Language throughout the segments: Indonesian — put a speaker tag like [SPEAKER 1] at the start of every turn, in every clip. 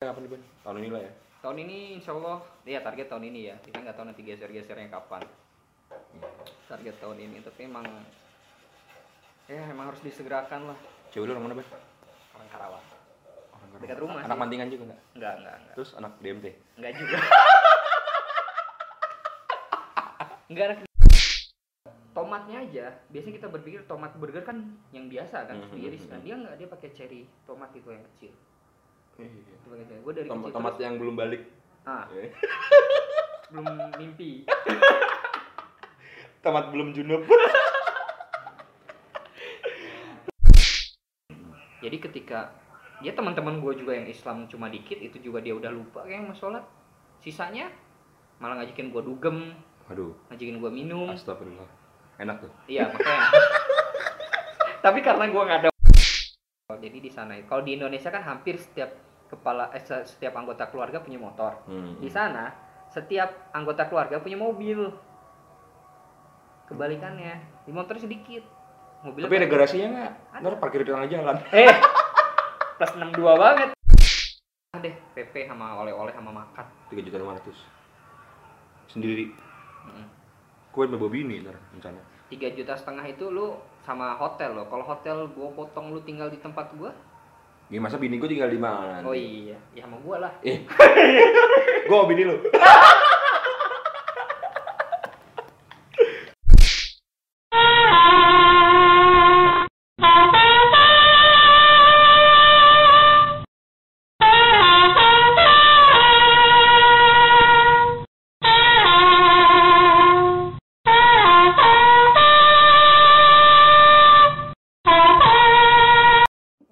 [SPEAKER 1] kapan nih Ben? Tahun ini lah ya.
[SPEAKER 2] Tahun ini insya Allah, ya target tahun ini ya. Kita nggak tahu nanti geser-gesernya kapan. Target tahun ini, tapi emang ya emang harus disegerakan lah.
[SPEAKER 1] Cewek lu orang mana Ben?
[SPEAKER 2] Orang Karawang.
[SPEAKER 1] Orang Karawang.
[SPEAKER 2] Dekat rumah
[SPEAKER 1] Anak
[SPEAKER 2] sih.
[SPEAKER 1] mantingan juga enggak?
[SPEAKER 2] Enggak, enggak, enggak.
[SPEAKER 1] Terus anak DMT.
[SPEAKER 2] Enggak juga. Enggak anak tomatnya aja. Biasanya kita berpikir tomat burger kan yang biasa kan,
[SPEAKER 1] Mhm,
[SPEAKER 2] sendiri
[SPEAKER 1] mhm.
[SPEAKER 2] kan. Dia enggak, dia pakai cherry tomat itu yang kecil. Itu pakai cherry. Gue dari
[SPEAKER 1] Tom-
[SPEAKER 2] kecil
[SPEAKER 1] tomat
[SPEAKER 2] terus-
[SPEAKER 1] yang belum balik.
[SPEAKER 2] ah,
[SPEAKER 1] Eh.
[SPEAKER 2] belum mimpi.
[SPEAKER 1] tomat belum junub.
[SPEAKER 2] Jadi ketika ya teman-teman gue juga yang Islam cuma dikit itu juga dia udah lupa kayak sama sholat. Sisanya malah ngajakin gue dugem,
[SPEAKER 1] Aduh,
[SPEAKER 2] ngajakin gue minum.
[SPEAKER 1] astagfirullah. Enak tuh.
[SPEAKER 2] Iya makanya. Tapi karena gue nggak ada. Jadi di sana. Kalau di Indonesia kan hampir setiap kepala eh, se- setiap anggota keluarga punya motor.
[SPEAKER 1] Hmm.
[SPEAKER 2] Di sana setiap anggota keluarga punya mobil. Kebalikannya di motor sedikit. Mobil
[SPEAKER 1] Tapi ada garasinya enggak? Ntar parkir di tengah jalan.
[SPEAKER 2] Eh plus 62 banget. Deh PP sama oleh-oleh sama makan.
[SPEAKER 1] 3 juta 500. Sendiri.
[SPEAKER 2] Mm.
[SPEAKER 1] Kue sama Bobby ini ntar rencana.
[SPEAKER 2] 3 juta setengah itu lu sama hotel lo. Kalau hotel gue potong lu tinggal di tempat gue.
[SPEAKER 1] Gini masa bini gue tinggal di mana?
[SPEAKER 2] Oh iya, ya sama gue lah.
[SPEAKER 1] Eh. gue mau bini lu.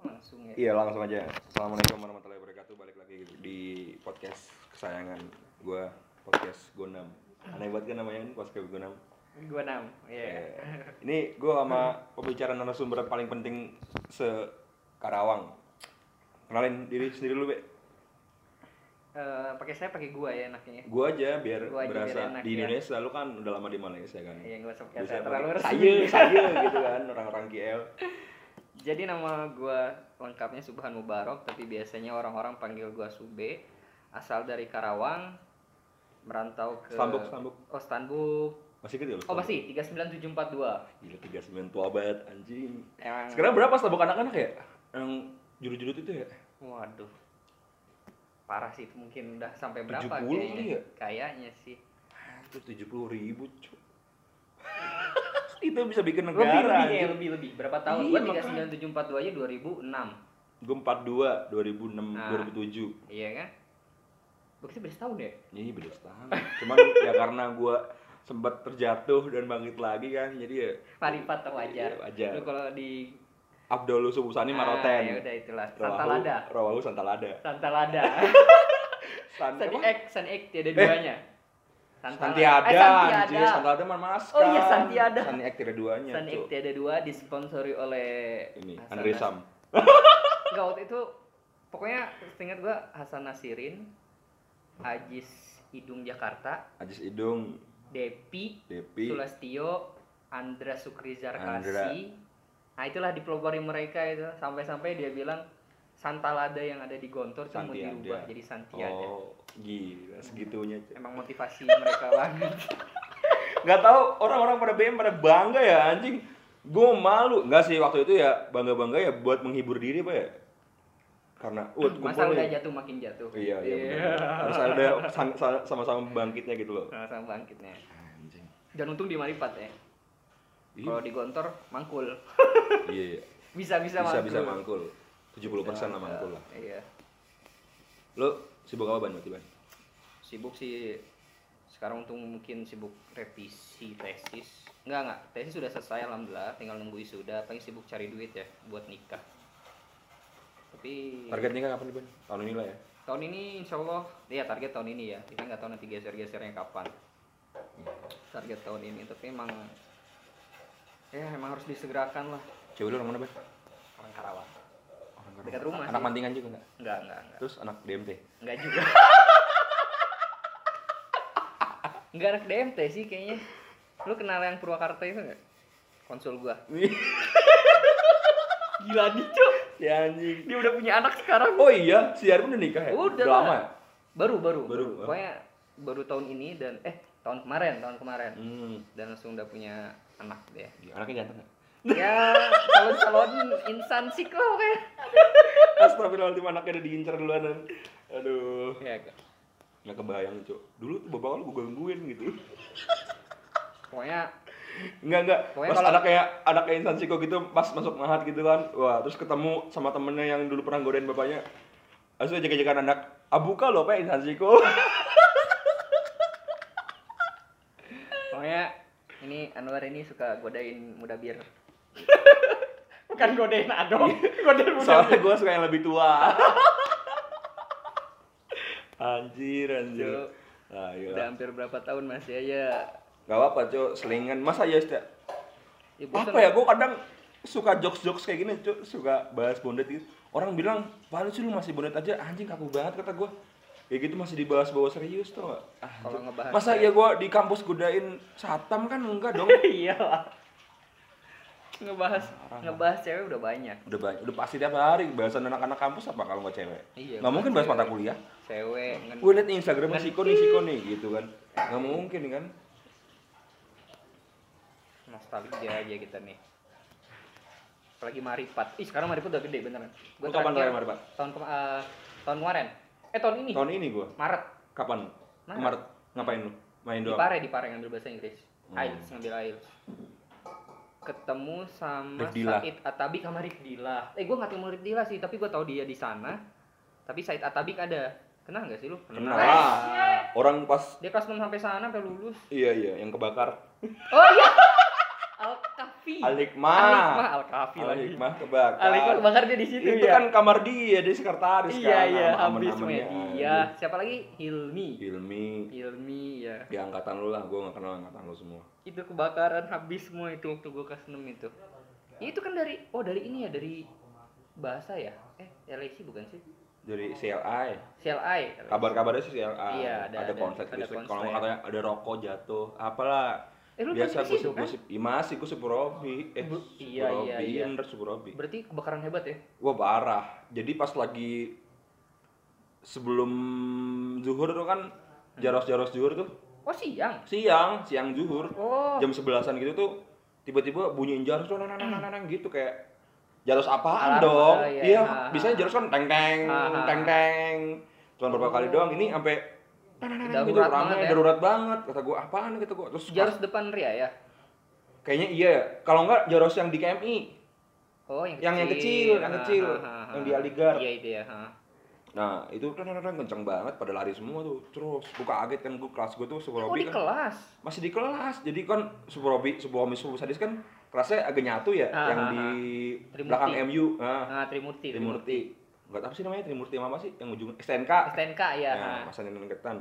[SPEAKER 2] Langsung ya.
[SPEAKER 1] Iya langsung aja. Assalamualaikum warahmatullahi wabarakatuh. Balik lagi di podcast kesayangan gue podcast Gonam. Aneh banget kan namanya kan podcast Gonam.
[SPEAKER 2] Gue enam, iya.
[SPEAKER 1] Eh, Ini gue sama pembicara narasumber paling penting se Karawang. Kenalin diri sendiri lu, Be.
[SPEAKER 2] Eh, pakai saya pakai gua ya enaknya.
[SPEAKER 1] Gue aja biar
[SPEAKER 2] Gua aja biar
[SPEAKER 1] berasa
[SPEAKER 2] enak,
[SPEAKER 1] di
[SPEAKER 2] ya.
[SPEAKER 1] Indonesia. Lu kan udah lama di Malaysia kan.
[SPEAKER 2] Iya, gua usah pakai
[SPEAKER 1] Biasanya
[SPEAKER 2] saya terlalu
[SPEAKER 1] pakai,
[SPEAKER 2] resmi.
[SPEAKER 1] Saya, saya gitu kan orang-orang KL.
[SPEAKER 2] Jadi nama gua lengkapnya Subhan Mubarok, tapi biasanya orang-orang panggil gua Sube. Asal dari Karawang, merantau ke
[SPEAKER 1] Stambuk, Stambuk.
[SPEAKER 2] Oh, Stambuk.
[SPEAKER 1] Masih gitu ya lu?
[SPEAKER 2] Oh, pasti 39742.
[SPEAKER 1] Gila 39 tua banget anjing.
[SPEAKER 2] Emang
[SPEAKER 1] Sekarang berapa stabok anak-anak ya? Yang juru-jurut itu ya?
[SPEAKER 2] waduh. Parah sih itu mungkin udah sampai berapa
[SPEAKER 1] 70
[SPEAKER 2] kayaknya.
[SPEAKER 1] kali ya?
[SPEAKER 2] Kayaknya sih.
[SPEAKER 1] Itu 70 ribu, cu. itu bisa bikin
[SPEAKER 2] Lebih lebih
[SPEAKER 1] negara.
[SPEAKER 2] kayaknya, lebih lebih. Berapa tahun?
[SPEAKER 1] Iya,
[SPEAKER 2] Gua
[SPEAKER 1] makanya.
[SPEAKER 2] 39742 aja 2006.
[SPEAKER 1] Gue 42, 2006,
[SPEAKER 2] Nah.
[SPEAKER 1] 2007.
[SPEAKER 2] Iya kan? Berarti beda setahun ya?
[SPEAKER 1] Iya beda setahun. Cuman ya karena gue sempat terjatuh dan bangkit lagi kan, jadi ya
[SPEAKER 2] Paripat tuh wajar.
[SPEAKER 1] Iya, wajar.
[SPEAKER 2] Lu kalau di
[SPEAKER 1] Abdul Subusani Maroten.
[SPEAKER 2] Ah, ya udah itulah.
[SPEAKER 1] Rawahu-
[SPEAKER 2] Santalada.
[SPEAKER 1] Rawahu Santalada.
[SPEAKER 2] Santalada.
[SPEAKER 1] San,
[SPEAKER 2] Sani
[SPEAKER 1] apa?
[SPEAKER 2] Ek, San Ek
[SPEAKER 1] Eh.
[SPEAKER 2] tiada duanya. Santala-
[SPEAKER 1] Santiada,
[SPEAKER 2] Eh,
[SPEAKER 1] anjir,
[SPEAKER 2] Santiada.
[SPEAKER 1] Santiada mana masker.
[SPEAKER 2] Oh iya, Santiada.
[SPEAKER 1] San Ek tidak duanya.
[SPEAKER 2] San Ek
[SPEAKER 1] cu.
[SPEAKER 2] tiada dua disponsori oleh
[SPEAKER 1] Ini
[SPEAKER 2] Hasan
[SPEAKER 1] Andre
[SPEAKER 2] Nas-
[SPEAKER 1] Sam.
[SPEAKER 2] Enggak waktu itu pokoknya seingat gua Hasan Nasirin, Ajis Hidung Jakarta,
[SPEAKER 1] Ajis Idung,
[SPEAKER 2] Depi,
[SPEAKER 1] Depi,
[SPEAKER 2] Sulastio, Andra Sukrizar
[SPEAKER 1] Andra.
[SPEAKER 2] Kasi. Nah itulah dipelopori mereka itu sampai-sampai dia bilang Santalada yang ada di Gontor cuma
[SPEAKER 1] Santiada.
[SPEAKER 2] dirubah jadi Santiada.
[SPEAKER 1] Oh, gila segitunya. cu.
[SPEAKER 2] Emang motivasi mereka banget.
[SPEAKER 1] nggak tahu orang-orang pada BM pada bangga ya anjing gue malu nggak sih waktu itu ya bangga bangga ya buat menghibur diri pak ya karena wah
[SPEAKER 2] Masa
[SPEAKER 1] kumpul
[SPEAKER 2] udah
[SPEAKER 1] nih.
[SPEAKER 2] jatuh makin jatuh.
[SPEAKER 1] iya iya benar. harus ada sang- sa- sama-sama bangkitnya gitu loh
[SPEAKER 2] Nah, Sama bangkitnya.
[SPEAKER 1] anjing
[SPEAKER 2] Dan untung di Maripat ya.
[SPEAKER 1] Ih,
[SPEAKER 2] Kalau di Gontor mangkul.
[SPEAKER 1] iya iya.
[SPEAKER 2] bisa bisa
[SPEAKER 1] bisa
[SPEAKER 2] mangkul.
[SPEAKER 1] bisa mangkul 70% lah mangkul lah
[SPEAKER 2] Iya.
[SPEAKER 1] lo sibuk apa ban berarti ban
[SPEAKER 2] Sibuk sih sekarang untung mungkin sibuk revisi tesis. Enggak enggak, tesis sudah selesai alhamdulillah, tinggal nunggu wisuda, paling sibuk cari duit ya buat nikah. Tapi
[SPEAKER 1] targetnya kan kapan nih ban tahun ini lah ya
[SPEAKER 2] tahun ini insya Allah ya target tahun ini ya kita nggak tahu nanti geser gesernya kapan target tahun ini tapi emang ya emang harus disegerakan lah
[SPEAKER 1] cewek lo orang mana ban
[SPEAKER 2] orang Karawang
[SPEAKER 1] orang
[SPEAKER 2] Dekat rumah
[SPEAKER 1] anak
[SPEAKER 2] sih.
[SPEAKER 1] mantingan juga nggak
[SPEAKER 2] enggak enggak enggak
[SPEAKER 1] terus anak DMT
[SPEAKER 2] enggak juga enggak anak DMT sih kayaknya lu kenal yang
[SPEAKER 1] Iya.
[SPEAKER 2] Purwakarta itu enggak konsul gua gila nih cok
[SPEAKER 1] ya anjing
[SPEAKER 2] Dia udah punya anak sekarang.
[SPEAKER 1] oh iya si Arvin udah nikah ya
[SPEAKER 2] Eh, Udah lah.
[SPEAKER 1] lama ya?
[SPEAKER 2] Baru, baru,
[SPEAKER 1] Baru,
[SPEAKER 2] baru. Pokoknya baru tahun ini dan eh tahun kemarin, tahun kemarin.
[SPEAKER 1] hmm
[SPEAKER 2] Dan langsung udah punya anak dia.
[SPEAKER 1] iya, anaknya jantan ya?
[SPEAKER 2] Ya, calon-calon insan sih kok kayak.
[SPEAKER 1] Astagfirullahaladzim anaknya udah diincar duluan An. aduh
[SPEAKER 2] Ya,
[SPEAKER 1] nggak kebayang cok dulu tuh bapak lu gue gangguin gitu
[SPEAKER 2] pokoknya
[SPEAKER 1] Enggak, enggak.
[SPEAKER 2] Pokoknya
[SPEAKER 1] pas
[SPEAKER 2] kalau-
[SPEAKER 1] anak kayak anak kayak insan Siko gitu pas masuk mahat gitu kan. Wah, terus ketemu sama temennya yang dulu pernah godain bapaknya. Langsung jaga-jagaan anak. Abuka loh, Pak insan Siko.
[SPEAKER 2] pokoknya ini Anwar ini suka godain muda bir. Bukan Kan godain Ado, godain
[SPEAKER 1] Soalnya gue suka yang lebih tua. anjir, anjir.
[SPEAKER 2] Cuk.
[SPEAKER 1] Nah,
[SPEAKER 2] Udah
[SPEAKER 1] iya.
[SPEAKER 2] hampir berapa tahun masih aja
[SPEAKER 1] Gak apa-apa, Cok. Selingan. Masa ya, setiap...
[SPEAKER 2] ya, bosan.
[SPEAKER 1] Apa ya, gue kadang suka jokes-jokes kayak gini, Cok. Suka bahas bondet gitu. Orang bilang, Pak lu sih lu masih bondet aja, anjing kaku banget kata gue. Ya gitu masih dibahas bawa serius tuh gak? Ah,
[SPEAKER 2] kalau ngebahas
[SPEAKER 1] Masa ya gua di kampus godain satam kan enggak dong.
[SPEAKER 2] iya lah ngebahas ngebahas cewek udah banyak
[SPEAKER 1] udah banyak, udah pasti tiap hari bahasan anak-anak kampus apa kalau nggak cewek.
[SPEAKER 2] Iya,
[SPEAKER 1] nggak mungkin bahas mata kuliah.
[SPEAKER 2] cewek ngen
[SPEAKER 1] Gue liat Instagram si Siko nih, Siko nih gitu kan. Nggak mungkin kan.
[SPEAKER 2] nostalgia aja kita nih apalagi maripat ih sekarang maripat udah gede beneran
[SPEAKER 1] Lu
[SPEAKER 2] Gua
[SPEAKER 1] kapan
[SPEAKER 2] terakhir
[SPEAKER 1] terakhir Maripat?
[SPEAKER 2] tahun kema- eh, tahun kemarin eh tahun ini
[SPEAKER 1] Tahun ini gua
[SPEAKER 2] maret
[SPEAKER 1] kapan?
[SPEAKER 2] Maret.
[SPEAKER 1] Maret. Ngapain lu? Main
[SPEAKER 2] di
[SPEAKER 1] doang.
[SPEAKER 2] pare di pare ngambil bahasa inggris
[SPEAKER 1] Hmm.
[SPEAKER 2] IELTS ngambil IELTS ketemu sama
[SPEAKER 1] Rifdila.
[SPEAKER 2] Said Atabik sama Rifdila. Eh gua nggak ketemu Rifdila sih, tapi gua tahu dia di sana. Tapi Said Atabik ada. Kenal nggak sih lu?
[SPEAKER 1] Kenal lah. Orang pas
[SPEAKER 2] Dia kelas 6 sampai sana sampai lulus.
[SPEAKER 1] iya iya yang kebakar.
[SPEAKER 2] Oh iya. Al-Kafi.
[SPEAKER 1] Alikmah.
[SPEAKER 2] Al-Kafi lagi.
[SPEAKER 1] Alikmah kebakar.
[SPEAKER 2] Al-Iqmah bakar dia di situ
[SPEAKER 1] Itu
[SPEAKER 2] ya.
[SPEAKER 1] kan kamar dia, dia sekretaris
[SPEAKER 2] iya
[SPEAKER 1] kan.
[SPEAKER 2] iya
[SPEAKER 1] sama
[SPEAKER 2] habis
[SPEAKER 1] aman-amannya,
[SPEAKER 2] media. Siapa lagi? Hilmi.
[SPEAKER 1] anjing. Ilmi
[SPEAKER 2] Hilmi ya.
[SPEAKER 1] di angkatan lu lah, gua nggak kenal angkatan lu semua.
[SPEAKER 2] Itu kebakaran habis semua itu waktu gua kelas 6 itu. Ya, itu kan dari oh dari ini ya dari bahasa ya. Eh LSI bukan sih?
[SPEAKER 1] dari CLI
[SPEAKER 2] CLI.
[SPEAKER 1] ya? kabar-kabarnya sih CLI ada,
[SPEAKER 2] Iya, ada- ada-
[SPEAKER 1] konslet
[SPEAKER 2] ada
[SPEAKER 1] listrik
[SPEAKER 2] konslet.
[SPEAKER 1] kalau nggak katanya ada rokok jatuh apalah
[SPEAKER 2] Eh, lu
[SPEAKER 1] biasa
[SPEAKER 2] masih di situ, kan?
[SPEAKER 1] gosip gosip Ih, masih gosip Robi eh
[SPEAKER 2] Bu-
[SPEAKER 1] gosip
[SPEAKER 2] iya, iya,
[SPEAKER 1] Robi.
[SPEAKER 2] iya.
[SPEAKER 1] bener gosip Robi
[SPEAKER 2] Berarti kebakaran hebat ya?
[SPEAKER 1] wah parah jadi pas lagi sebelum zuhur tuh kan jaros-jaros zuhur tuh
[SPEAKER 2] Oh siang.
[SPEAKER 1] siang siang zuhur
[SPEAKER 2] Oh.
[SPEAKER 1] jam sebelasan gitu tuh tiba-tiba bunyiin jaros tuh nang, nang, nang, nang, nang, gitu kayak jaros apaan
[SPEAKER 2] Alarm,
[SPEAKER 1] dong
[SPEAKER 2] oh, iya,
[SPEAKER 1] iya
[SPEAKER 2] ha, ha.
[SPEAKER 1] biasanya jaros kan teng teng
[SPEAKER 2] Ha, ha.
[SPEAKER 1] teng teng cuma beberapa kali doang ini sampai nang, nang, nang, nang, gitu
[SPEAKER 2] Darurat
[SPEAKER 1] ramai
[SPEAKER 2] banget ya.
[SPEAKER 1] darurat banget kata gua apaan kata gua terus
[SPEAKER 2] Jaros depan Ria ya?
[SPEAKER 1] kayaknya iya ya. kalau enggak jaros yang di KMI
[SPEAKER 2] Oh, yang kecil.
[SPEAKER 1] Yang- yang kecil, yang kecil. Yang di Aligar.
[SPEAKER 2] Iya, itu ya. ha.
[SPEAKER 1] nah itu nang, nang, nang, kenceng banget pada lari semua tuh terus gua kaget kan gua kelas gua tuh
[SPEAKER 2] Oh, di
[SPEAKER 1] Suprobi kan
[SPEAKER 2] kelas.
[SPEAKER 1] masih di kelas jadi kan Suprobi Suprobi Suprobi sadis kan kelasnya agak nyatu ya
[SPEAKER 2] Ha,
[SPEAKER 1] yang
[SPEAKER 2] ha,
[SPEAKER 1] di
[SPEAKER 2] Ah, Trimurti.
[SPEAKER 1] belakang MU nah.
[SPEAKER 2] Nah, Trimurti.
[SPEAKER 1] Trimurti. Enggak tahu sih namanya Trimurti sama apa sih yang ujung STNK.
[SPEAKER 2] STNK ya.
[SPEAKER 1] Nah, masa Nenengketan.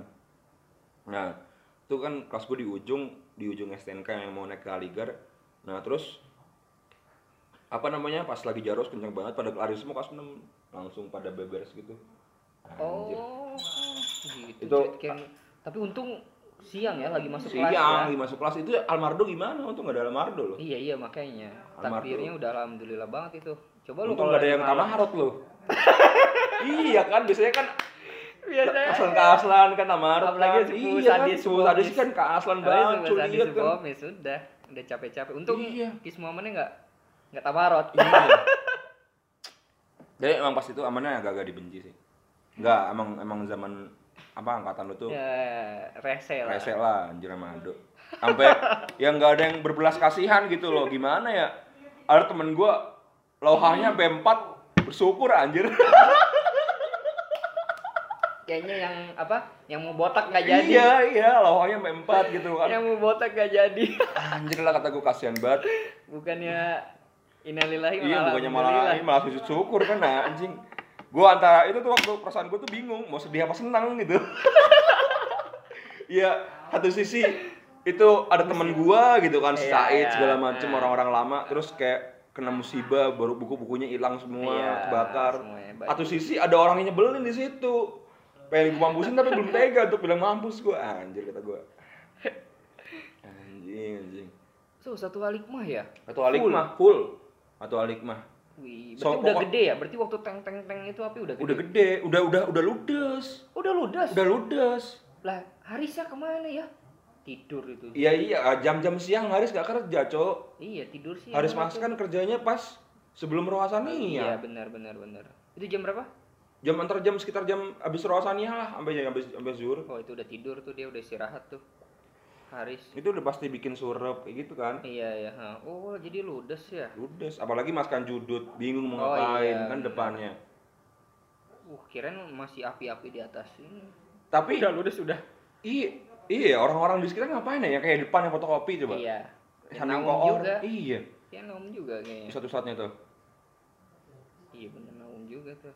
[SPEAKER 1] Nah, itu kan kelas gue di ujung di ujung STNK yang mau naik ke Aligar. Nah, terus apa namanya? Pas lagi Jaros kencang banget pada lari semua kelas 6 langsung pada beberes gitu. Anjir.
[SPEAKER 2] Oh, gitu.
[SPEAKER 1] Itu-
[SPEAKER 2] Kayak- tapi untung siang ya lagi masuk kelas.
[SPEAKER 1] Siang
[SPEAKER 2] ya.
[SPEAKER 1] Iya, lagi masuk kelas itu Almardo gimana? Untung gak ada Almardo loh.
[SPEAKER 2] Iya, iya makanya.
[SPEAKER 1] Almarhum.
[SPEAKER 2] Takdirnya udah alhamdulillah banget itu. Coba lu
[SPEAKER 1] Untung gak ada
[SPEAKER 2] lagi
[SPEAKER 1] yang
[SPEAKER 2] malam-
[SPEAKER 1] tamarot loh. iya kan biasanya kan
[SPEAKER 2] Biasanya.
[SPEAKER 1] Aslan ke Aslan kan tamarot kan.
[SPEAKER 2] Apalagi
[SPEAKER 1] Iya
[SPEAKER 2] sepupu
[SPEAKER 1] kan
[SPEAKER 2] sadis,
[SPEAKER 1] sepupu
[SPEAKER 2] sepupu
[SPEAKER 1] sadis
[SPEAKER 2] sadis.
[SPEAKER 1] kan ke Aslan
[SPEAKER 2] Tapi
[SPEAKER 1] banget
[SPEAKER 2] sebesar di
[SPEAKER 1] lihat kan.
[SPEAKER 2] Subomi ya sudah udah capek-capek. Untung
[SPEAKER 1] Iya.
[SPEAKER 2] kis momennya enggak enggak tabarot.
[SPEAKER 1] Iya. Jadi emang pas itu amannya agak-agak dibenci sih. Enggak, emang emang zaman apa angkatan lu tuh
[SPEAKER 2] Ya, rese lah.
[SPEAKER 1] rese lah anjir sama Ado. Sampai yang enggak ada yang berbelas kasihan gitu loh. Gimana ya? Ada temen gua lauhannya sampai 4 bersyukur anjir.
[SPEAKER 2] Kayaknya yang apa? Yang mau botak enggak jadi. Ya.
[SPEAKER 1] iya, iya, lauhannya sampai 4 gitu kan.
[SPEAKER 2] Yang mau botak enggak jadi.
[SPEAKER 1] Anjir lah kata gua kasihan banget.
[SPEAKER 2] Bukannya innalillahi
[SPEAKER 1] Iya, bukannya malah
[SPEAKER 2] alhamdulillah.
[SPEAKER 1] ini malah sujud syukur kan nah, anjing. Gua antara itu tuh waktu perasaan gua tuh bingung mau sedih apa senang gitu. Iya, satu sisi itu ada teman gua gitu kan, si
[SPEAKER 2] Iya,
[SPEAKER 1] Said
[SPEAKER 2] iya.
[SPEAKER 1] segala macem
[SPEAKER 2] Nah.
[SPEAKER 1] orang-orang lama terus kayak kena musibah baru buku-bukunya hilang semua,
[SPEAKER 2] Iya,
[SPEAKER 1] kebakar.
[SPEAKER 2] semuanya baju.
[SPEAKER 1] Satu sisi ada orang yang nyebelin di situ. Pengen gua mampusin tapi belum tega untuk bilang mampus gua anjir kata gua. Anjing, anjing.
[SPEAKER 2] So, satu alikmah ya?
[SPEAKER 1] Atau alikmah full. Atau alikmah.
[SPEAKER 2] Wih, berarti
[SPEAKER 1] So,
[SPEAKER 2] udah
[SPEAKER 1] pokok-
[SPEAKER 2] gede ya? Berarti waktu teng teng teng itu api udah gede.
[SPEAKER 1] Udah gede, udah udah udah ludes.
[SPEAKER 2] Udah ludes.
[SPEAKER 1] Udah ludes.
[SPEAKER 2] Lah, Harisnya kemana ya? Tidur itu.
[SPEAKER 1] Iya iya, jam-jam siang Haris gak kerja, Cok.
[SPEAKER 2] Iya, tidur sih.
[SPEAKER 1] Haris
[SPEAKER 2] emang
[SPEAKER 1] Mas
[SPEAKER 2] itu.
[SPEAKER 1] kan kerjanya pas sebelum
[SPEAKER 2] Iya,
[SPEAKER 1] rohasania.
[SPEAKER 2] benar benar benar. Itu jam berapa?
[SPEAKER 1] Jam antar jam sekitar jam abis rohasania lah, sampai jam abis, abis zuhur.
[SPEAKER 2] Oh, itu udah tidur tuh dia udah istirahat tuh. Haris.
[SPEAKER 1] Itu udah pasti bikin surup kayak gitu kan.
[SPEAKER 2] Iya ya. ha. Oh, jadi ludes ya.
[SPEAKER 1] Ludes, apalagi Mas kan judut, bingung mau
[SPEAKER 2] Oh,
[SPEAKER 1] ngapain
[SPEAKER 2] iya,
[SPEAKER 1] kan
[SPEAKER 2] bener.
[SPEAKER 1] depannya.
[SPEAKER 2] Uh, kirain masih api-api di atas ini.
[SPEAKER 1] Tapi
[SPEAKER 2] ludes udah.
[SPEAKER 1] iya, iya orang-orang di sekitar ngapain ya? Kayak depan yang fotokopi coba.
[SPEAKER 2] Iya.
[SPEAKER 1] Sambil
[SPEAKER 2] Naum
[SPEAKER 1] koor.
[SPEAKER 2] juga.
[SPEAKER 1] Iya.
[SPEAKER 2] Iya, naum juga kayaknya.
[SPEAKER 1] Satu saatnya tuh.
[SPEAKER 2] Iya, benar naum juga tuh.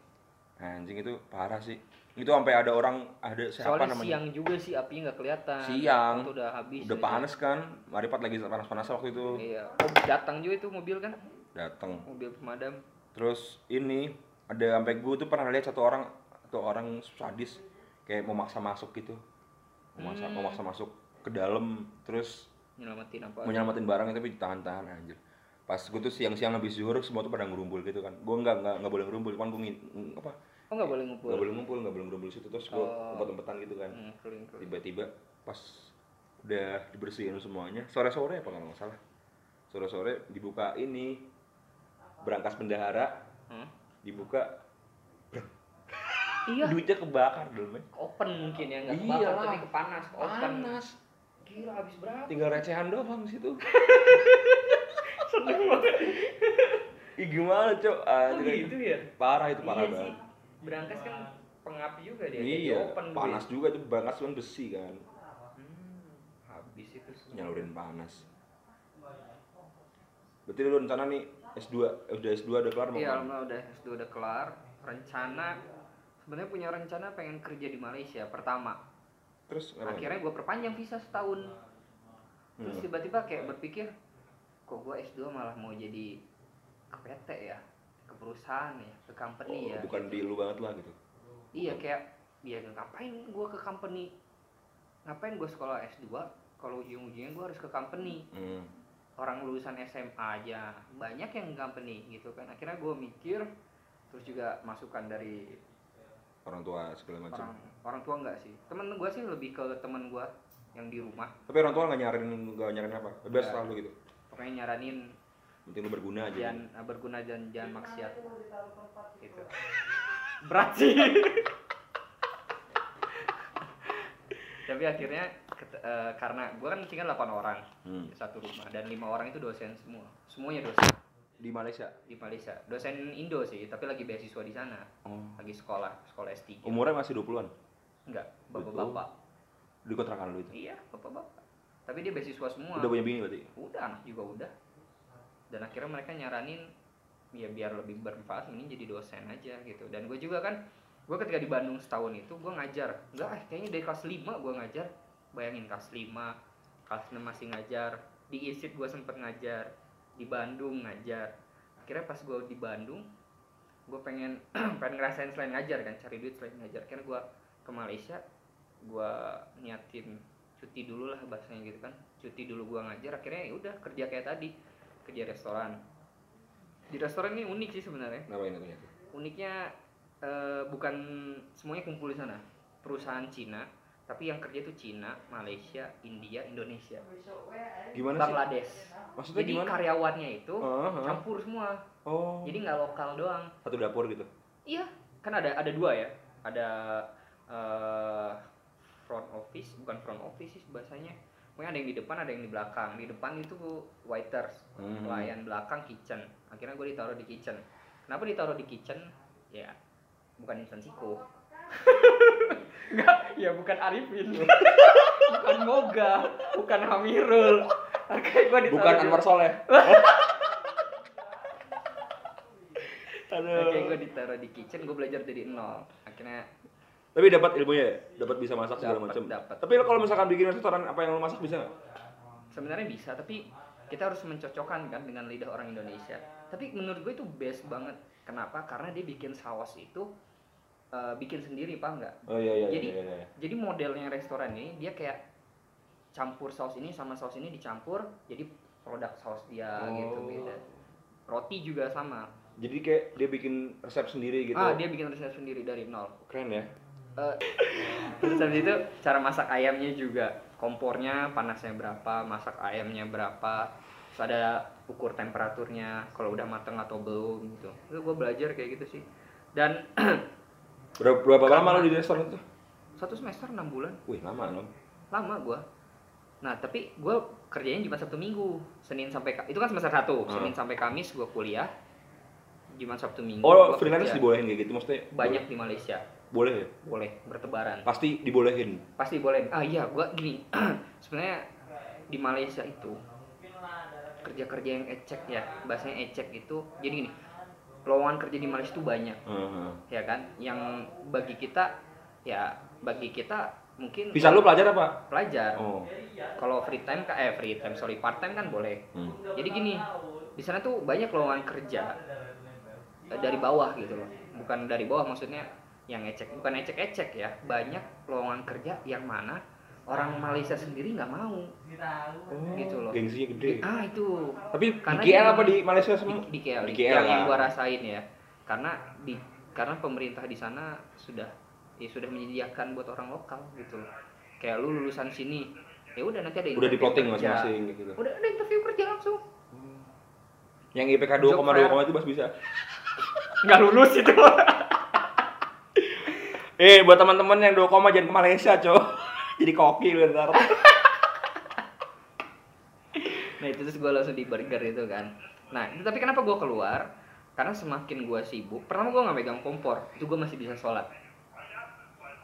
[SPEAKER 1] Anjing itu parah sih. Itu sampai ada orang ada siapa
[SPEAKER 2] Soalnya
[SPEAKER 1] namanya?
[SPEAKER 2] siang juga sih apinya nggak kelihatan.
[SPEAKER 1] Siang.
[SPEAKER 2] Waktu udah habis.
[SPEAKER 1] Udah
[SPEAKER 2] aja.
[SPEAKER 1] panas kan? Maripat lagi panas-panas waktu itu.
[SPEAKER 2] Iya. Oh, datang juga itu mobil kan?
[SPEAKER 1] Datang.
[SPEAKER 2] Mobil pemadam.
[SPEAKER 1] Terus ini ada sampai gue tuh pernah lihat satu orang satu orang sadis kayak mau maksa masuk gitu. Mau maksa, mau
[SPEAKER 2] Hmm.
[SPEAKER 1] maksa masuk ke dalam terus
[SPEAKER 2] Nyelamatin apa?
[SPEAKER 1] mau nyelamatin barangnya tapi ditahan-tahan anjir. Pas gue tuh siang-siang habis zuhur semua tuh pada ngerumpul gitu kan. Gue nggak nggak nggak boleh ngerumpul, cuman gue apa?
[SPEAKER 2] Oh, nggak boleh ngumpul.
[SPEAKER 1] Nggak boleh ngumpul, nggak boleh ngerumpul situ terus gue
[SPEAKER 2] Oh.
[SPEAKER 1] umpet-umpetan gitu kan.
[SPEAKER 2] Hmm, keliling keliling.
[SPEAKER 1] tiba-tiba pas udah dibersihin semuanya sore-sore apa kalau nggak salah sore-sore dibuka ini berangkas bendahara
[SPEAKER 2] Hah?
[SPEAKER 1] dibuka
[SPEAKER 2] Iya.
[SPEAKER 1] duitnya kebakar dulu men
[SPEAKER 2] Open mungkin ya nggak
[SPEAKER 1] Iya
[SPEAKER 2] kebakar
[SPEAKER 1] lah.
[SPEAKER 2] tapi kepanas. Open.
[SPEAKER 1] panas
[SPEAKER 2] Gila habis berapa?
[SPEAKER 1] tinggal recehan doang di situ Ih, gimana cok ah,
[SPEAKER 2] Oh,
[SPEAKER 1] tidak-
[SPEAKER 2] gitu ya?
[SPEAKER 1] parah itu parah
[SPEAKER 2] Iya sih.
[SPEAKER 1] banget
[SPEAKER 2] Berangkas kan pengapi juga dia. jadi
[SPEAKER 1] iya
[SPEAKER 2] open gitu ya. dia.
[SPEAKER 1] panas juga itu berangkas cuma besi kan
[SPEAKER 2] Hmm, habis itu semua.
[SPEAKER 1] nyalurin panas berarti lu rencana nih S2 udah S2 udah kelar mau
[SPEAKER 2] Iya,
[SPEAKER 1] kemana?
[SPEAKER 2] alhamdulillah udah S2 udah kelar. Rencana sebenarnya punya rencana pengen kerja di Malaysia pertama.
[SPEAKER 1] terus ngapain?
[SPEAKER 2] Akhirnya gue perpanjang visa setahun. Terus
[SPEAKER 1] Hmm.
[SPEAKER 2] tiba-tiba kayak berpikir, kok gue S2 malah mau jadi ke PT ya, ke perusahaan ya, ke company ya.
[SPEAKER 1] Oh, bukan di lu banget lah gitu
[SPEAKER 2] Iya kayak, ya ngapain gue ke company? Ngapain gue sekolah S2? Kalau ujung-ujungnya gue harus ke company.
[SPEAKER 1] Hmm.
[SPEAKER 2] orang lulusan SMA aja banyak yang company gitu kan akhirnya gue mikir terus juga masukan dari
[SPEAKER 1] orang tua segala macam.
[SPEAKER 2] orang orang tua nggak sih temen gue sih lebih ke temen gue yang di rumah
[SPEAKER 1] Tapi orang tua nggak nyarin nggak Iya. nyarin apa? Bebas
[SPEAKER 2] Nggak.
[SPEAKER 1] lah lu gitu.
[SPEAKER 2] pokoknya nyaranin
[SPEAKER 1] Penting lu berguna aja.
[SPEAKER 2] jangan ah, berguna dan jangan maksiat gitu berat sih tapi akhirnya ket- eh, karena gue kan tinggal 8 orang
[SPEAKER 1] Hmm.
[SPEAKER 2] satu rumah dan lima orang itu dosen semua semuanya dosen
[SPEAKER 1] Di Malaysia.
[SPEAKER 2] di Malaysia dosen Indo sih tapi lagi beasiswa di sana
[SPEAKER 1] Oh.
[SPEAKER 2] lagi sekolah sekolah S3
[SPEAKER 1] Umurnya masih 20-an.
[SPEAKER 2] enggak bapak-bapak
[SPEAKER 1] Di kontrakan lu itu.
[SPEAKER 2] iya bapak-bapak tapi dia beasiswa semua
[SPEAKER 1] Udah punya bini berarti.
[SPEAKER 2] udah anak juga udah dan akhirnya mereka nyaranin ya biar lebih bermanfaat mending jadi dosen aja gitu dan gue juga kan gue ketika di Bandung setahun itu gue ngajar enggak eh, kayaknya dari kelas 5 gue ngajar bayangin kelas 5 kelas 6 masih ngajar di ISIP gue sempet ngajar di Bandung ngajar akhirnya pas gue di Bandung gue pengen pengen ngerasain selain ngajar kan cari duit selain ngajar akhirnya gue ke Malaysia gue niatin cuti dulu lah bahasanya gitu kan cuti dulu gua ngajar akhirnya ya udah kerja kayak tadi kerja restoran di restoran ini unik sih sebenarnya
[SPEAKER 1] Kenapa ini ternyata?
[SPEAKER 2] uniknya eh, bukan semuanya kumpul di sana perusahaan Cina tapi yang kerja itu Cina Malaysia India Indonesia
[SPEAKER 1] Gimana sih?
[SPEAKER 2] Bangladesh
[SPEAKER 1] Maksudnya
[SPEAKER 2] jadi
[SPEAKER 1] gimana?
[SPEAKER 2] karyawannya itu
[SPEAKER 1] Ah, ah.
[SPEAKER 2] campur semua
[SPEAKER 1] Oh.
[SPEAKER 2] jadi nggak lokal doang
[SPEAKER 1] Satu dapur gitu.
[SPEAKER 2] Iya, kan ada ada dua ya. Ada eh, front office, bukan front office sih bahasanya. Pokoknya ada yang di depan, ada yang di belakang. Di depan itu waiters,
[SPEAKER 1] Hmm.
[SPEAKER 2] pelayan belakang kitchen. Akhirnya gue ditaruh di kitchen. Kenapa ditaruh di kitchen? Ya, bukan insan siko. Enggak, ya bukan Arifin. bukan Moga, bukan Hamirul. Akhirnya gue ditaruh
[SPEAKER 1] Bukan
[SPEAKER 2] di-
[SPEAKER 1] Anwar Soleh.
[SPEAKER 2] Akhirnya
[SPEAKER 1] Aduh.
[SPEAKER 2] gue ditaruh di kitchen, gue belajar dari nol. Akhirnya
[SPEAKER 1] Tapi dapat ilmunya ya? Dapat bisa masak segala
[SPEAKER 2] Dapat,
[SPEAKER 1] macam.
[SPEAKER 2] dapat.
[SPEAKER 1] Tapi lo kalau misalkan bikin restoran apa yang lo masak bisa nggak?
[SPEAKER 2] sebenarnya bisa tapi kita harus mencocokkan kan dengan lidah orang Indonesia tapi menurut gue itu best banget kenapa karena dia bikin saus itu eh, bikin sendiri paham nggak
[SPEAKER 1] Oh iya iya
[SPEAKER 2] Jadi,
[SPEAKER 1] iya. iya, iya.
[SPEAKER 2] jadi modelnya restoran ini dia kayak campur saus ini sama saus ini dicampur jadi produk saus dia gitu
[SPEAKER 1] Oh.
[SPEAKER 2] beda roti juga sama
[SPEAKER 1] Jadi kayak dia bikin resep sendiri gitu.
[SPEAKER 2] Ah, dia bikin resep sendiri dari nol.
[SPEAKER 1] Keren ya.
[SPEAKER 2] Eh, terus habis itu cara masak ayamnya juga. Kompornya panasnya berapa, masak ayamnya berapa, terus ada ukur temperaturnya kalau udah mateng atau belum gitu. Itu gue belajar kayak gitu sih. Dan
[SPEAKER 1] Berapa, berapa lama lo di restoran itu?
[SPEAKER 2] satu semester enam bulan
[SPEAKER 1] Wih, lama dong.
[SPEAKER 2] lama gua nah tapi gua kerjanya cuma sabtu minggu senin sampai Ka- itu kan semester satu
[SPEAKER 1] Hmm.
[SPEAKER 2] senin sampai kamis gua kuliah cuma sabtu minggu
[SPEAKER 1] Oh,
[SPEAKER 2] gua
[SPEAKER 1] freelance
[SPEAKER 2] kerja.
[SPEAKER 1] dibolehin kayak gitu maksudnya?
[SPEAKER 2] banyak di Malaysia
[SPEAKER 1] Boleh ya?
[SPEAKER 2] boleh bertebaran
[SPEAKER 1] Pasti dibolehin.
[SPEAKER 2] pasti boleh ah iya gua gini sebenarnya di Malaysia itu kerja-kerja yang ecek ya bahasanya ecek itu jadi gini lowongan kerja di Malaysia itu banyak
[SPEAKER 1] Heeh.
[SPEAKER 2] ya kan yang bagi kita ya bagi kita mungkin
[SPEAKER 1] Bisa lu pelajar apa?
[SPEAKER 2] pelajar
[SPEAKER 1] Oh.
[SPEAKER 2] kalau free time ka- eh free time sorry part time kan boleh
[SPEAKER 1] Hmm.
[SPEAKER 2] jadi gini di sana tuh banyak lowongan kerja eh, dari bawah gitu loh bukan dari bawah maksudnya yang ecek bukan ecek ecek ya banyak lowongan kerja yang mana orang Malaysia sendiri nggak mau Gitu loh.
[SPEAKER 1] Gengsinya gede.
[SPEAKER 2] ah itu
[SPEAKER 1] Tapi
[SPEAKER 2] Karena
[SPEAKER 1] di KL
[SPEAKER 2] dia-
[SPEAKER 1] apa di Malaysia
[SPEAKER 2] di,
[SPEAKER 1] semua?
[SPEAKER 2] di KL,
[SPEAKER 1] Di ah.
[SPEAKER 2] di
[SPEAKER 1] KL
[SPEAKER 2] yang, yang
[SPEAKER 1] lah.
[SPEAKER 2] gua rasain ya karena di karena pemerintah di sana sudah ya sudah menyediakan buat orang lokal gitu loh kayak lu lulusan sini ya udah nanti ada
[SPEAKER 1] Udah di
[SPEAKER 2] interview
[SPEAKER 1] plotting
[SPEAKER 2] kerja.
[SPEAKER 1] masing-masing gitu.
[SPEAKER 2] udah ada interview kerja langsung
[SPEAKER 1] Yang IPK 2,2 itu masih bisa.
[SPEAKER 2] nggak lulus itu
[SPEAKER 1] Eh, buat teman-teman yang 2, jangan ke Malaysia, Cok. Jadi koki lu ntar.
[SPEAKER 2] nah itu terus gue langsung di burger itu kan nah itu tapi kenapa gue keluar karena semakin gue sibuk pertama gue nggak megang kompor itu gue masih bisa sholat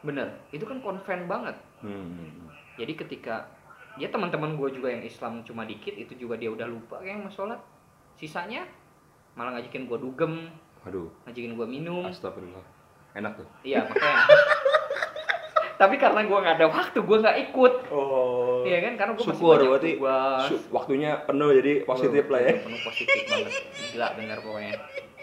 [SPEAKER 2] bener itu kan konven banget
[SPEAKER 1] Hmm.
[SPEAKER 2] jadi ketika ya teman-teman gue juga yang Islam cuma dikit itu juga dia udah lupa kayak sama sholat sisanya malah ngajakin gue dugem
[SPEAKER 1] Aduh,
[SPEAKER 2] ngajakin gue minum
[SPEAKER 1] astagfirullah. Enak tuh.
[SPEAKER 2] iya makanya tapi karena gue nggak ada waktu gue nggak ikut
[SPEAKER 1] Oh.
[SPEAKER 2] Iya kan karena gue masih
[SPEAKER 1] Syukur,
[SPEAKER 2] banyak
[SPEAKER 1] berarti
[SPEAKER 2] tugas.
[SPEAKER 1] Su- waktunya penuh jadi positif lah ya.
[SPEAKER 2] penuh positif banget gila dengar pokoknya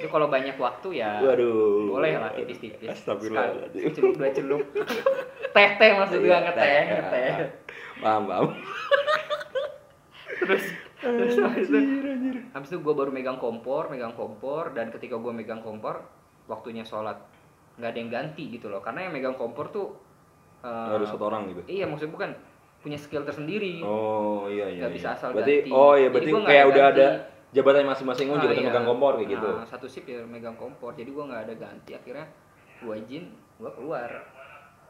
[SPEAKER 2] itu kalau banyak waktu ya
[SPEAKER 1] Waduh.
[SPEAKER 2] boleh lah tipis-tipis
[SPEAKER 1] Astagfirullahaladzim.
[SPEAKER 2] Sekali, celup dua celup teh teh maksud
[SPEAKER 1] Iya,
[SPEAKER 2] gua ngeteh
[SPEAKER 1] teh. iya.
[SPEAKER 2] ngeteh
[SPEAKER 1] Paham, paham.
[SPEAKER 2] terus terus habis itu habis itu gue baru megang kompor megang kompor dan ketika gue megang kompor waktunya sholat nggak ada yang ganti gitu loh karena yang megang kompor tuh eh,
[SPEAKER 1] Harus satu orang gitu.
[SPEAKER 2] iya maksudnya bukan punya skill tersendiri
[SPEAKER 1] Oh, iya iya.
[SPEAKER 2] Nggak
[SPEAKER 1] iya.
[SPEAKER 2] bisa asal
[SPEAKER 1] berarti,
[SPEAKER 2] ganti.
[SPEAKER 1] Oh, iya
[SPEAKER 2] Jadi
[SPEAKER 1] berarti
[SPEAKER 2] gua nggak
[SPEAKER 1] kayak
[SPEAKER 2] ada
[SPEAKER 1] udah ada
[SPEAKER 2] ganti.
[SPEAKER 1] jabatan masing-masing, oh,
[SPEAKER 2] Ah,
[SPEAKER 1] jabatan
[SPEAKER 2] iya.
[SPEAKER 1] megang kompor kayak gitu.
[SPEAKER 2] Nah, satu sip ya megang kompor jadi gua nggak ada ganti akhirnya gua izin gua keluar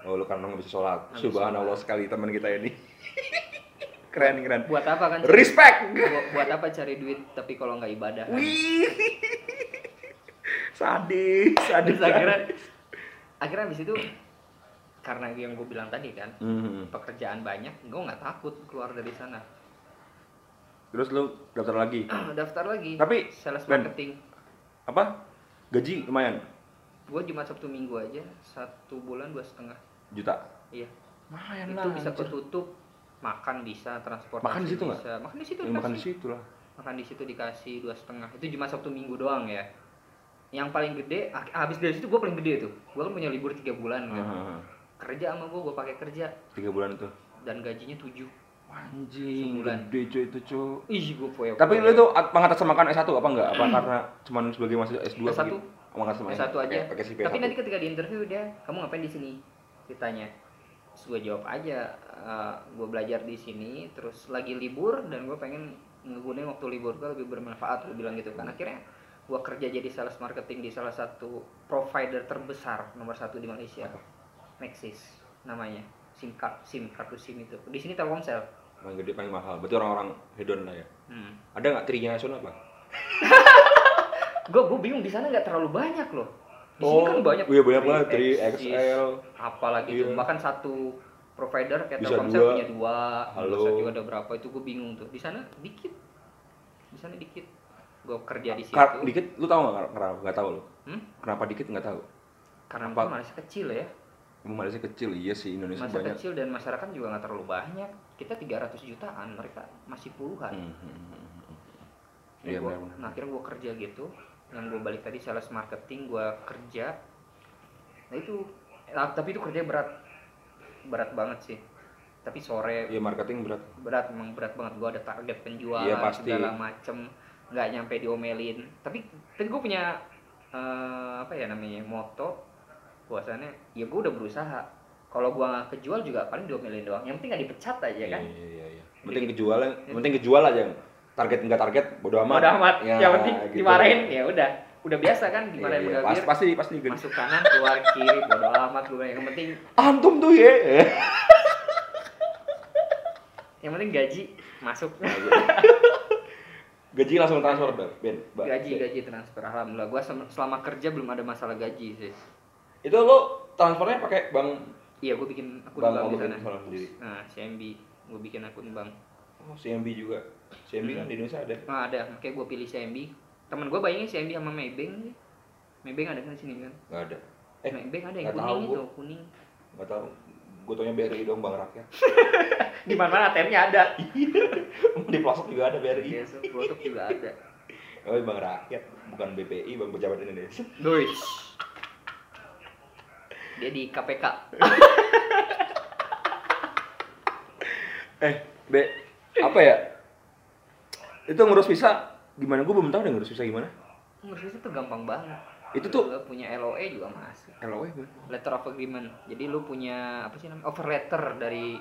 [SPEAKER 1] Oh, lu karena nggak bisa sholat.
[SPEAKER 2] Nah. Nggak bisa
[SPEAKER 1] Subhanallah
[SPEAKER 2] sholat.
[SPEAKER 1] sekali teman kita ini. keren, keren.
[SPEAKER 2] buat apa kan cari-
[SPEAKER 1] Respect.
[SPEAKER 2] buat, buat apa cari duit tapi kalau nggak ibadah kan?
[SPEAKER 1] Wih. Sadis, sadis.
[SPEAKER 2] Terus akhirnya akhirnya abis itu karena yang gue bilang tadi kan
[SPEAKER 1] Mhm.
[SPEAKER 2] pekerjaan banyak gue nggak takut keluar dari sana
[SPEAKER 1] Terus lu daftar lagi.
[SPEAKER 2] daftar lagi
[SPEAKER 1] Tapi,
[SPEAKER 2] sales
[SPEAKER 1] Ben.
[SPEAKER 2] marketing
[SPEAKER 1] Apa? Gaji lumayan
[SPEAKER 2] gue jumat sabtu minggu aja satu bulan dua setengah
[SPEAKER 1] juta.
[SPEAKER 2] iya
[SPEAKER 1] Lumayan
[SPEAKER 2] itu bisa ketutup makan bisa transportasi
[SPEAKER 1] Makan di situ nggak?
[SPEAKER 2] bisa makan di situ
[SPEAKER 1] Ya, makan di
[SPEAKER 2] dikasih.
[SPEAKER 1] situ lah.
[SPEAKER 2] makan di situ dikasih dua setengah itu jumat sabtu minggu doang ya yang paling gede ah, habis dari situ gue paling gede tuh gue kan punya libur tiga bulan kan
[SPEAKER 1] Heeh.
[SPEAKER 2] kerja sama gue gue pakai kerja
[SPEAKER 1] Tiga bulan itu.
[SPEAKER 2] dan gajinya tujuh
[SPEAKER 1] Anjing,
[SPEAKER 2] Sebulan.
[SPEAKER 1] gede cuy itu cuy.
[SPEAKER 2] ih gue poyo
[SPEAKER 1] Tapi lu tuh at- mengatasnamakan S1 apa enggak?
[SPEAKER 2] Hmm.
[SPEAKER 1] Apa karena cuman sebagai mahasiswa S2 apa
[SPEAKER 2] S1?
[SPEAKER 1] gitu? Mengatasnamakan
[SPEAKER 2] satu aja.
[SPEAKER 1] Pakai CV
[SPEAKER 2] Tapi nanti ketika di interview dia, kamu ngapain di sini? Ditanya. Terus gue jawab aja, gue belajar di sini, terus lagi libur dan gue pengen ngegunain waktu libur gue lebih bermanfaat, gue bilang gitu kan. Akhirnya gue kerja jadi sales marketing di salah satu provider terbesar nomor satu di Malaysia, Maxis namanya, SIM card, SIM kartu SIM itu. Di sini Telkomsel.
[SPEAKER 1] Yang gede paling mahal. Berarti orang-orang hedon lah ya.
[SPEAKER 2] Hmm.
[SPEAKER 1] Ada enggak trinya nasional apa?
[SPEAKER 2] Gue gue bingung di sana nggak terlalu banyak loh. Di sini kan banyak.
[SPEAKER 1] Iya banyak banget. Tri
[SPEAKER 2] 3X,
[SPEAKER 1] XL.
[SPEAKER 2] apalagi
[SPEAKER 1] Iya.
[SPEAKER 2] tuh bahkan satu provider kayak
[SPEAKER 1] Bisa
[SPEAKER 2] Telkomsel
[SPEAKER 1] dua.
[SPEAKER 2] punya dua,
[SPEAKER 1] Halo.
[SPEAKER 2] Indosat juga ada berapa itu gue bingung tuh. Di sana dikit. Di sana dikit. Gue kerja di situ.
[SPEAKER 1] Kar- dikit lu tahu enggak kenapa enggak tahu lu?
[SPEAKER 2] Hmm?
[SPEAKER 1] Kenapa dikit enggak tahu?
[SPEAKER 2] Karena
[SPEAKER 1] Apa?
[SPEAKER 2] mungkin Malaysia kecil ya.
[SPEAKER 1] Emang Malaysia kecil, iya sih Indonesia
[SPEAKER 2] Malaysia
[SPEAKER 1] banyak.
[SPEAKER 2] kecil dan masyarakat juga nggak terlalu banyak. Kita 300 jutaan, mereka masih puluhan.
[SPEAKER 1] Hmm, hmm, hmm, hmm.
[SPEAKER 2] Nah,
[SPEAKER 1] Iya
[SPEAKER 2] gua-
[SPEAKER 1] benar. benar.
[SPEAKER 2] nah, akhirnya gue kerja gitu. Yang gue balik tadi sales marketing, gue kerja. Nah itu, nah, tapi itu kerja berat, berat banget sih. Tapi sore
[SPEAKER 1] Iya marketing berat.
[SPEAKER 2] berat memang berat banget gua ada target penjualan
[SPEAKER 1] Iya, pasti.
[SPEAKER 2] segala macem nggak nyampe diomelin tapi tapi gue punya eh, apa ya namanya moto bahwasannya ya gue udah berusaha kalau gue nggak kejual juga paling dua miliar doang yang penting nggak dipecat aja kan
[SPEAKER 1] Iya, iya, iya. Penting kejual, penting kejual aja. Target enggak target, bodo amat.
[SPEAKER 2] udah amat
[SPEAKER 1] Ya,
[SPEAKER 2] yang penting
[SPEAKER 1] gitu.
[SPEAKER 2] dimarahin ya udah udah biasa kan
[SPEAKER 1] Iya,
[SPEAKER 2] dimarahin
[SPEAKER 1] iya.
[SPEAKER 2] udah
[SPEAKER 1] Pas-
[SPEAKER 2] bir
[SPEAKER 1] pasti pasti gede.
[SPEAKER 2] masuk kanan keluar kiri bodo amat gue bilang. yang penting
[SPEAKER 1] Antum tuh ya.
[SPEAKER 2] yang penting gaji masuk
[SPEAKER 1] Gaji langsung transfer, Ben. Ben, Mbak.
[SPEAKER 2] gaji gaji transfer alhamdulillah gue selama kerja belum ada masalah gaji sih
[SPEAKER 1] Itu lo transfernya pakai bank
[SPEAKER 2] iya gue bikin akun
[SPEAKER 1] Bang,
[SPEAKER 2] bank
[SPEAKER 1] oh,
[SPEAKER 2] di
[SPEAKER 1] bikin
[SPEAKER 2] sana
[SPEAKER 1] akun sendiri.
[SPEAKER 2] nah CMB gue bikin akun bank
[SPEAKER 1] oh, CMB juga. CMB kan di Indonesia ada.
[SPEAKER 2] nah ada makanya gue pilih CMB temen gue bayangin CMB sama Maybank Maybank ada kan di sini kan
[SPEAKER 1] Enggak ada. Eh,
[SPEAKER 2] Maybank ada yang
[SPEAKER 1] nggak tahu
[SPEAKER 2] kuning
[SPEAKER 1] gua.
[SPEAKER 2] itu kuning
[SPEAKER 1] enggak tahu. Gue taunya BRI dong, Bank Rakyat.
[SPEAKER 2] di mana mana ATM-nya ada
[SPEAKER 1] Iya, di pelosok juga ada BRI.
[SPEAKER 2] biasa produk juga ada
[SPEAKER 1] Oh, Bank Rakyat, bukan BPI, Bank Pejabat Indonesia.
[SPEAKER 2] Dois dia di KPK
[SPEAKER 1] Eh, Be, apa ya? Itu ngurus visa gimana? Gue belum tahu deh ngurus visa gimana.
[SPEAKER 2] ngurusnya tuh gampang banget
[SPEAKER 1] Itu tuh-
[SPEAKER 2] Lu punya LOE juga masuk
[SPEAKER 1] LOE gimana?
[SPEAKER 2] letter of agreement. Jadi lu punya apa sih namanya offer letter dari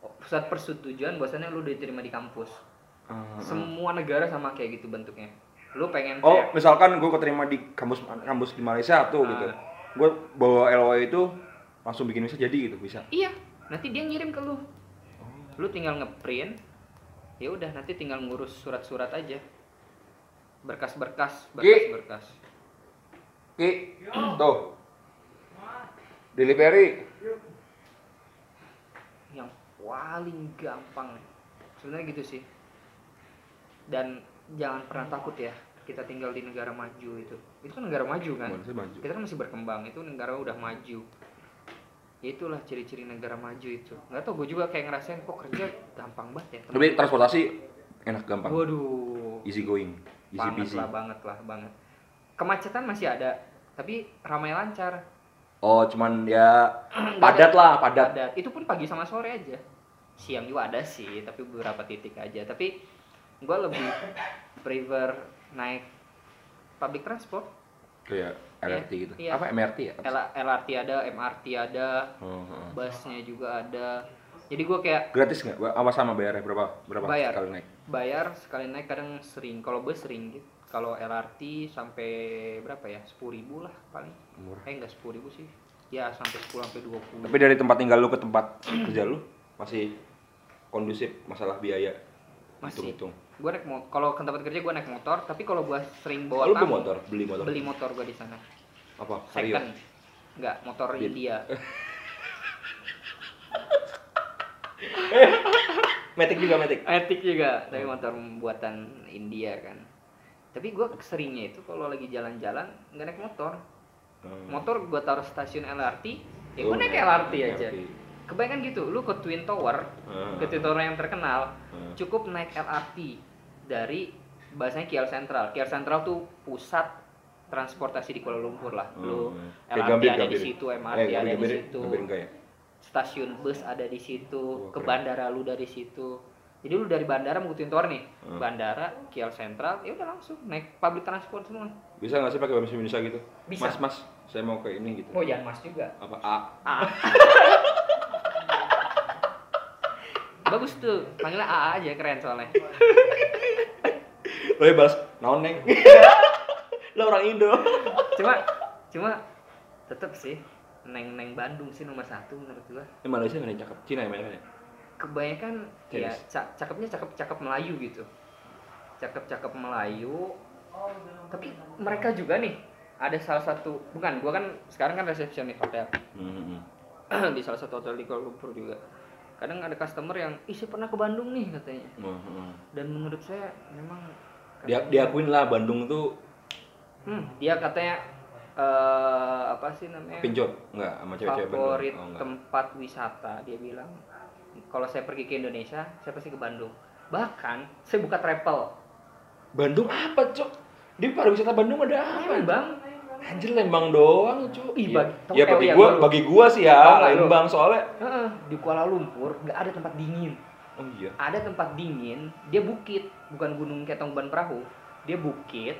[SPEAKER 2] pusat persetujuan bahwasannya lu diterima di kampus. Semua negara sama kayak gitu bentuknya. Lu
[SPEAKER 1] Ah,
[SPEAKER 2] pengen
[SPEAKER 1] Oh,
[SPEAKER 2] kayak
[SPEAKER 1] misalkan gue keterima di kampus kampus di Malaysia tuh gitu.
[SPEAKER 2] Ah.
[SPEAKER 1] Gue bawa LOE itu langsung bikin visa jadi gitu bisa.
[SPEAKER 2] iya, nanti dia ngirim ke
[SPEAKER 1] Oh.
[SPEAKER 2] lu. Lu tinggal ngeprint. Ya udah nanti tinggal ngurus surat-surat aja. Berkas-berkas, berkas-berkas.
[SPEAKER 1] Ki,
[SPEAKER 2] Oh.
[SPEAKER 1] tuh. Delivery.
[SPEAKER 2] Yang paling gampang. Sebenarnya gitu sih. Dan jangan pernah takut ya kita tinggal di negara maju itu. Itu kan negara maju kan?
[SPEAKER 1] Malaysia maju.
[SPEAKER 2] kita kan masih berkembang itu negara udah maju ya itulah ciri-ciri negara maju itu nggak tau gue juga kayak ngerasain kok kerja gampang banget ya teman.
[SPEAKER 1] Tapi transportasi enak gampang.
[SPEAKER 2] waduh
[SPEAKER 1] Easy going, easy
[SPEAKER 2] banget
[SPEAKER 1] peasy.
[SPEAKER 2] lah banget lah banget kemacetan masih ada tapi ramai lancar
[SPEAKER 1] Oh, cuman ya padat lah, padat.
[SPEAKER 2] padat itu pun pagi sama sore aja siang juga ada sih tapi beberapa titik aja tapi gue lebih prefer naik public transport
[SPEAKER 1] Kayak LRT gitu.
[SPEAKER 2] Iya.
[SPEAKER 1] Apa MRT ya? Apa sih?
[SPEAKER 2] L- LRT ada MRT ada
[SPEAKER 1] Oh, oh.
[SPEAKER 2] busnya juga ada jadi gue kayak
[SPEAKER 1] Gratis nggak? Apa sama bayarnya berapa? Berapa
[SPEAKER 2] Bayar.
[SPEAKER 1] sekali naik?
[SPEAKER 2] bayar sekali naik kadang sering kalau bus sering gitu kalau LRT sampai berapa ya sepuluh ribu lah paling
[SPEAKER 1] Murah.
[SPEAKER 2] eh enggak sepuluh ribu sih ya sampai sepuluh sampai dua puluh
[SPEAKER 1] Tapi dari tempat tinggal lu ke tempat kerja lu masih kondusif masalah biaya.
[SPEAKER 2] Masih.
[SPEAKER 1] Hitung-hitung.
[SPEAKER 2] gue naik mo- kalau ke tempat kerja gue naik motor tapi kalau gue sering
[SPEAKER 1] Oh, lu
[SPEAKER 2] bawa
[SPEAKER 1] beli
[SPEAKER 2] tamu
[SPEAKER 1] motor, beli motor.
[SPEAKER 2] beli motor gue di sana
[SPEAKER 1] apa? Vario.
[SPEAKER 2] second enggak motor
[SPEAKER 1] Beat.
[SPEAKER 2] India
[SPEAKER 1] Matic juga Matic.
[SPEAKER 2] etik juga tapi
[SPEAKER 1] Oh.
[SPEAKER 2] motor buatan India kan tapi gue seringnya itu kalau lagi jalan-jalan nggak naik motor Hmm. motor gue taruh stasiun LRT
[SPEAKER 1] Oh,
[SPEAKER 2] ya gue naik LRT aja kebanyakan gitu lu ke Twin Tower
[SPEAKER 1] Hmm.
[SPEAKER 2] ke Twin Tower yang terkenal
[SPEAKER 1] Hmm.
[SPEAKER 2] cukup naik LRT dari bahasanya KL Central KL Central tuh pusat transportasi di Kuala Lumpur lah lu
[SPEAKER 1] Hmm. Kayak
[SPEAKER 2] LRT
[SPEAKER 1] Gambir,
[SPEAKER 2] ada
[SPEAKER 1] Gambir.
[SPEAKER 2] di situ
[SPEAKER 1] Eh,
[SPEAKER 2] MRT ada
[SPEAKER 1] Gambir,
[SPEAKER 2] di
[SPEAKER 1] Gambir,
[SPEAKER 2] situ
[SPEAKER 1] Gambir enggak ya?
[SPEAKER 2] stasiun bus ada di situ
[SPEAKER 1] Wah,
[SPEAKER 2] ke
[SPEAKER 1] keren.
[SPEAKER 2] bandara lu dari situ jadi lu dari bandara mau ke Twin Tower nih
[SPEAKER 1] Hmm.
[SPEAKER 2] bandara KL Central ya udah langsung naik public transport semua
[SPEAKER 1] Bisa nggak sih pakai bahasa Indonesia gitu?
[SPEAKER 2] Bisa.
[SPEAKER 1] Mas, mas, saya mau ke ini gitu.
[SPEAKER 2] oh jangan mas juga
[SPEAKER 1] Apa A?
[SPEAKER 2] Ah. bagus tuh panggilnya AA aja keren soalnya
[SPEAKER 1] Lo ya balas naon neng. Lo orang Indo.
[SPEAKER 2] cuma cuma tetap sih neng neng Bandung sih nomor satu menurut gua
[SPEAKER 1] Ini Malaysia nggak ada yang cakep, Cina yang banyak kan ya?
[SPEAKER 2] kebanyakan ya
[SPEAKER 1] Yes.
[SPEAKER 2] ca- cakepnya cakep cakep Melayu gitu cakep cakep Melayu tapi mereka juga nih ada salah satu bukan gua kan sekarang kan resepsionis hotel
[SPEAKER 1] Hmm.
[SPEAKER 2] di salah satu hotel di Kuala Lumpur juga kadang ada customer yang ih saya pernah ke Bandung nih katanya
[SPEAKER 1] Hmm, hmm.
[SPEAKER 2] dan menurut saya memang
[SPEAKER 1] Dia diakuin lah Bandung tuh
[SPEAKER 2] Hmm, dia katanya eh apa sih namanya
[SPEAKER 1] pinjol nggak sama cewek-cewek Bandung.
[SPEAKER 2] favorit
[SPEAKER 1] Oh, nggak.
[SPEAKER 2] tempat wisata dia bilang kalau saya pergi ke Indonesia saya pasti ke Bandung bahkan saya buka travel
[SPEAKER 1] Bandung apa, Cok? Di pariwisata Bandung ada apa?
[SPEAKER 2] Emang bang
[SPEAKER 1] Anjir Lembang doang, Cuk.
[SPEAKER 2] Iya, Ih,
[SPEAKER 1] Iya.
[SPEAKER 2] bagi- tau
[SPEAKER 1] ya
[SPEAKER 2] nggak,
[SPEAKER 1] bagi
[SPEAKER 2] ya,
[SPEAKER 1] gua,
[SPEAKER 2] gua-
[SPEAKER 1] bagi gua sih
[SPEAKER 2] Tau
[SPEAKER 1] ya,
[SPEAKER 2] nggak, lu?
[SPEAKER 1] Lembang soalnya.
[SPEAKER 2] Heeh, di Kuala Lumpur nggak ada tempat dingin
[SPEAKER 1] Oh iya.
[SPEAKER 2] ada tempat dingin dia bukit bukan gunung kayak tongban perahu dia bukit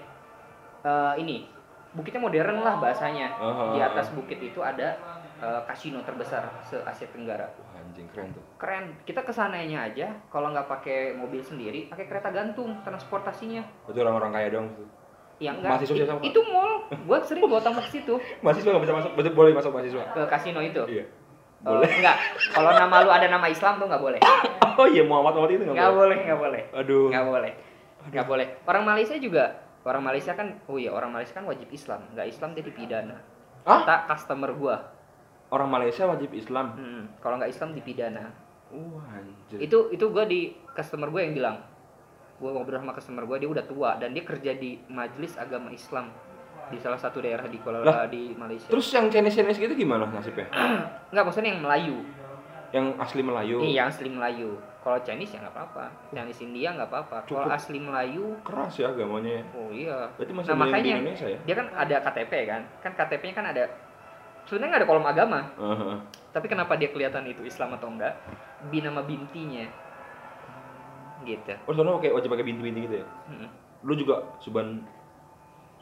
[SPEAKER 2] eh ini bukitnya modern lah bahasanya.
[SPEAKER 1] Aha.
[SPEAKER 2] Di atas bukit itu ada eh, kasino terbesar se Asia Tenggara.
[SPEAKER 1] Wah, anjing keren tuh.
[SPEAKER 2] Keren. Kita kesananya aja kalau nggak pakai mobil sendiri, pakai kereta gantung transportasinya.
[SPEAKER 1] Itu orang-orang kaya dong.
[SPEAKER 2] Ya enggak.
[SPEAKER 1] Mahasiswa
[SPEAKER 2] It-
[SPEAKER 1] siapa?
[SPEAKER 2] Itu mall. Gua sering bawa tamu ke situ
[SPEAKER 1] Mahasiswa nggak bisa masuk, betul boleh masuk mahasiswa.
[SPEAKER 2] ke kasino itu.
[SPEAKER 1] Iya.
[SPEAKER 2] Eh,
[SPEAKER 1] Boleh.
[SPEAKER 2] enggak. Kalau nama lu ada nama Islam tuh nggak boleh.
[SPEAKER 1] Oh iya Muhammad Muhammad itu nggak
[SPEAKER 2] Nggak
[SPEAKER 1] boleh.
[SPEAKER 2] boleh, nggak boleh.
[SPEAKER 1] Aduh.
[SPEAKER 2] nggak boleh nggak boleh orang Malaysia juga orang Malaysia kan oh iya orang Malaysia kan wajib Islam nggak Islam dia dipidana
[SPEAKER 1] Hah?
[SPEAKER 2] kata customer gua
[SPEAKER 1] Orang Malaysia wajib Islam.
[SPEAKER 2] hmm, kalau nggak Islam dipidana
[SPEAKER 1] Wah, anjir.
[SPEAKER 2] itu itu gua di customer gua yang bilang gua ngobrol sama customer gua dia udah tua dan dia kerja di majelis agama Islam di salah satu daerah di Kuala
[SPEAKER 1] Lah,
[SPEAKER 2] di Malaysia
[SPEAKER 1] Terus yang Chinese-Chinese gitu gimana nasibnya?
[SPEAKER 2] nggak maksudnya yang Melayu
[SPEAKER 1] yang asli Melayu.
[SPEAKER 2] iya yang asli Melayu kalau Chinese ya nggak apa-apa Chinese India nggak apa-apa kalau
[SPEAKER 1] Cukup.
[SPEAKER 2] asli Melayu
[SPEAKER 1] Keras ya agamanya.
[SPEAKER 2] oh iya
[SPEAKER 1] Berarti masih
[SPEAKER 2] Nah,
[SPEAKER 1] nah, di
[SPEAKER 2] makanya-
[SPEAKER 1] Indonesia ya?
[SPEAKER 2] dia kan ada KTP kan kan KTP-nya kan ada sebenarnya nggak ada kolom agama
[SPEAKER 1] Aha.
[SPEAKER 2] tapi kenapa dia kelihatan itu Islam atau enggak di nama bintinya gitu Hmm.
[SPEAKER 1] Oh, soalnya pakai wajib pakai binti-binti gitu ya.
[SPEAKER 2] Mm-mm.
[SPEAKER 1] Lu juga Suban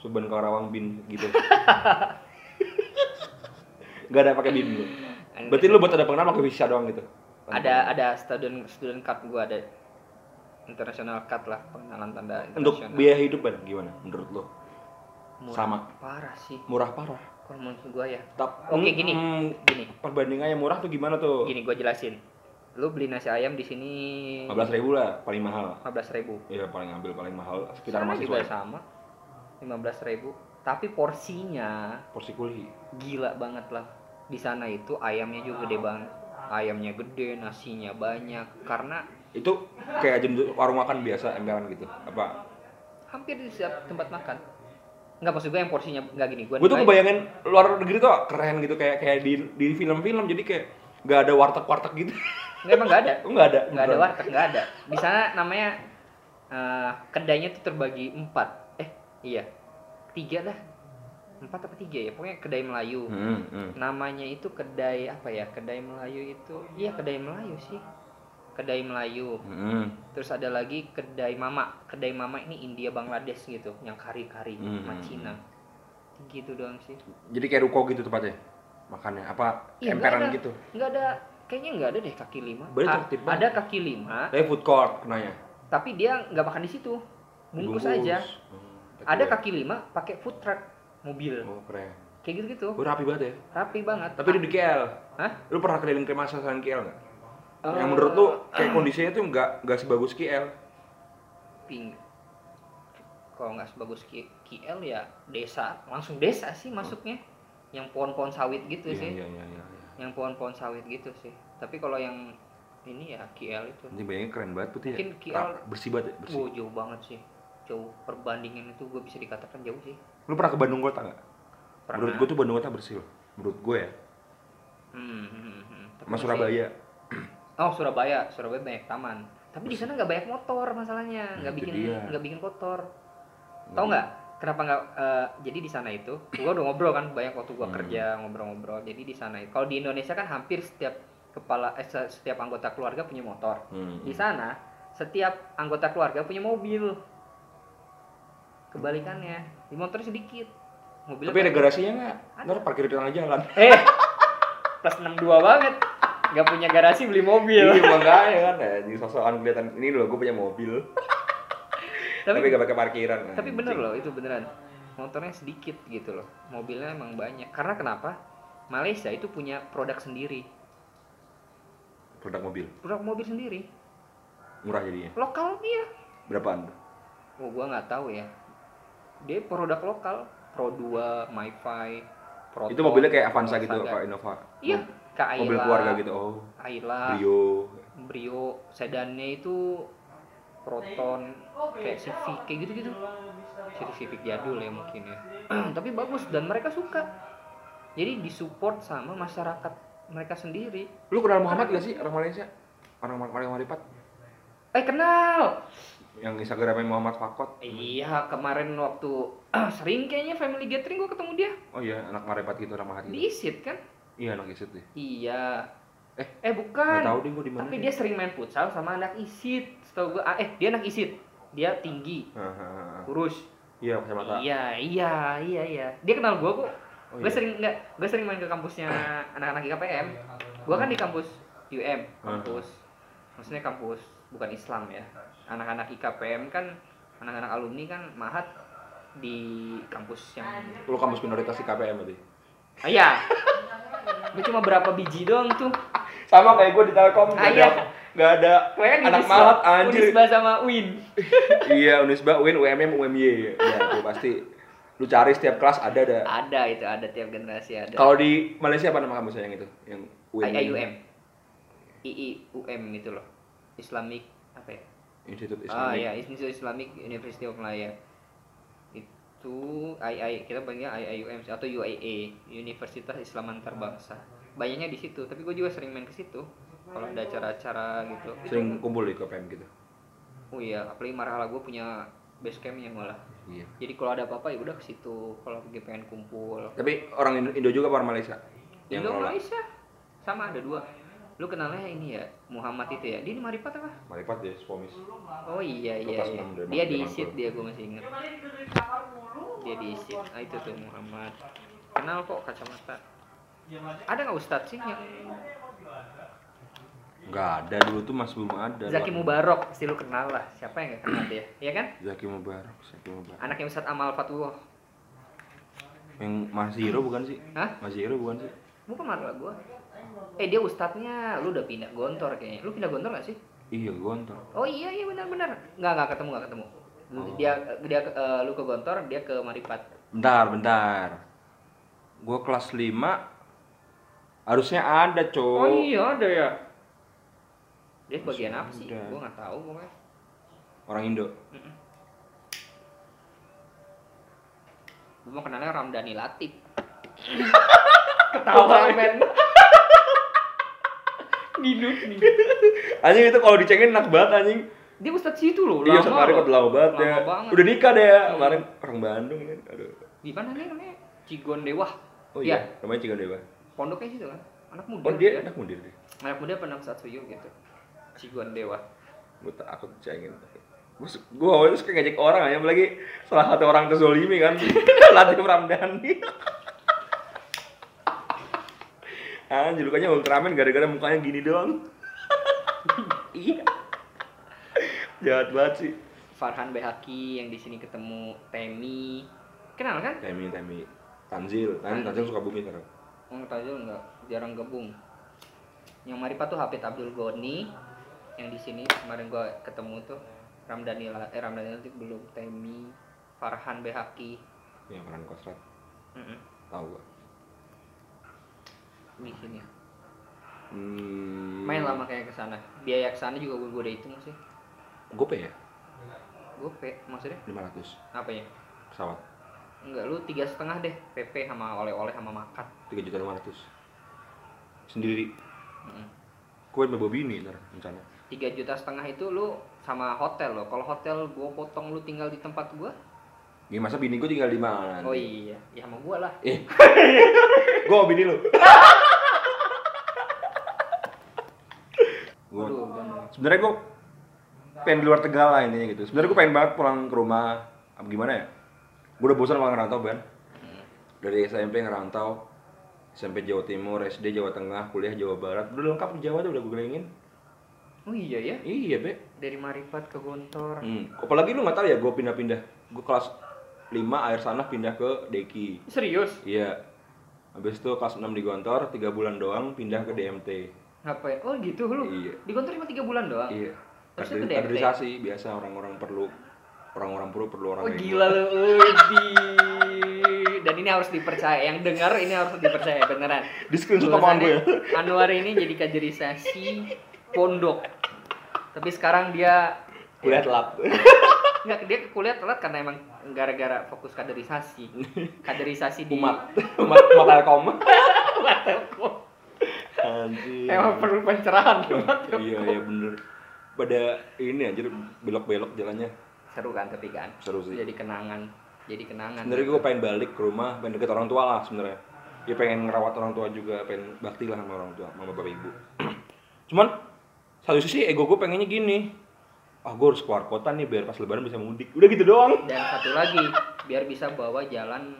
[SPEAKER 1] Suban Karawang bin gitu. Gak ada pakai bin lu. Berarti lu buat ada pengenalan pakai visa doang gitu.
[SPEAKER 2] ada ada student student card gua ada international card lah pengenalan tanda
[SPEAKER 1] untuk
[SPEAKER 2] internasional.
[SPEAKER 1] biaya hidup Ban, gimana menurut lu?
[SPEAKER 2] Murah
[SPEAKER 1] sama.
[SPEAKER 2] parah sih
[SPEAKER 1] Murah parah.
[SPEAKER 2] kalau menurut gua ya
[SPEAKER 1] Tap,
[SPEAKER 2] Oke, gini.
[SPEAKER 1] mm,
[SPEAKER 2] gini
[SPEAKER 1] perbandingannya murah tuh gimana tuh?
[SPEAKER 2] gini gua jelasin lu beli nasi ayam di sini
[SPEAKER 1] 15 ribu lah paling mahal.
[SPEAKER 2] 15.000 ribu
[SPEAKER 1] Iya paling ambil paling mahal sekitar
[SPEAKER 2] sama juga ya.
[SPEAKER 1] mahasiswa.
[SPEAKER 2] sama 15.000 tapi porsinya
[SPEAKER 1] Porsi kuli.
[SPEAKER 2] gila banget lah di sana itu ayamnya juga gede banget ayamnya gede nasinya banyak karena
[SPEAKER 1] Itu kayak jam warung makan biasa emperan gitu. Apa?
[SPEAKER 2] hampir di setiap tempat makan nggak maksud gue yang porsinya nggak gini gue
[SPEAKER 1] Gue tuh kebayangin luar negeri tuh keren gitu kayak kayak di di film-film jadi kayak nggak ada warteg-warteg gitu.
[SPEAKER 2] nggak emang nggak ada
[SPEAKER 1] Nggak ada.
[SPEAKER 2] nggak ada
[SPEAKER 1] beneran.
[SPEAKER 2] warteg nggak ada di sana namanya eh, kedainya tuh terbagi empat eh iya tiga lah empat apa tiga ya pokoknya kedai Melayu
[SPEAKER 1] Hmm, hmm.
[SPEAKER 2] namanya itu kedai apa ya kedai Melayu itu iya kedai Melayu sih kedai Melayu
[SPEAKER 1] Hmm.
[SPEAKER 2] Terus ada lagi kedai mama. Kedai mama ini India Bangladesh gitu, yang kari-kari
[SPEAKER 1] Hmm.
[SPEAKER 2] sama Cina. Gitu doang sih.
[SPEAKER 1] Jadi kayak ruko gitu tempatnya. Makannya apa?
[SPEAKER 2] Iya, nggak
[SPEAKER 1] emperan
[SPEAKER 2] ada.
[SPEAKER 1] gitu.
[SPEAKER 2] Nggak ada kayaknya nggak ada deh kaki lima.
[SPEAKER 1] Berarti
[SPEAKER 2] A-
[SPEAKER 1] tertib banget.
[SPEAKER 2] ada kaki lima,
[SPEAKER 1] Tapi food court kenanya.
[SPEAKER 2] tapi dia nggak makan di situ. Bungkus, aja.
[SPEAKER 1] Hmm,
[SPEAKER 2] Ada
[SPEAKER 1] kecil.
[SPEAKER 2] kaki lima pakai food truck mobil.
[SPEAKER 1] Oh keren.
[SPEAKER 2] Kayak gitu-gitu.
[SPEAKER 1] Gue rapi banget ya.
[SPEAKER 2] Rapi banget.
[SPEAKER 1] Tapi lu di KL.
[SPEAKER 2] Hah?
[SPEAKER 1] Lu pernah keliling ke masakan KL nggak?
[SPEAKER 2] Eh,
[SPEAKER 1] Yang menurut lu kayak kondisinya tuh nggak nggak sebagus KL.
[SPEAKER 2] ping kalau nggak sebagus Ki- KL ya desa, langsung desa sih masuknya. Yang pohon-pohon sawit gitu sih.
[SPEAKER 1] Hmm. Iya iya iya. iya.
[SPEAKER 2] yang pohon-pohon sawit gitu sih tapi kalau yang ini ya KL itu
[SPEAKER 1] Ini bayangin keren banget putih ya.
[SPEAKER 2] Mungkin KL
[SPEAKER 1] Ra- bersih banget ya, bersih.
[SPEAKER 2] wow, jauh banget sih jauh perbandingan itu gue bisa dikatakan jauh sih
[SPEAKER 1] Lu pernah ke Bandung Kota nggak?
[SPEAKER 2] Pernah.
[SPEAKER 1] Menurut gue tuh Bandung Kota bersih loh. Menurut gue ya.
[SPEAKER 2] Hmm, hmm, hmm. Tapi
[SPEAKER 1] Sama
[SPEAKER 2] masih-
[SPEAKER 1] Surabaya.
[SPEAKER 2] oh Surabaya Surabaya banyak taman tapi di sana nggak banyak motor masalahnya
[SPEAKER 1] Nah,
[SPEAKER 2] nggak
[SPEAKER 1] itu
[SPEAKER 2] bikin
[SPEAKER 1] dia.
[SPEAKER 2] nggak bikin kotor tau
[SPEAKER 1] Hmm.
[SPEAKER 2] nggak kenapa nggak eh, jadi di sana itu gue udah ngobrol kan banyak waktu gue
[SPEAKER 1] Hmm.
[SPEAKER 2] kerja ngobrol-ngobrol jadi di sana kalau di Indonesia kan hampir setiap kepala eh, se- setiap anggota keluarga punya motor
[SPEAKER 1] Hmm.
[SPEAKER 2] Di sana setiap anggota keluarga punya mobil. Kebalikannya, di motor sedikit. Mobil
[SPEAKER 1] Tapi ada garasinya nggak?
[SPEAKER 2] Ada.
[SPEAKER 1] Ntar parkir di tengah jalan.
[SPEAKER 2] Eh. Plus 62 banget. Gak punya garasi beli mobil.
[SPEAKER 1] Iya makanya kan ya, di sosokan kelihatan ini loh gue punya mobil. Tapi,
[SPEAKER 2] tapi
[SPEAKER 1] gak pakai parkiran.
[SPEAKER 2] tapi
[SPEAKER 1] anjing.
[SPEAKER 2] bener loh itu beneran. Motornya sedikit gitu loh. Mobilnya emang banyak. Karena kenapa? Malaysia itu punya produk sendiri.
[SPEAKER 1] Produk mobil
[SPEAKER 2] Produk mobil sendiri.
[SPEAKER 1] murah jadinya.
[SPEAKER 2] Lokal dia.
[SPEAKER 1] Berapaan?
[SPEAKER 2] Oh, gua nggak tahu ya. Dia produk lokal, Pro 2, MiFi, Pro
[SPEAKER 1] Itu mobilnya kayak Avanza gitu, Pak Innova.
[SPEAKER 2] Oh, Iya, Ah. Kak Ayla.
[SPEAKER 1] Mobil keluarga gitu. Oh,
[SPEAKER 2] Ayla, Brio,
[SPEAKER 1] Brio.
[SPEAKER 2] sedannya itu Proton, kayak Civic, kayak gitu-gitu. Civic Civic jadul ya mungkin ya. Tapi bagus dan mereka suka. Jadi disupport sama masyarakat mereka sendiri.
[SPEAKER 1] Lu kenal Muhammad gak sih orang Malaysia? Orang Mal- Malaysia Malipat
[SPEAKER 2] Eh kenal.
[SPEAKER 1] yang Instagramnya Muhammad Fakot.
[SPEAKER 2] Iya kemarin waktu sering kayaknya family gathering gua ketemu dia
[SPEAKER 1] Oh iya, anak Malipat gitu, anak Mahat gitu.
[SPEAKER 2] di Isit kan?
[SPEAKER 1] Iya, anak Isit deh.
[SPEAKER 2] Iya.
[SPEAKER 1] Eh, Gak
[SPEAKER 2] eh bukan.
[SPEAKER 1] tahu deh gua di mana.
[SPEAKER 2] Tapi
[SPEAKER 1] deh.
[SPEAKER 2] dia sering main futsal sama anak Isit. Setahu gua ah, eh dia anak Isit. Dia tinggi,
[SPEAKER 1] Ah, ah, ah.
[SPEAKER 2] kurus
[SPEAKER 1] Iya, kacamata.
[SPEAKER 2] Iya, iya, iya, iya. Dia kenal gua kok.
[SPEAKER 1] Oh, iya.
[SPEAKER 2] Gua
[SPEAKER 1] Eh.
[SPEAKER 2] sering enggak, gua sering main ke kampusnya anak-anak IKPM.
[SPEAKER 1] iya,
[SPEAKER 2] Gua kan di kampus UM, kampus. Maksudnya kampus bukan Islam ya. Anak-anak IKPM kan anak-anak alumni kan mahat di kampus yang
[SPEAKER 1] Lu kampus minoritas IKPM berarti.
[SPEAKER 2] ah, iya. Gua cuma berapa biji doang tuh.
[SPEAKER 1] Sama kayak gue di Telkom,
[SPEAKER 2] Ah, iya.
[SPEAKER 1] gak ada
[SPEAKER 2] Gue kan
[SPEAKER 1] anak
[SPEAKER 2] Unisba.
[SPEAKER 1] malat anjir.
[SPEAKER 2] Unisba sama UIN.
[SPEAKER 1] iya, Unisba, UIN, UMM, UMY. Ya, itu pasti. Lu cari setiap kelas ada ada.
[SPEAKER 2] Ada itu, ada tiap generasi ada.
[SPEAKER 1] Kalau di Malaysia apa nama kampusnya yang itu? Yang
[SPEAKER 2] IIUM. IIUM itu gitu loh. Islamic apa ya?
[SPEAKER 1] Institut
[SPEAKER 2] Ah
[SPEAKER 1] Islamic.
[SPEAKER 2] ya, Institut Islamic University of Malaya. Itu II kita panggilnya IIUM sih, atau UIA, Universitas Islam Antarbangsa. Banyaknya di situ, tapi gue juga sering main ke situ kalau ada acara-acara gitu.
[SPEAKER 1] Sering kumpul di IKPM gitu.
[SPEAKER 2] Oh iya, apalagi marhala gue punya base campnya malah.
[SPEAKER 1] Iya.
[SPEAKER 2] Jadi kalau ada apa-apa ya udah ke situ. Kalau lagi pengen kumpul,
[SPEAKER 1] Tapi orang Indo- Indo juga apa orang Malaysia? Yang
[SPEAKER 2] Indo
[SPEAKER 1] ngelola?
[SPEAKER 2] Malaysia sama ada dua. Lu kenalnya ini ya Muhammad itu ya? Dia di Maripat apa?
[SPEAKER 1] Malipat ya, Spomis.
[SPEAKER 2] Oh iya
[SPEAKER 1] Itu
[SPEAKER 2] iya.
[SPEAKER 1] kelas
[SPEAKER 2] iya.
[SPEAKER 1] enam dari
[SPEAKER 2] Dia di
[SPEAKER 1] Mampir,
[SPEAKER 2] ISID
[SPEAKER 1] Mampir.
[SPEAKER 2] dia gue masih ingat. Dia di ISID. Ah itu tuh Muhammad. Kenal kok kacamata. Ada nggak Ustadz sih yang
[SPEAKER 1] Enggak ada dulu tuh masih belum ada.
[SPEAKER 2] Zaki Mubarok pasti lu kenal lah. Siapa yang nggak kenal dia? Iya kan?
[SPEAKER 1] Zaki Mubarak, Zaki Mubarak.
[SPEAKER 2] Anaknya Ustadz Amal Fatullah.
[SPEAKER 1] Yang Mas Ziro bukan sih?
[SPEAKER 2] Hah?
[SPEAKER 1] Mas Ziro bukan sih?
[SPEAKER 2] Bukan marah gue. Eh dia Ustadznya lu udah pindah Gontor kayaknya. Lu pindah Gontor nggak sih?
[SPEAKER 1] Iya, Gontor.
[SPEAKER 2] Oh iya iya benar-benar. Nggak nggak ketemu nggak ketemu. Lu-
[SPEAKER 1] Oh.
[SPEAKER 2] Dia dia eh, lu ke Gontor dia ke Maripat.
[SPEAKER 1] Bentar, bentar. Gue kelas 5 harusnya ada,
[SPEAKER 2] Oh,
[SPEAKER 1] cowok.
[SPEAKER 2] iya ada ya. Dia bagian apa sih?
[SPEAKER 1] Sudah.
[SPEAKER 2] Gue nggak tahu pokoknya.
[SPEAKER 1] Orang Indo.
[SPEAKER 2] Gue mau kenalnya Ramdhani Latif.
[SPEAKER 1] Ketawa,
[SPEAKER 2] men. Nino nih.
[SPEAKER 1] Anjing itu kalau dicengin enak banget anjing.
[SPEAKER 2] Dia ustadz situ loh.
[SPEAKER 1] iya,
[SPEAKER 2] lama
[SPEAKER 1] sama Arif
[SPEAKER 2] loh.
[SPEAKER 1] udah lama banget ya.
[SPEAKER 2] Lama banget. Iya.
[SPEAKER 1] Udah nikah deh ya. Kemarin orang Bandung kan. Aduh.
[SPEAKER 2] Gimana nih namanya? Cigon Dewa.
[SPEAKER 1] Oh iya, namanya Cigon Dewa.
[SPEAKER 2] Pondoknya situ kan. Anak muda.
[SPEAKER 1] Oh dia anak mudir deh.
[SPEAKER 2] Anak muda pernah ustadz Suyo gitu. Cigon Dewa.
[SPEAKER 1] Gue takut dicengin. Gue awalnya suka ngajak orang aja, apalagi salah satu orang terzolimi kan Latif Ramdhani Anjir, lukanya Ultraman gara-gara mukanya gini doang
[SPEAKER 2] Iya.
[SPEAKER 1] Jahat banget sih
[SPEAKER 2] Farhan Behaki yang di sini ketemu Temi. Kenal kan?
[SPEAKER 1] Temi, Temi Tanzil, Tan- Tanzil suka bumi sekarang
[SPEAKER 2] Yang Tajul enggak jarang gabung. Yang Maripat tuh Hafid Abdul Goni yang di sini kemarin gua ketemu tuh Ramdhani La- eh Ramdhani Latif belum Temi Farhan Behaki.
[SPEAKER 1] Yang peran kosrat,
[SPEAKER 2] Mm-mm.
[SPEAKER 1] tau gue
[SPEAKER 2] Di sini.
[SPEAKER 1] hmm,
[SPEAKER 2] Main lama kayak ke sana. Biaya ke sana juga gua gua udah hitung sih.
[SPEAKER 1] Gope ya?
[SPEAKER 2] Gope maksudnya
[SPEAKER 1] 500
[SPEAKER 2] apa ya?
[SPEAKER 1] pesawat
[SPEAKER 2] Enggak lu tiga setengah deh PP sama oleh-oleh sama makan.
[SPEAKER 1] 3 juta 500 Sendiri
[SPEAKER 2] Mm-mm.
[SPEAKER 1] Gue sama Bobby ini ntar rencana
[SPEAKER 2] Tiga juta setengah itu lu sama hotel loh. Kalau hotel gua potong lu tinggal di tempat gua.
[SPEAKER 1] Ya masa bini gue tinggal di mana?
[SPEAKER 2] Oh iya, ya sama gua lah.
[SPEAKER 1] Eh. gua mau bini lu. gua
[SPEAKER 2] Aduh, gua-
[SPEAKER 1] sebenarnya gua pengen di luar Tegal lah intinya gitu. Sebenarnya gua pengen banget pulang ke rumah apa gimana ya? Gua udah bosan sama ngerantau, Ben.
[SPEAKER 2] Hmm.
[SPEAKER 1] Dari SMP ngerantau, SMP Jawa Timur, SD Jawa Tengah, kuliah Jawa Barat, udah lengkap di Jawa tuh udah gue gelengin.
[SPEAKER 2] Oh iya ya.
[SPEAKER 1] Iya, Be.
[SPEAKER 2] dari Maripat ke Gontor.
[SPEAKER 1] Hmm. Apalagi lu nggak tahu ya gua pindah-pindah. Gua kelas 5 air sanah pindah ke Deki.
[SPEAKER 2] Serius?
[SPEAKER 1] Iya. Habis itu kelas 6 di Gontor, 3 bulan doang pindah ke DMT.
[SPEAKER 2] Ngapain? Oh gitu lu.
[SPEAKER 1] Iya.
[SPEAKER 2] Di Gontor cuma 3 bulan doang.
[SPEAKER 1] Iya.
[SPEAKER 2] Terus itu
[SPEAKER 1] Kader-
[SPEAKER 2] DMT?
[SPEAKER 1] Kaderisasi biasa orang-orang perlu orang-orang perlu perlu orang
[SPEAKER 2] Oh
[SPEAKER 1] yang-
[SPEAKER 2] gila lu. Udi. Dan ini harus dipercaya. Yang dengar ini harus dipercaya beneran.
[SPEAKER 1] Di screenshot omongan gue ya.
[SPEAKER 2] Bahwasannya Anwar ini jadi kaderisasi pondok. Tapi sekarang dia
[SPEAKER 1] Kuliah telat.
[SPEAKER 2] Nggak, dia kuliah telat karena emang gara-gara fokus kaderisasi. Kaderisasi di
[SPEAKER 1] Umat. Umat umat Telkom. Anjir.
[SPEAKER 2] Emang perlu pencerahan.
[SPEAKER 1] Iya, iya bener. Pada ini anjir belok-belok jalannya.
[SPEAKER 2] Seru kan tapi kan.
[SPEAKER 1] Seru sih.
[SPEAKER 2] Jadi kenangan. Jadi kenangan.
[SPEAKER 1] Sebenarnya gue pengen balik ke rumah, pengen deket orang tua lah sebenarnya. Ya pengen ngerawat orang tua juga, pengen bakti lah sama orang tua, sama bapak ibu. Cuman satu sisi ego gue pengennya gini, ah gue harus keluar kota nih biar pas lebaran bisa mudik udah gitu doang
[SPEAKER 2] dan satu lagi biar bisa bawa jalan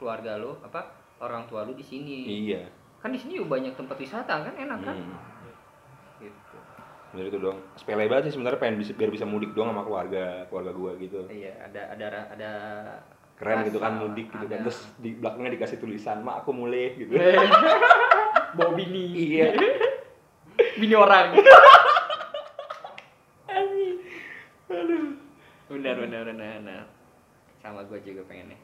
[SPEAKER 2] keluarga lo apa orang tua lu di sini
[SPEAKER 1] iya
[SPEAKER 2] kan di sini juga banyak tempat wisata kan enak kan
[SPEAKER 1] hmm.
[SPEAKER 2] gitu
[SPEAKER 1] bener itu doang sepele banget sih sebenarnya pengen bisa, biar bisa mudik doang sama keluarga keluarga gue gitu
[SPEAKER 2] iya ada ada ada
[SPEAKER 1] keren gitu kan
[SPEAKER 2] rasa,
[SPEAKER 1] mudik gitu kan
[SPEAKER 2] ada- Iya.
[SPEAKER 1] terus di belakangnya dikasih tulisan mak aku mulai gitu
[SPEAKER 2] bawa bini
[SPEAKER 1] iya
[SPEAKER 2] bini orang
[SPEAKER 1] Aduh.
[SPEAKER 2] benar benar benar benar. sama gue juga pengennya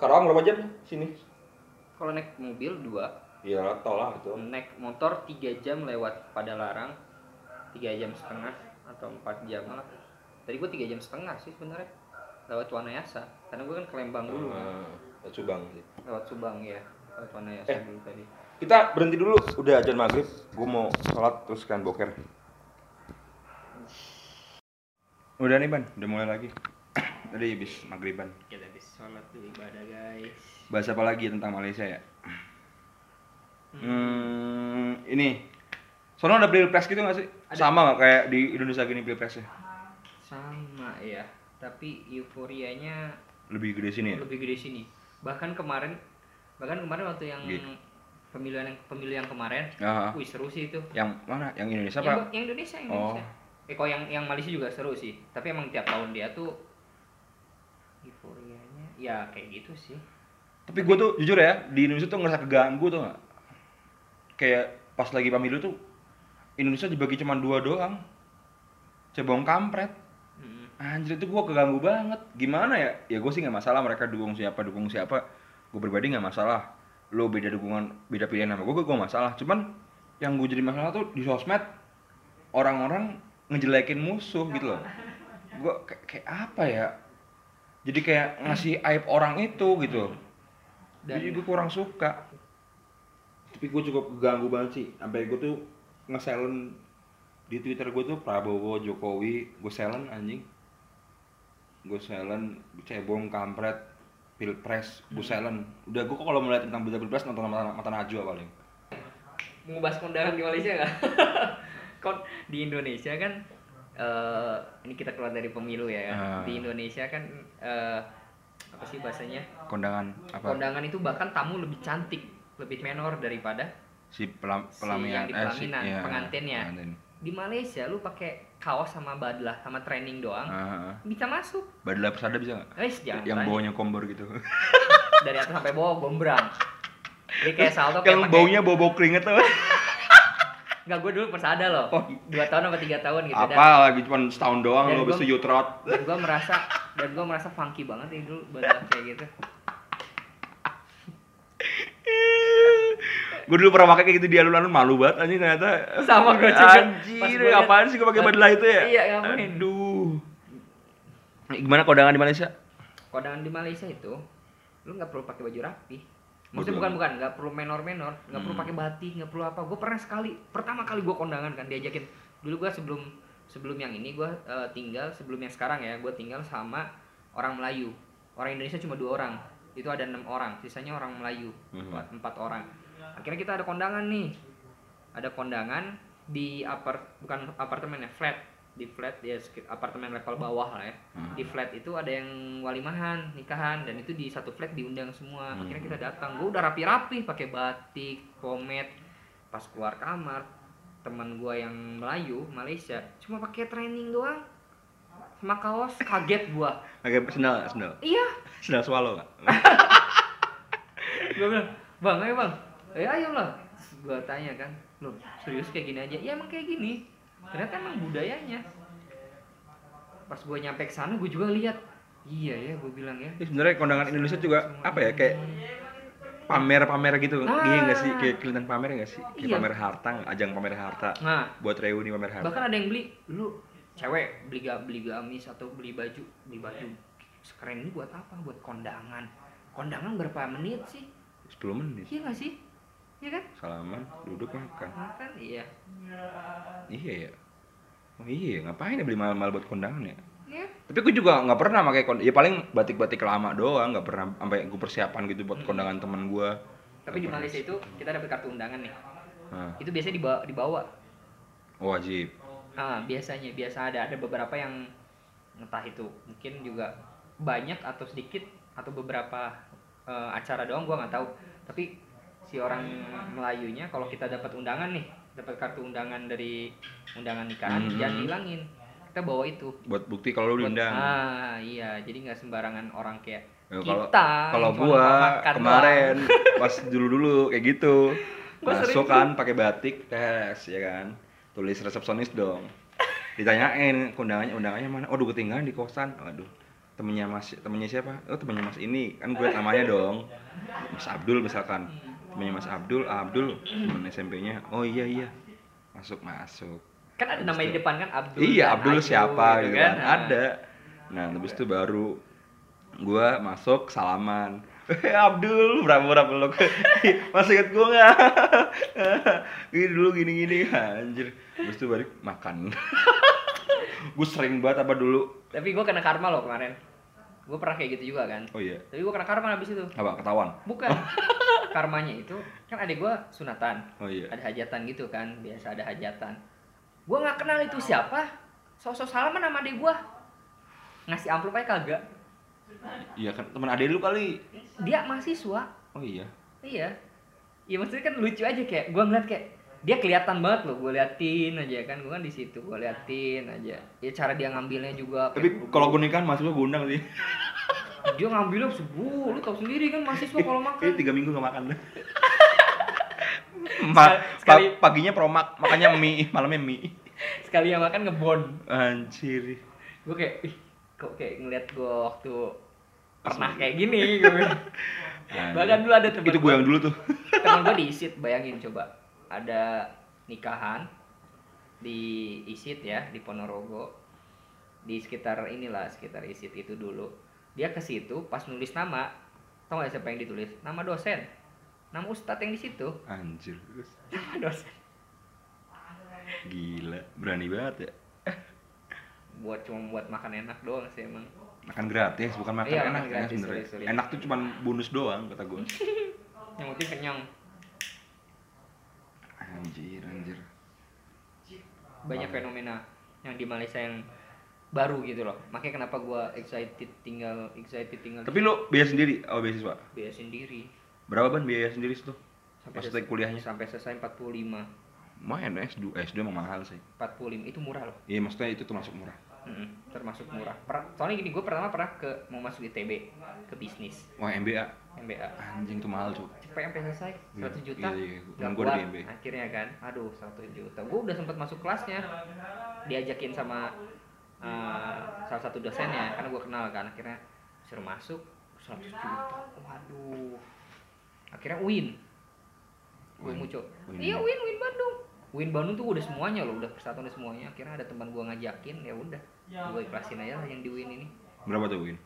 [SPEAKER 1] Karawang berapa jam sini
[SPEAKER 2] kalau naik mobil dua
[SPEAKER 1] iya tol lah itu
[SPEAKER 2] naik motor tiga jam lewat pada larang tiga jam setengah atau empat jam lah tadi gue tiga jam setengah sih sebenarnya lewat Wanayasa karena gue kan ke Lembang dulu kan.
[SPEAKER 1] Hmm, Subang sih
[SPEAKER 2] lewat Subang ya lewat Wanayasa
[SPEAKER 1] Eh.
[SPEAKER 2] dulu tadi
[SPEAKER 1] kita berhenti dulu udah ajan maghrib gue mau sholat terus kan boker udah nih ban udah mulai lagi tadi habis maghriban
[SPEAKER 2] kita habis sholat tuh ibadah guys
[SPEAKER 1] bahas apa lagi tentang Malaysia ya hmm, ini soalnya ada pilpres gitu nggak sih sama nggak kayak di Indonesia gini pilpresnya
[SPEAKER 2] sama ya tapi euforianya
[SPEAKER 1] lebih gede sini ya
[SPEAKER 2] lebih gede sini bahkan kemarin bahkan kemarin waktu yang
[SPEAKER 1] Gitu.
[SPEAKER 2] pemilihan pemilihan kemarin
[SPEAKER 1] Ah,
[SPEAKER 2] wih seru sih itu
[SPEAKER 1] yang mana yang Indonesia
[SPEAKER 2] yang,
[SPEAKER 1] apa
[SPEAKER 2] yang Indonesia yang
[SPEAKER 1] Oh.
[SPEAKER 2] Indonesia eh kok yang yang Malaysia juga seru sih tapi emang tiap tahun dia tuh euforianya ya kayak gitu sih
[SPEAKER 1] tapi gue tuh jujur ya di Indonesia tuh ngerasa keganggu tuh nggak kayak pas lagi pemilu tuh Indonesia dibagi cuma dua doang cebong kampret
[SPEAKER 2] Mm.
[SPEAKER 1] anjir itu gue keganggu banget gimana ya ya gue sih nggak masalah mereka dukung siapa dukung siapa gue pribadi nggak masalah lo beda dukungan beda pilihan sama gue gue masalah cuman yang gue jadi masalah tuh di sosmed orang-orang ngejelekin musuh gitu loh gue kayak apa ya jadi kayak ngasih aib orang itu gitu
[SPEAKER 2] Dan-
[SPEAKER 1] jadi gue kurang suka tapi gue cukup keganggu banget sih sampai gue tuh ngeselen di twitter gue tuh Prabowo Jokowi gue selen anjing gue selen cebong kampret pilpres gue selen udah gue kok kalau melihat tentang berita pilpres nonton mata, mata najwa paling
[SPEAKER 2] mau bahas kondangan di Malaysia nggak? Kon di Indonesia kan eh, ini kita keluar dari pemilu ya. kan?
[SPEAKER 1] Ah.
[SPEAKER 2] Di Indonesia kan eh, apa sih bahasanya?
[SPEAKER 1] kondangan apa
[SPEAKER 2] Kondangan itu bahkan tamu lebih cantik, lebih menor daripada
[SPEAKER 1] si pelam,
[SPEAKER 2] Si
[SPEAKER 1] pelaminan eh, iya,
[SPEAKER 2] yang di pelaminan, ya. pengantinnya. di Malaysia lu pakai kaos sama badlah sama training doang
[SPEAKER 1] Ah, ah.
[SPEAKER 2] bisa masuk. Eh,
[SPEAKER 1] Badala persada bisa nggak
[SPEAKER 2] Guys, jangan
[SPEAKER 1] yang
[SPEAKER 2] tanya.
[SPEAKER 1] baunya kombor gitu
[SPEAKER 2] dari atas sampai bawah gombrang. Jadi kayak salto kayak
[SPEAKER 1] yang
[SPEAKER 2] pakai-
[SPEAKER 1] baunya bau bau keringet tuh
[SPEAKER 2] Nggak, gue dulu persada loh.
[SPEAKER 1] Oh.
[SPEAKER 2] Dua tahun apa tiga tahun gitu. Dan-
[SPEAKER 1] apa lagi cuma setahun doang
[SPEAKER 2] Dan
[SPEAKER 1] lo habis
[SPEAKER 2] gua-
[SPEAKER 1] itu yutrot
[SPEAKER 2] dan gue merasa dan gue merasa funky banget nih dulu badal kayak gitu
[SPEAKER 1] gue dulu pernah pakai kayak gitu di alun-alun malu banget anjing ternyata
[SPEAKER 2] Sama gua juga. Pas
[SPEAKER 1] anjir
[SPEAKER 2] gua liat-
[SPEAKER 1] apaan sih gue pakai badelah itu ya
[SPEAKER 2] Iya, ngapain.
[SPEAKER 1] aduh gimana kondangan di Malaysia
[SPEAKER 2] kondangan di Malaysia itu lu nggak perlu pakai baju rapi
[SPEAKER 1] Bodoh
[SPEAKER 2] maksudnya bukan
[SPEAKER 1] amat.
[SPEAKER 2] bukan nggak perlu menor-menor nggak perlu
[SPEAKER 1] Hmm.
[SPEAKER 2] pakai batik nggak perlu apa gue pernah sekali pertama kali gue kondangan kan diajakin dulu gue sebelum sebelum yang ini gue tinggal sebelum yang sekarang ya gue tinggal sama orang Melayu orang Indonesia cuma dua orang itu ada enam orang sisanya orang Melayu
[SPEAKER 1] Mhm.
[SPEAKER 2] empat, empat orang akhirnya kita ada kondangan nih ada kondangan di apart bukan apartemen ya flat di flat ya sekit- apartemen level bawah lah ya
[SPEAKER 1] Hmm.
[SPEAKER 2] di flat itu ada yang walimahan nikahan dan itu di satu flat diundang semua akhirnya kita datang gue udah rapi-rapi pakai batik pomade pas keluar kamar teman gue yang Melayu Malaysia cuma pakai training doang sama kaos kaget gue
[SPEAKER 1] pakai sendal nggak? sendal
[SPEAKER 2] iya
[SPEAKER 1] sendal swallow nggak?
[SPEAKER 2] gue bilang bang ayo bang ayo ayo lah gue tanya kan lo serius kayak gini aja ya emang kayak gini ternyata emang budayanya pas gue nyampe ke sana gue juga lihat iya ya gue bilang ya
[SPEAKER 1] Ini sebenarnya kondangan Indonesia juga apa ya kayak pamer-pamer gitu
[SPEAKER 2] Ah.
[SPEAKER 1] iya nggak sih kayak kelihatan pamer nggak sih kayak
[SPEAKER 2] Iya.
[SPEAKER 1] pamer harta nggak? ajang pamer harta
[SPEAKER 2] nah
[SPEAKER 1] buat reuni pamer harta
[SPEAKER 2] bahkan ada yang beli lu cewek beli ga, beli gamis atau beli baju beli baju sekeren ini buat apa buat kondangan kondangan berapa menit sih
[SPEAKER 1] 10 menit
[SPEAKER 2] iya nggak sih iya kan
[SPEAKER 1] salaman duduk makan
[SPEAKER 2] makan iya
[SPEAKER 1] iya ya oh iya ya, ngapain ya beli mahal-mahal buat kondangan ya
[SPEAKER 2] iya
[SPEAKER 1] tapi gue juga nggak pernah pakai kondangan ya paling batik-batik lama doang nggak pernah sampai gue persiapan gitu buat kondangan teman gue
[SPEAKER 2] tapi di Malaysia itu kita dapat kartu undangan nih
[SPEAKER 1] nah,
[SPEAKER 2] itu biasanya dibawa dibawa
[SPEAKER 1] oh, wajib
[SPEAKER 2] ah biasanya biasa ada ada beberapa yang entah itu mungkin juga banyak atau sedikit atau beberapa eh, acara doang gua nggak tahu tapi si orang Melayunya kalau kita dapat undangan nih dapat kartu undangan dari undangan nikahan
[SPEAKER 1] Mhm.
[SPEAKER 2] jangan hilangin kita bawa itu
[SPEAKER 1] buat bukti kalau lu Oh,
[SPEAKER 2] Buat-
[SPEAKER 1] diundang.
[SPEAKER 2] ah iya jadi nggak sembarangan orang kayak
[SPEAKER 1] Ya, kalau-
[SPEAKER 2] kita
[SPEAKER 1] Kalau
[SPEAKER 2] yang cuma
[SPEAKER 1] gua
[SPEAKER 2] makan
[SPEAKER 1] kemarin pas dulu-dulu kayak gitu.
[SPEAKER 2] Gua sering
[SPEAKER 1] Masuk kan pakai batik tes ya kan. Tulis resepsionis dong. Ditanyain undangannya undangannya mana? Aduh ketinggalan di kosan. Aduh. Temennya Mas temennya siapa? Oh, temennya Mas ini. Kan gue liat namanya dong. Mas Abdul misalkan. Temennya Mas Abdul, "Ah, Abdul temen SMP-nya. Oh iya iya. Masuk masuk.
[SPEAKER 2] doang. kan ada nama di depan kan Abdul
[SPEAKER 1] iya
[SPEAKER 2] dan
[SPEAKER 1] Abdul
[SPEAKER 2] Ayu
[SPEAKER 1] siapa gitu kan,
[SPEAKER 2] Nah,
[SPEAKER 1] ada nah habis itu baru gua masuk salaman Eh Abdul, berapa-berapa lo Masih inget gua nggak? Ini dulu gini-gini, anjir Habis itu balik makan Gue sering banget apa dulu
[SPEAKER 2] tapi gua kena karma loh kemarin gua pernah kayak gitu juga kan
[SPEAKER 1] Oh iya,
[SPEAKER 2] tapi gua kena karma abis itu
[SPEAKER 1] apa ketahuan?
[SPEAKER 2] bukan karmanya itu kan adik gua sunatan
[SPEAKER 1] Oh iya
[SPEAKER 2] ada hajatan gitu kan biasa ada hajatan gua nggak kenal itu siapa sosok salaman sama adik gua ngasih amplop aja kagak
[SPEAKER 1] Iya kan, temen adek lu kali
[SPEAKER 2] dia mahasiswa
[SPEAKER 1] Oh iya
[SPEAKER 2] iya iya maksudnya kan lucu aja kayak gua ngeliat kayak dia kelihatan banget loh gua liatin aja kan gua kan di situ gua liatin aja ya cara dia ngambilnya juga kayak
[SPEAKER 1] Tapi
[SPEAKER 2] buru-buru.
[SPEAKER 1] kalau gue nikah, mas gue undang sih
[SPEAKER 2] dia ngambilnya subuh lu tau sendiri kan mahasiswa kalau makan
[SPEAKER 1] Ini Iya, tiga minggu gak makan Ma-
[SPEAKER 2] Sekali-
[SPEAKER 1] pa- paginya promak, makanya mie, malamnya mie.
[SPEAKER 2] sekali yang makan ngebon
[SPEAKER 1] Anjir.
[SPEAKER 2] gue kayak ih kok kayak ngeliat gue waktu pernah kayak gini gue bahkan dulu ada teman
[SPEAKER 1] Nah, Itu gue yang dulu tuh.
[SPEAKER 2] teman gue di isit bayangin coba ada nikahan di isit ya di Ponorogo di sekitar inilah sekitar isit itu dulu dia ke situ pas nulis nama tau gak siapa yang ditulis nama dosen nama ustadz yang di situ
[SPEAKER 1] Anjir.
[SPEAKER 2] nama dosen
[SPEAKER 1] Gila, berani banget ya.
[SPEAKER 2] buat cuma buat makan enak doang sih emang
[SPEAKER 1] Makan gratis, bukan makan
[SPEAKER 2] Iya,
[SPEAKER 1] enak
[SPEAKER 2] makan
[SPEAKER 1] ya
[SPEAKER 2] gratis,
[SPEAKER 1] sebenarnya.
[SPEAKER 2] sorry, sorry.
[SPEAKER 1] Enak tuh cuman bonus doang kata gue.
[SPEAKER 2] yang penting kenyang
[SPEAKER 1] Anjir, anjir.
[SPEAKER 2] banyak
[SPEAKER 1] Paham.
[SPEAKER 2] fenomena yang di Malaysia yang baru gitu loh makanya kenapa gua excited tinggal excited tinggal
[SPEAKER 1] Tapi lo biaya sendiri, oh beasiswa.
[SPEAKER 2] di biaya sendiri
[SPEAKER 1] Berapa ban biaya sendiri situ?
[SPEAKER 2] sampai
[SPEAKER 1] Pas
[SPEAKER 2] selesai,
[SPEAKER 1] naik kuliahnya.
[SPEAKER 2] sampai selesai 45
[SPEAKER 1] Lumayan ya, S2, S2 emang mahal sih.
[SPEAKER 2] 45 itu murah loh
[SPEAKER 1] Iya, maksudnya itu termasuk murah.
[SPEAKER 2] Mm-mm, termasuk murah Per- soalnya gini gue pertama pernah ke mau masuk ITB ke bisnis
[SPEAKER 1] Wah, MBA
[SPEAKER 2] MBA
[SPEAKER 1] anjing tuh mahal, Cuk.
[SPEAKER 2] cepet sampai selesai 100 juta
[SPEAKER 1] Iya, iya.
[SPEAKER 2] Gak
[SPEAKER 1] Gue ada
[SPEAKER 2] kuat
[SPEAKER 1] di MBA.
[SPEAKER 2] akhirnya kan aduh 100 juta gue udah sempat masuk kelasnya diajakin sama eh, salah satu dosennya karena gue kenal kan akhirnya suruh masuk 100 juta waduh akhirnya win gue
[SPEAKER 1] Win.
[SPEAKER 2] muncul
[SPEAKER 1] Win.
[SPEAKER 2] iya win win Bandung win Bandung tuh udah semuanya loh udah persatuan udah semuanya akhirnya ada teman gue ngajakin ya udah gue ikhlasin aja lah yang di win ini
[SPEAKER 1] Berapa tuh, Win?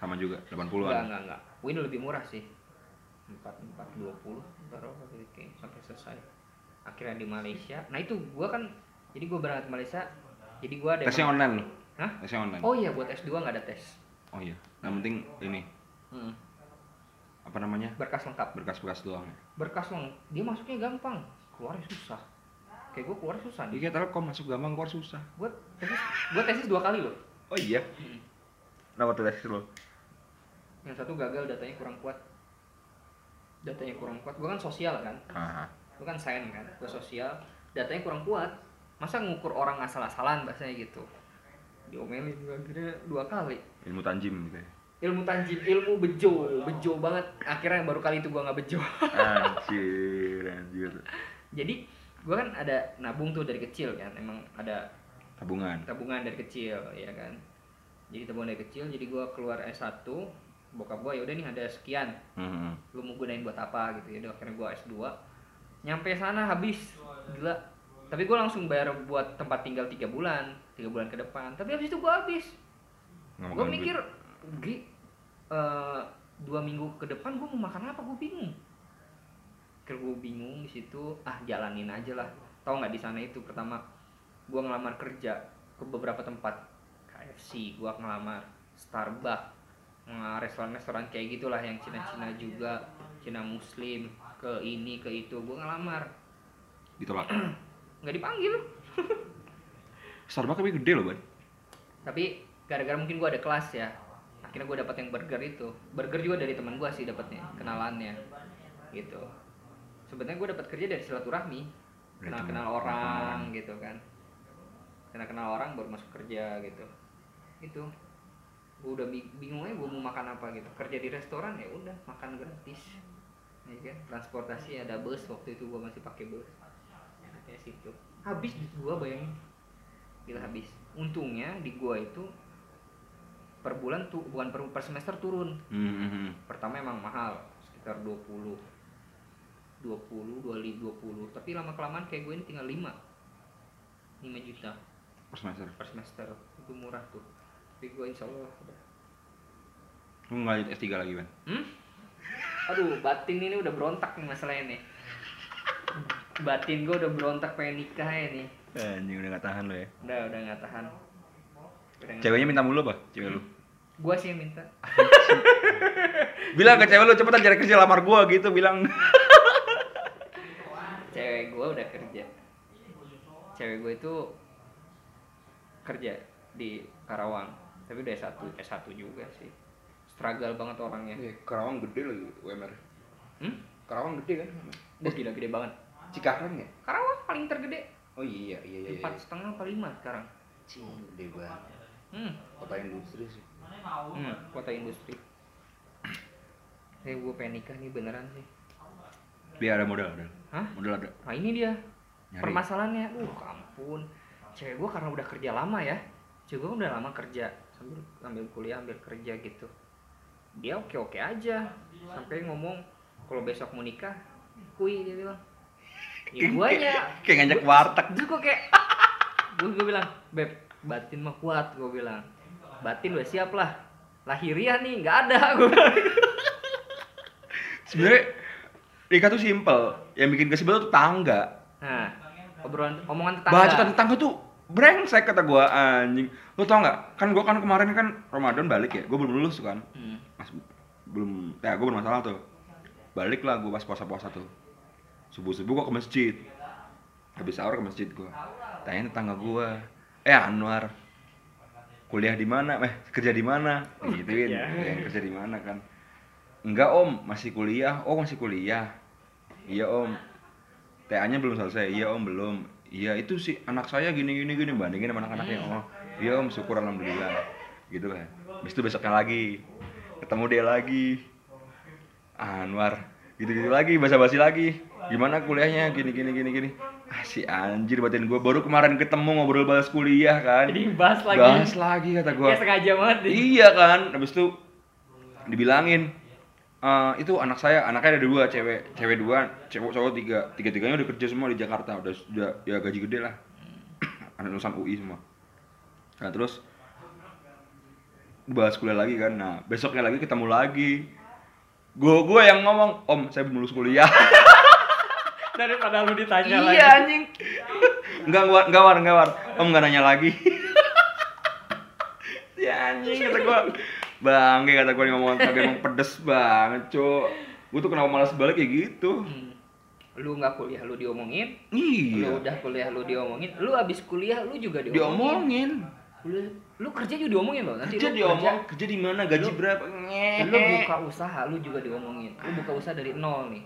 [SPEAKER 1] Sama juga, 80-an.
[SPEAKER 2] Enggak, enggak, enggak. Win lebih murah sih. 4420 berapa gitu kayaknya sampai selesai. Akhirnya di Malaysia. Nah, itu gua kan jadi gua berangkat ke Malaysia. Jadi gua ada
[SPEAKER 1] Tesnya online loh.
[SPEAKER 2] Hah?
[SPEAKER 1] Tesnya online.
[SPEAKER 2] Oh iya, buat S2 nggak ada tes.
[SPEAKER 1] Oh iya. Yang penting ini
[SPEAKER 2] Hmm.
[SPEAKER 1] apa namanya?
[SPEAKER 2] Berkas lengkap.
[SPEAKER 1] Berkas-berkas doang. ya.
[SPEAKER 2] Berkas lengkap. Dia masuknya gampang, keluarnya susah. Kayak gua keluar susah nih.
[SPEAKER 1] Iya, telkom masuk gampang, keluar susah.
[SPEAKER 2] Gua tesis, gua tesis dua kali loh.
[SPEAKER 1] Oh iya.
[SPEAKER 2] Hmm.
[SPEAKER 1] Kenapa tuh tes lo?
[SPEAKER 2] Yang satu gagal datanya kurang kuat. Datanya kurang kuat. Gua kan sosial kan.
[SPEAKER 1] Aha.
[SPEAKER 2] itu kan sains kan ke sosial datanya kurang kuat masa ngukur orang asal-asalan bahasanya gitu diomelin gua akhirnya dua kali
[SPEAKER 1] Ilmu tanjim gitu ya.
[SPEAKER 2] ilmu tanjim ilmu bejo bejo banget akhirnya baru kali itu gua nggak bejo
[SPEAKER 1] Anjir, anjir.
[SPEAKER 2] jadi gua kan ada nabung tuh dari kecil kan emang ada
[SPEAKER 1] Tabungan.
[SPEAKER 2] tabungan dari kecil ya kan jadi tabungan dari kecil jadi gua keluar S1 bokap gua yaudah nih ada sekian
[SPEAKER 1] Heeh.
[SPEAKER 2] lu mau gunain buat apa gitu ya udah akhirnya gua S2 nyampe sana habis gila tapi gua langsung bayar buat tempat tinggal tiga bulan tiga bulan ke depan tapi habis itu gua habis gua mikir Gi, eh, dua minggu ke depan gua mau makan apa gua bingung akhirnya gua bingung di situ ah jalanin aja lah tau nggak di sana itu pertama gua ngelamar kerja ke beberapa tempat KFC gua ngelamar Starbucks Nah, restoran-restoran kayak gitulah yang Cina-Cina juga Cina Muslim ke ini ke itu gua ngelamar
[SPEAKER 1] ditolak.
[SPEAKER 2] nggak dipanggil
[SPEAKER 1] Starbucks tapi gede loh, Ban.
[SPEAKER 2] tapi gara-gara mungkin gue ada kelas ya akhirnya gue dapat yang burger itu burger juga dari teman gue sih dapatnya kenalannya gitu sebenarnya gue dapat kerja dari silaturahmi
[SPEAKER 1] Dari
[SPEAKER 2] kenal
[SPEAKER 1] teman-
[SPEAKER 2] kenal
[SPEAKER 1] teman
[SPEAKER 2] orang
[SPEAKER 1] orang.
[SPEAKER 2] gitu kan kenal kenal orang baru masuk kerja gitu itu gue udah bi- bingung aja gue mau makan apa gitu kerja di restoran ya udah makan gratis ya kan transportasi ada bus waktu itu gue masih pakai bus enaknya situ habis duit gue bayangin gila habis untungnya di gua itu per bulan tuh bukan per, per semester turun
[SPEAKER 1] Hmm.
[SPEAKER 2] pertama emang mahal sekitar 20 20 20 20 tapi lama kelamaan kayak gue ini tinggal 5 5 juta
[SPEAKER 1] Per semester.
[SPEAKER 2] per semester itu murah tuh tapi gue insya Allah udah
[SPEAKER 1] Lu nggak lanjut S3 lagi, Ban?
[SPEAKER 2] hmm? aduh batin ini udah berontak nih masalahnya nih batin gue udah berontak pengen nikah ya nih
[SPEAKER 1] Anjing udah nggak tahan lo ya.
[SPEAKER 2] udah udah nggak tahan Udah nggak-
[SPEAKER 1] Ceweknya minta mulu apa? Cewek lu.
[SPEAKER 2] gue sih yang minta
[SPEAKER 1] Bilang ke cewek lu cepetan cari kerja lamar gua gitu bilang.
[SPEAKER 2] cewek gue udah kerja cewek gue itu kerja di Karawang tapi udah S1 S1 juga sih struggle banget orangnya
[SPEAKER 1] Karawang gede lagi UMR.
[SPEAKER 2] hmm?
[SPEAKER 1] Karawang gede kan?
[SPEAKER 2] udah gila gede banget
[SPEAKER 1] Cikarang ya?
[SPEAKER 2] Karawang paling tergede
[SPEAKER 1] Oh iya iya
[SPEAKER 2] empat setengah apa lima sekarang
[SPEAKER 1] Cing gede banget.
[SPEAKER 2] hmm.
[SPEAKER 1] Kota industri sih.
[SPEAKER 2] hmm, kota industri saya gue pengen nikah nih beneran sih
[SPEAKER 1] Dia Iya, ada modal ada.
[SPEAKER 2] Hah?
[SPEAKER 1] Modal ada.
[SPEAKER 2] nah ini dia
[SPEAKER 1] Nyari.
[SPEAKER 2] permasalahannya uh ampun cewek gue karena udah kerja lama ya cewek gue udah lama kerja sambil ambil kuliah ambil kerja gitu dia oke oke aja sampai ngomong kalau besok mau nikah kui dia bilang
[SPEAKER 1] Iya.
[SPEAKER 2] ya guanya
[SPEAKER 1] Kayak ngajak warteg.
[SPEAKER 2] terus gue kayak gue bilang beb batin mah kuat gue bilang batin udah siap lah lahiriah nih nggak ada gue
[SPEAKER 1] Sebenarnya nikah tuh simple. Yang bikin kesibel tuh tangga.
[SPEAKER 2] nah obrolan omongan tetangga
[SPEAKER 1] Bacaan tetangga tuh brengsek kata gua anjing. Lu tau nggak? Kan gua kan kemarin kan Ramadan balik ya. Gua belum lulus tuh kan.
[SPEAKER 2] Hmm.
[SPEAKER 1] Mas belum ya gua bermasalah tuh. Balik lah gua pas puasa-puasa tuh. Subuh-subuh gua ke masjid. Habis sahur ke masjid gua. Tanya tetangga gua. Eh Anwar. Kuliah di mana? Eh kerja di mana? Gituin.
[SPEAKER 2] Ya.
[SPEAKER 1] Yang kerja di mana kan? Enggak om, masih kuliah. Oh masih kuliah. Iya om. TA-nya belum selesai. Iya om belum. Iya itu sih anak saya gini gini gini bandingin sama anak-anaknya. Oh iya om syukur alhamdulillah. Gitu kan. Habis itu besoknya lagi ketemu dia lagi. Anwar gitu-gitu lagi basa-basi lagi gimana kuliahnya gini gini gini gini ah si anjir batin gue baru kemarin ketemu ngobrol balas kuliah kan
[SPEAKER 2] jadi bahas lagi
[SPEAKER 1] bahas lagi kata gue
[SPEAKER 2] Kayak sengaja banget deh
[SPEAKER 1] Iya kan, habis itu dibilangin "Eh, itu anak saya, anaknya ada dua cewek, cewek dua, cewek cowok tiga, tiga tiganya udah kerja semua di Jakarta, udah udah ya gaji gede lah, anak lulusan UI semua. Nah terus bahas kuliah lagi kan, nah besoknya lagi ketemu lagi, gue gue yang ngomong om saya belum lulus kuliah.
[SPEAKER 2] daripada lu ditanya lagi
[SPEAKER 1] iya anjing. Enggak war, enggak war, enggak war. Om enggak nanya lagi. si anjing kata gua. Bangke kata gua nih ngomongan tadi emang pedes banget, Cuk. Gua tuh kenapa malas balik ya gitu.
[SPEAKER 2] Hmm. lu nggak kuliah lu diomongin lu
[SPEAKER 1] Iya.
[SPEAKER 2] udah kuliah lu diomongin lu abis kuliah lu juga diomongin
[SPEAKER 1] Diomongin.
[SPEAKER 2] lu, lu kerja juga diomongin loh nanti
[SPEAKER 1] Kerja
[SPEAKER 2] lu
[SPEAKER 1] diomong, kerja di mana, gaji
[SPEAKER 2] Lu-
[SPEAKER 1] berapa?
[SPEAKER 2] kerja,
[SPEAKER 1] Ngehe.
[SPEAKER 2] lu buka usaha lu juga diomongin lu buka usaha dari nol nih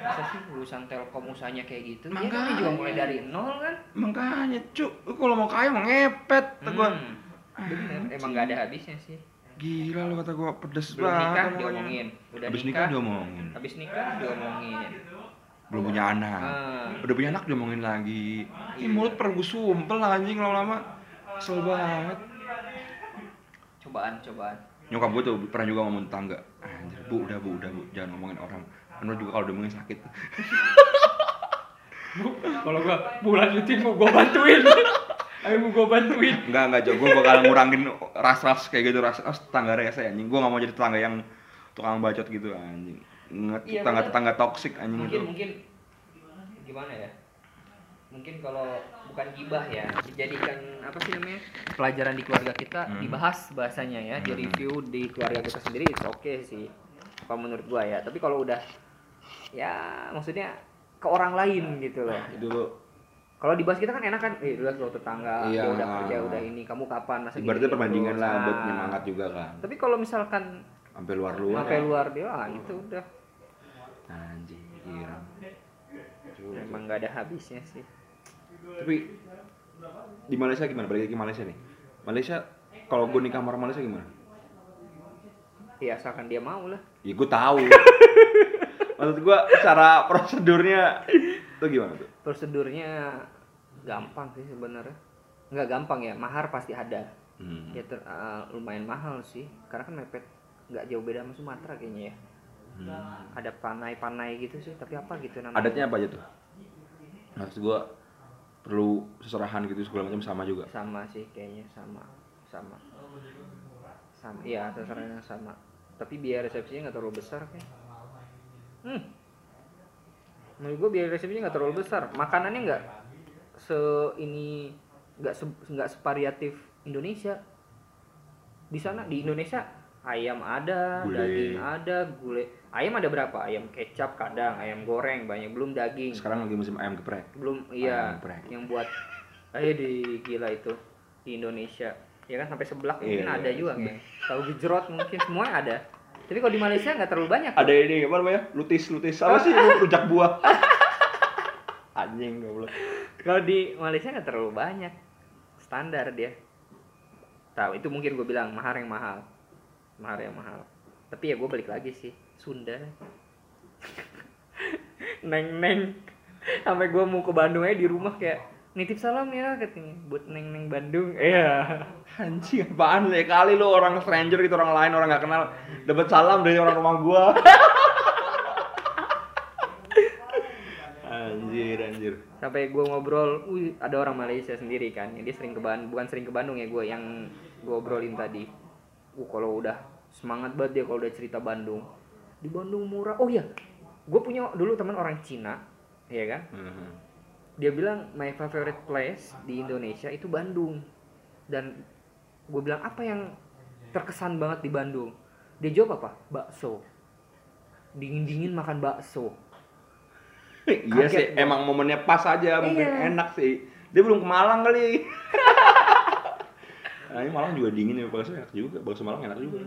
[SPEAKER 2] masa sih lulusan telkom usahanya kayak gitu ya kan dia juga
[SPEAKER 1] Makanya.
[SPEAKER 2] mulai dari nol kan
[SPEAKER 1] Makanya, Cuk, lu kalau mau kaya mah ngepet, kata gua.
[SPEAKER 2] Hmm. bener emang nggak ada habisnya sih
[SPEAKER 1] Gila lu kata gua pedes
[SPEAKER 2] belum nikah
[SPEAKER 1] banget. omongannya.
[SPEAKER 2] diomongin udah
[SPEAKER 1] Abis
[SPEAKER 2] nikah
[SPEAKER 1] nikah diomongin.
[SPEAKER 2] abis nikah diomongin
[SPEAKER 1] Belum punya anak.
[SPEAKER 2] Ah. Iya.
[SPEAKER 1] udah punya anak diomongin lagi ini mulut perut gue sumpel anjing lama-lama
[SPEAKER 2] Ah.
[SPEAKER 1] kesel banget
[SPEAKER 2] cobaan cobaan
[SPEAKER 1] nyokap gue tuh pernah juga ngomong tetangga anjir bu udah bu udah bu jangan ngomongin orang Anwar juga kalau diomongin sakit
[SPEAKER 2] kalau gua mau lanjutin mau gua bantuin ayo mau gua bantuin
[SPEAKER 1] enggak enggak jago gue bakal ngurangin ras-ras kayak gitu ras-ras tetangga rese anjing gue gak mau jadi tetangga yang tukang bacot gitu anjing Nge-
[SPEAKER 2] Iya,
[SPEAKER 1] tetangga tetangga toksik anjing gitu.
[SPEAKER 2] mungkin
[SPEAKER 1] itu
[SPEAKER 2] mungkin gimana ya mungkin kalau bukan gibah ya dijadikan apa sih namanya pelajaran di keluarga kita
[SPEAKER 1] Hmm.
[SPEAKER 2] dibahas bahasanya ya di review di keluarga kita sendiri itu oke sih kalau menurut gua ya tapi kalau udah ya maksudnya ke orang lain gitu loh
[SPEAKER 1] itu lo
[SPEAKER 2] Kalau dibahas kita kan enak kan, eh udah lo tetangga,
[SPEAKER 3] Iya.
[SPEAKER 2] lo udah kerja, udah ini, kamu kapan,
[SPEAKER 1] Ibaratnya
[SPEAKER 2] masa gini-gini
[SPEAKER 1] perbandingan
[SPEAKER 2] terus.
[SPEAKER 1] lah buat
[SPEAKER 2] Nah,
[SPEAKER 1] nyemangat juga kan.
[SPEAKER 2] Tapi kalau misalkan
[SPEAKER 1] Sampai luar-luar. kan.
[SPEAKER 2] sampai luar dia, ah itu udah
[SPEAKER 1] Anjing, girang. Iya.
[SPEAKER 2] memang nggak ada habisnya sih.
[SPEAKER 1] Tapi di Malaysia gimana? Balik lagi ke Malaysia nih. Malaysia kalau gue nikah sama orang Malaysia gimana?
[SPEAKER 2] Ya asalkan dia mau lah.
[SPEAKER 1] Ya gue tahu. Maksud gue cara prosedurnya itu gimana tuh?
[SPEAKER 2] Prosedurnya gampang sih sebenarnya. Nggak gampang ya, mahar pasti ada.
[SPEAKER 1] Hmm.
[SPEAKER 2] Ya ter- eh, lumayan mahal sih, karena kan mepet nggak jauh beda sama Sumatera kayaknya ya.
[SPEAKER 1] Hmm.
[SPEAKER 2] Ada panai-panai gitu sih, tapi apa gitu namanya?
[SPEAKER 1] Adatnya apa aja tuh? Maksud gue perlu seserahan gitu segala macam sama juga.
[SPEAKER 2] Sama sih kayaknya sama, sama. Sama, iya sasarannya sama. Tapi biaya resepsinya nggak terlalu besar kayak. Hmm. Menurut gue biaya resepsinya nggak terlalu besar. Makanannya nggak se ini nggak se, nggak separiatif Indonesia. Di sana di Indonesia ayam ada,
[SPEAKER 1] Gulai.
[SPEAKER 2] daging ada, gulai. Ayam ada berapa? Ayam kecap kadang, ayam goreng banyak belum daging.
[SPEAKER 1] Sekarang lagi musim ayam geprek.
[SPEAKER 2] belum iya
[SPEAKER 1] geprek.
[SPEAKER 2] yang buat ayo di gila itu di Indonesia ya kan sampai seblak mungkin
[SPEAKER 1] Iya,
[SPEAKER 2] ada
[SPEAKER 1] iya.
[SPEAKER 2] juga ya tahu gejrot mungkin semuanya ada tapi kalau di Malaysia nggak terlalu banyak
[SPEAKER 1] Ada ini apa namanya? Lutis, lutis. Apa sih? Lu- Rujak buah. Anjing goblok.
[SPEAKER 2] kalau di Malaysia nggak terlalu banyak standar dia tahu itu mungkin gue bilang mahar yang mahal mahar yang mahal tapi ya gue balik lagi sih Sunda neng neng sampai gue mau ke Bandung aja di rumah kayak nitip salam ya katanya buat neng neng Bandung iya
[SPEAKER 1] Anjing apaan ya kali lu orang stranger gitu orang lain orang nggak kenal dapat salam dari orang rumah gua. anjir anjir.
[SPEAKER 2] sampai gue ngobrol, wih ada orang Malaysia sendiri kan, yang dia sering ke Bandung, bukan sering ke Bandung ya gue, yang gue obrolin tadi. Uh kalau udah semangat banget dia kalau udah cerita Bandung. Di Bandung murah. Oh iya, gue punya dulu teman orang Cina, ya kan? Dia bilang my favorite place di Indonesia itu Bandung. Dan gue bilang apa yang terkesan banget di Bandung? Dia jawab apa? Bakso. Dingin-dingin makan bakso.
[SPEAKER 1] iya
[SPEAKER 2] Kaget
[SPEAKER 1] sih
[SPEAKER 2] gua.
[SPEAKER 1] emang momennya pas aja mungkin
[SPEAKER 2] Iya.
[SPEAKER 1] enak sih. Dia belum ke Malang kali. nah, ini Malang juga dingin ya bakso enak juga. Bakso Malang enak juga.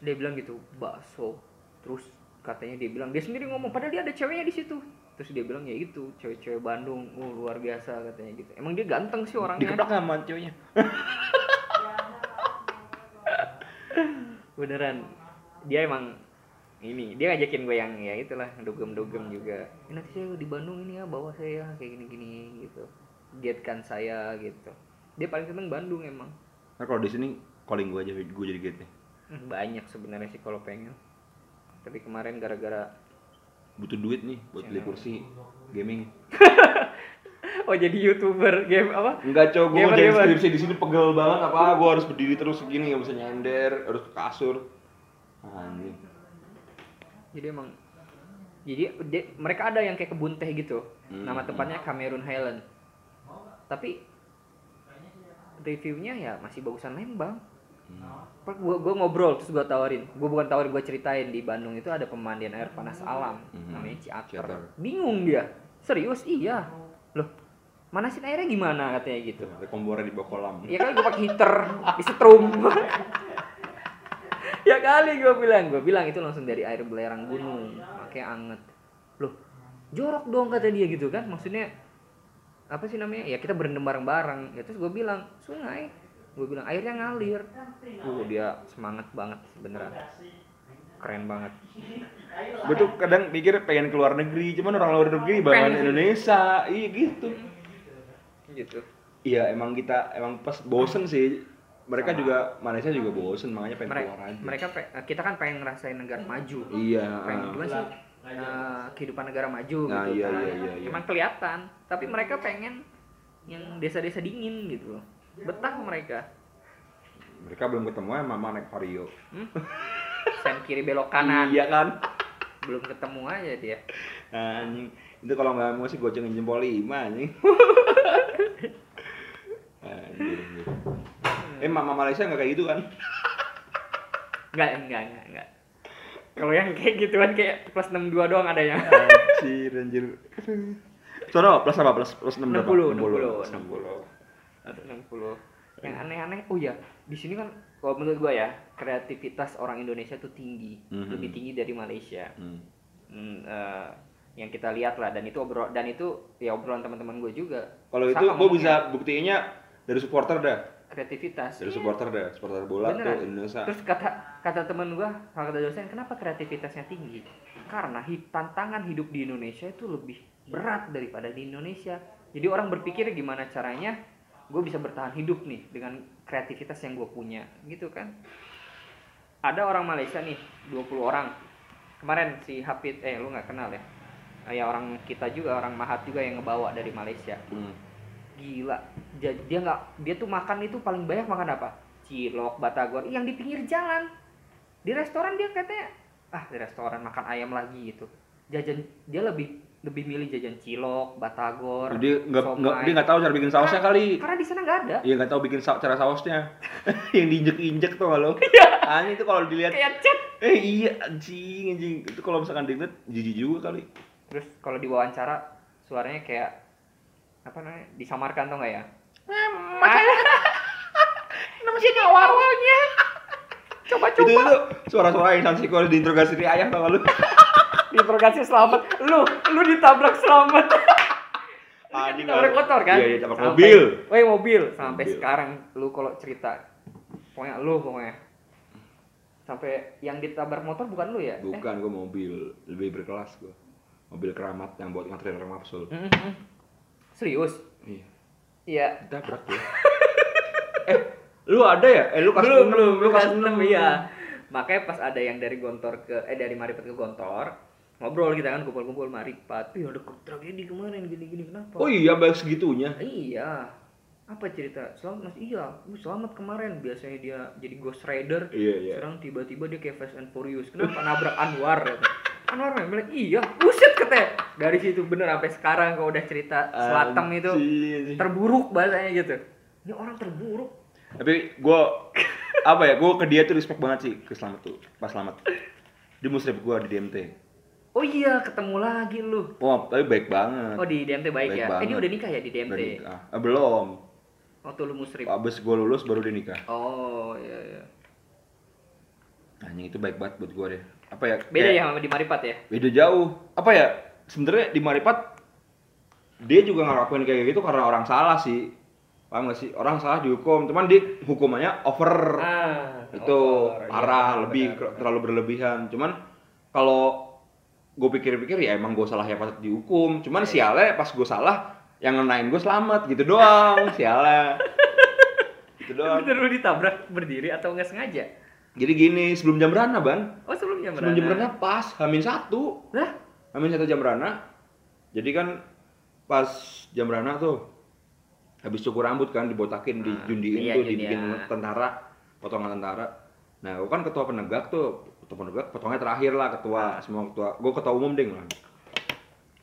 [SPEAKER 2] dia bilang gitu bakso terus katanya dia bilang dia sendiri ngomong padahal dia ada ceweknya di situ terus dia bilang ya itu cewek-cewek Bandung oh luar biasa katanya gitu emang dia ganteng sih orangnya
[SPEAKER 1] Diketok nggak sama ceweknya?
[SPEAKER 2] beneran dia emang ini dia ngajakin gue yang ya itulah dugem-dugem juga "Eh, nanti saya di Bandung ini ya bawa saya kayak gini-gini gitu giatkan saya gitu dia paling seneng Bandung emang
[SPEAKER 1] Nah, kalau di sini calling gua aja gua jadi gate
[SPEAKER 2] Hmm, banyak sebenarnya sih kalau pengen tapi kemarin gara-gara
[SPEAKER 1] Butuh duit nih buat beli kursi gaming.
[SPEAKER 2] oh jadi youtuber game apa
[SPEAKER 1] Enggak cowok gue
[SPEAKER 2] Gamer,
[SPEAKER 1] jadi
[SPEAKER 2] gamer.
[SPEAKER 1] skripsi di sini pegel banget apa gue harus berdiri terus segini nggak bisa nyender harus ke kasur Nah, anjing
[SPEAKER 2] jadi emang jadi dia- mereka ada yang kayak kebun teh gitu
[SPEAKER 1] Hmm.
[SPEAKER 2] nama tempatnya Cameron Highland tapi reviewnya ya masih bagusan Lembang Pak gua, gua ngobrol terus gua tawarin gua bukan tawarin gua ceritain di Bandung itu ada pemandian air panas alam
[SPEAKER 1] Hmm.
[SPEAKER 2] namanya Ciater
[SPEAKER 1] Ciater.
[SPEAKER 2] bingung dia serius iya loh manasin airnya gimana katanya gitu
[SPEAKER 1] tuh ada kompornya di bawah kolam
[SPEAKER 2] Ya kali gue pakai heater, disetrum. ya kali gue bilang, gue bilang itu langsung dari air belerang gunung, makanya anget. Loh, jorok dong kata dia gitu kan, maksudnya apa sih namanya? Ya kita berendam bareng-bareng. Ya terus gue bilang sungai, gue bilang airnya ngalir. Uh dia semangat banget beneran, keren banget.
[SPEAKER 1] gue tuh kadang mikir pengen keluar negeri cuman orang luar negeri banget
[SPEAKER 2] Pengen.
[SPEAKER 1] Indonesia iya gitu
[SPEAKER 2] Gitu.
[SPEAKER 1] iya emang kita emang pas bosen sih mereka juga Malaysia juga bosen makanya pengen
[SPEAKER 2] Mereka,
[SPEAKER 1] keluar aja
[SPEAKER 2] mereka pe- kita kan pengen ngerasain negara maju.
[SPEAKER 1] iya
[SPEAKER 2] pengen gimana gitu sih eh, kehidupan negara maju
[SPEAKER 1] Nah,
[SPEAKER 2] gitu
[SPEAKER 1] iya,
[SPEAKER 2] kan.
[SPEAKER 1] iya, iya, iya.
[SPEAKER 2] Emang kelihatan, tapi mereka pengen yang desa-desa dingin gitu loh. Betah mereka.
[SPEAKER 1] mereka belum ketemu sama mama naik vario
[SPEAKER 2] Hmm? Sen kiri belok kanan,
[SPEAKER 1] iya kan
[SPEAKER 2] belum ketemu aja dia.
[SPEAKER 1] anjing itu kalau nggak mau sih gocengin jempol lima anjing Anjir, anjir. eh mama Malaysia nggak kayak gitu kan
[SPEAKER 2] Enggak, enggak, enggak, enggak. Kalau yang kayak gituan kayak plus 62 doang adanya.
[SPEAKER 1] anjir anjir Sono plus apa? Plus plus 6 berapa?
[SPEAKER 2] 60,
[SPEAKER 1] 60.
[SPEAKER 2] 60. Aduh, 60. Yang aneh-aneh, oh ya, di sini kan kalau menurut gua ya, kreativitas orang Indonesia tuh tinggi,
[SPEAKER 1] Mhm.
[SPEAKER 2] lebih tinggi dari Malaysia.
[SPEAKER 1] Hmm.
[SPEAKER 2] Hmm, eh, yang kita lihat lah dan itu obrol dan itu ya obrolan teman-teman gue juga.
[SPEAKER 1] Kalau itu
[SPEAKER 2] Sama
[SPEAKER 1] gua
[SPEAKER 2] ngomongnya.
[SPEAKER 1] bisa buktiinnya dari supporter dah.
[SPEAKER 2] kreativitas.
[SPEAKER 1] Dari
[SPEAKER 2] Iya,
[SPEAKER 1] supporter dah, supporter bola tuh
[SPEAKER 2] beneran.
[SPEAKER 1] Indonesia.
[SPEAKER 2] Terus kata kata teman gua, sama kata dosen, kenapa kreativitasnya tinggi? Karena hi- tantangan hidup di Indonesia itu lebih berat daripada di Indonesia. Jadi orang berpikir gimana caranya gue bisa bertahan hidup nih dengan kreativitas yang gue punya, gitu kan? Ada orang Malaysia nih, 20 orang. Kemarin si Hafid, eh lu nggak kenal ya? Ah, Ya orang kita juga, orang Mahat juga yang ngebawa dari Malaysia
[SPEAKER 1] Hmm.
[SPEAKER 2] gila jadi dia nggak dia tuh makan itu paling banyak makan apa cilok batagor yang di pinggir jalan di restoran dia katanya ah di restoran makan ayam lagi gitu jajan dia lebih lebih milih jajan cilok batagor
[SPEAKER 1] Dia nggak
[SPEAKER 2] somai.
[SPEAKER 1] nggak dia nggak tahu cara bikin sausnya kali.
[SPEAKER 2] karena di sana nggak ada
[SPEAKER 1] Iya nggak tahu bikin sa- cara sausnya. yang diinjek-injek tuh lo. Anjing itu kalau dilihat
[SPEAKER 2] kayak cet
[SPEAKER 1] eh iya anjing anjing itu kalau misalkan dilihat jijik juga kali.
[SPEAKER 2] terus kalau diwawancara suaranya kayak apa namanya disamarkan tuh nggak ya nama sini Iya, awalnya coba
[SPEAKER 1] Itu itu suara-suara yang sanksi kalau diinterogasi di ayam tau nggak lu.
[SPEAKER 2] diinterogasi selamat lu lu ditabrak selamat
[SPEAKER 1] Anjing,
[SPEAKER 2] ditabrak
[SPEAKER 1] lu.
[SPEAKER 2] motor kan
[SPEAKER 1] Iya, iya, tabrak
[SPEAKER 2] Sampai-
[SPEAKER 1] mobil.
[SPEAKER 2] weh mobil sampai
[SPEAKER 1] Mobil.
[SPEAKER 2] sekarang lu kalau cerita pokoknya lu pokoknya sampai yang ditabrak motor bukan lu ya Eh,
[SPEAKER 1] Bukan gua mobil lebih berkelas gua. Mobil keramat yang buat ngantri orang mapsul.
[SPEAKER 2] mm, mm, mm. serius
[SPEAKER 1] Iya.
[SPEAKER 2] iya
[SPEAKER 1] Ditabrak ya. eh, lu ada ya? Eh, lu kelas
[SPEAKER 2] belum
[SPEAKER 1] enam,
[SPEAKER 2] belum
[SPEAKER 1] lu kelas
[SPEAKER 2] enam,
[SPEAKER 1] enam
[SPEAKER 2] iya makanya pas ada yang dari gontor ke eh dari maripet ke gontor ngobrol kita kan kumpul-kumpul maripet ih ada tragedi kemarin gini-gini kenapa
[SPEAKER 1] Oh iya, baik segitunya.
[SPEAKER 2] Iya. Apa cerita? Selamat iya. Lu selamat kemarin. Biasanya dia jadi Ghost Rider.
[SPEAKER 1] Iya, iya.
[SPEAKER 2] Sekarang tiba-tiba dia kayak Fast and Furious. Kenapa nabrak Anwar? Kata. Anwar memang bilang, iya. Buset katanya. Dari situ bener sampai sekarang kalau udah cerita Selatem itu
[SPEAKER 1] Anjing.
[SPEAKER 2] terburuk bahasanya gitu. Ini orang terburuk.
[SPEAKER 1] Tapi gua apa ya? Gua ke dia tuh respect banget sih ke Slamet tuh. Pas Slamet. Dia musrib gua di DMT.
[SPEAKER 2] Oh iya, ketemu lagi lu.
[SPEAKER 1] Wah, tapi baik banget.
[SPEAKER 2] Oh di DMT
[SPEAKER 1] Baik
[SPEAKER 2] baik, ya. Eh
[SPEAKER 1] banget.
[SPEAKER 2] dia udah nikah ya di
[SPEAKER 1] Udah
[SPEAKER 2] DMT.
[SPEAKER 1] nikah. Eh, belum.
[SPEAKER 2] Waktu lu musrib.
[SPEAKER 1] Abis gua lulus baru dia nikah.
[SPEAKER 2] Oh iya iya.
[SPEAKER 1] Anjing itu baik banget buat gua deh. Apa ya?
[SPEAKER 2] Beda
[SPEAKER 1] kayak-
[SPEAKER 2] ya sama di Maripat ya?
[SPEAKER 1] beda jauh apa ya sebenarnya di Maripat dia juga ngelakuin kayak gitu karena orang salah sih paham gak sih orang salah dihukum cuman dia hukumannya over
[SPEAKER 2] Ah, Iya,
[SPEAKER 1] itu parah lebih ke- terlalu berlebihan cuman kalau gue pikir-pikir ya emang gue salah ya patut dihukum cuman
[SPEAKER 2] Iya,
[SPEAKER 1] sialnya pas gue salah yang ngenain gue selamat gitu doang sialnya gitu doang
[SPEAKER 2] Bener lu ditabrak berdiri atau nggak sengaja?
[SPEAKER 1] jadi gini sebelum jam berana bang
[SPEAKER 2] Oh sebelum jam
[SPEAKER 1] sebelum jam berana pas hamin satu
[SPEAKER 2] Lah?
[SPEAKER 1] Amin satu jam rana. Jadi kan pas jam rana tuh habis cukur rambut kan dibotakin, dijundiin
[SPEAKER 2] iya,
[SPEAKER 1] tuh,
[SPEAKER 2] jundian.
[SPEAKER 1] dibikin tentara, potongan tentara. Nah, gua kan ketua penegak tuh, ketua penegak, potongnya terakhir lah ketua, semua ketua. Gue ketua umum deh lah.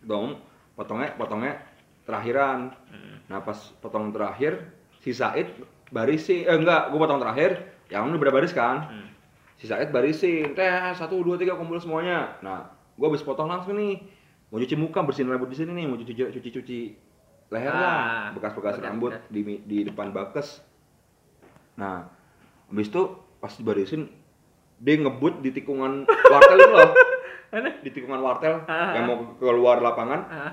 [SPEAKER 1] Ketua umum, potongnya, potongnya terakhiran.
[SPEAKER 2] Hmm.
[SPEAKER 1] Nah, pas potong terakhir, si Said barisi, eh enggak, gue potong terakhir, yang udah berbaris kan
[SPEAKER 2] Hmm.
[SPEAKER 1] si Said barisin teh satu dua tiga kumpul semuanya nah gua habis potong langsung nih mau cuci muka bersihin rambut di sini nih mau cuci cuci cuci leher lah
[SPEAKER 2] Ah,
[SPEAKER 1] bekas bekas
[SPEAKER 2] bekas-bekas.
[SPEAKER 1] rambut di mi- di depan bakes nah habis itu pas dibarisin dia ngebut di tikungan wartel itu loh di tikungan wartel
[SPEAKER 2] Ah.
[SPEAKER 1] yang mau keluar lapangan
[SPEAKER 2] Ah,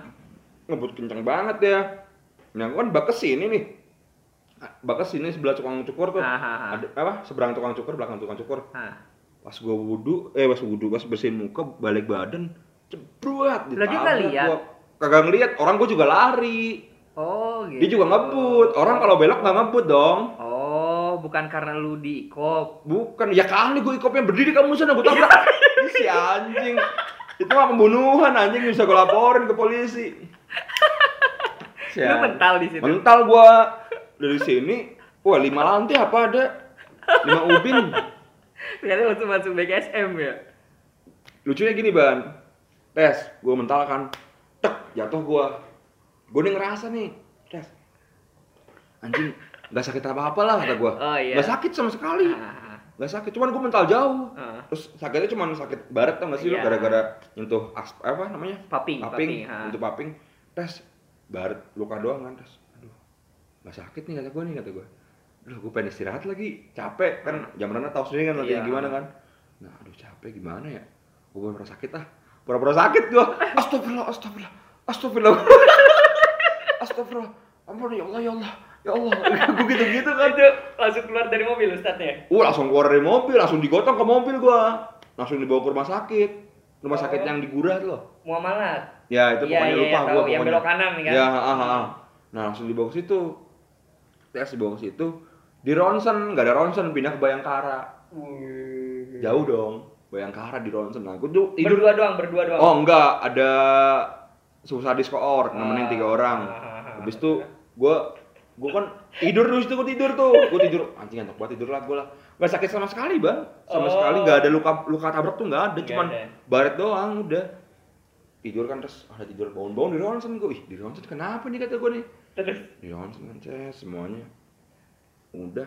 [SPEAKER 1] ngebut kenceng banget ya. Nah, gua kan bakes ini nih. Bakes ini sebelah tukang cukur tuh.
[SPEAKER 2] Ah, ah, ah.
[SPEAKER 1] Ada apa? Seberang tukang cukur, belakang tukang cukur.
[SPEAKER 2] ah.
[SPEAKER 1] Pas gua wudu, eh pas wudu, pas bersihin muka, balik badan, cebruat
[SPEAKER 2] Lah, dia
[SPEAKER 1] ditabrak
[SPEAKER 2] nggak lihat?
[SPEAKER 1] gua. Kagak ngeliat, orang gua juga lari.
[SPEAKER 2] Oh gitu.
[SPEAKER 1] Dia juga ngebut. Orang kalau belok nggak ngebut dong.
[SPEAKER 2] Oh bukan karena lu diikop.
[SPEAKER 1] Bukan, ya kali gua ikopnya berdiri kamu sana gua
[SPEAKER 2] Iya.
[SPEAKER 1] tabrak. Ih, si anjing. Itu mah pembunuhan anjing bisa gua laporin ke polisi. Si
[SPEAKER 2] Lu
[SPEAKER 1] anjing.
[SPEAKER 2] mental di situ.
[SPEAKER 1] Mental gua dari sini, wah lima lantai apa ada? Lima ubin.
[SPEAKER 2] Ternyata langsung masuk BKSM ya.
[SPEAKER 1] Lucunya gini ban, tes, gua mental kan, tek jatuh gua. Gua nih ngerasa nih, tes. Anjing, nggak sakit apa apa lah kata gua.
[SPEAKER 2] Oh, iya.
[SPEAKER 1] Nggak sakit sama sekali,
[SPEAKER 2] Ah,
[SPEAKER 1] nggak sakit. Cuman gua mental jauh.
[SPEAKER 2] Ah.
[SPEAKER 1] Terus sakitnya cuman sakit baret tau gak sih lu
[SPEAKER 2] Iya.
[SPEAKER 1] gara-gara nyentuh asp, eh, apa namanya?
[SPEAKER 2] Paping,
[SPEAKER 1] paping,
[SPEAKER 2] paping, ha.
[SPEAKER 1] untuk paping tes baret luka doang kan terus aduh nggak sakit nih kata gue nih kata gue aduh gue pengen istirahat lagi capek kan jamanannya tahu sendiri kan latihan
[SPEAKER 2] Hmm. Iya.
[SPEAKER 1] gimana kan nah aduh capek gimana ya gue pura-pura sakit ah pura-pura sakit gue astagfirullah astagfirullah astagfirullah astagfirullah ampun ya Allah ya Allah ya Allah gue gitu-gitu kan
[SPEAKER 4] Itu langsung keluar dari mobil
[SPEAKER 2] ya?
[SPEAKER 4] Ustaznya.
[SPEAKER 1] Uh, langsung keluar dari mobil, langsung digotong ke mobil gua. Langsung dibawa ke rumah sakit. Rumah sakit
[SPEAKER 4] Oh.
[SPEAKER 1] yang di Gurah tuh loh.
[SPEAKER 4] Muamalat.
[SPEAKER 1] Ya, itu
[SPEAKER 4] Iya,
[SPEAKER 1] pokoknya
[SPEAKER 4] iya,
[SPEAKER 1] lupa
[SPEAKER 4] tahu.
[SPEAKER 1] gua
[SPEAKER 4] Yang
[SPEAKER 1] pokoknya.
[SPEAKER 4] belok kanan kan?
[SPEAKER 1] Ya, ah, ah, ah. Nah, langsung dibawa ke situ. Tes dibawa ke situ. Di ronsen, nggak ada ronsen, pindah ke Bayangkara. Jauh dong. Bayangkara di ronsen. Nah, gua tuh tidur.
[SPEAKER 4] Berdua doang, berdua doang.
[SPEAKER 1] Oh, enggak, ada susadis koor nemenin
[SPEAKER 4] Ah.
[SPEAKER 1] tiga orang.
[SPEAKER 4] Ah.
[SPEAKER 1] Habis itu gua gua kan tidur dulu situ gua tidur tuh. Gua tidur anjing enak banget tidur lah gua lah. Gak sakit sama sekali, Bang.
[SPEAKER 4] Oh.
[SPEAKER 1] Sama sekali nggak ada luka luka tabrak tuh nggak ada,
[SPEAKER 4] Nggak
[SPEAKER 1] cuman
[SPEAKER 4] ada.
[SPEAKER 1] baret doang udah. Tidur kan terus ada tidur bangun-bangun di ronsen gua. Ih, di ronsen kenapa nih kata gua nih?
[SPEAKER 4] Terus
[SPEAKER 1] Di ronsen kan Ces, semuanya. Udah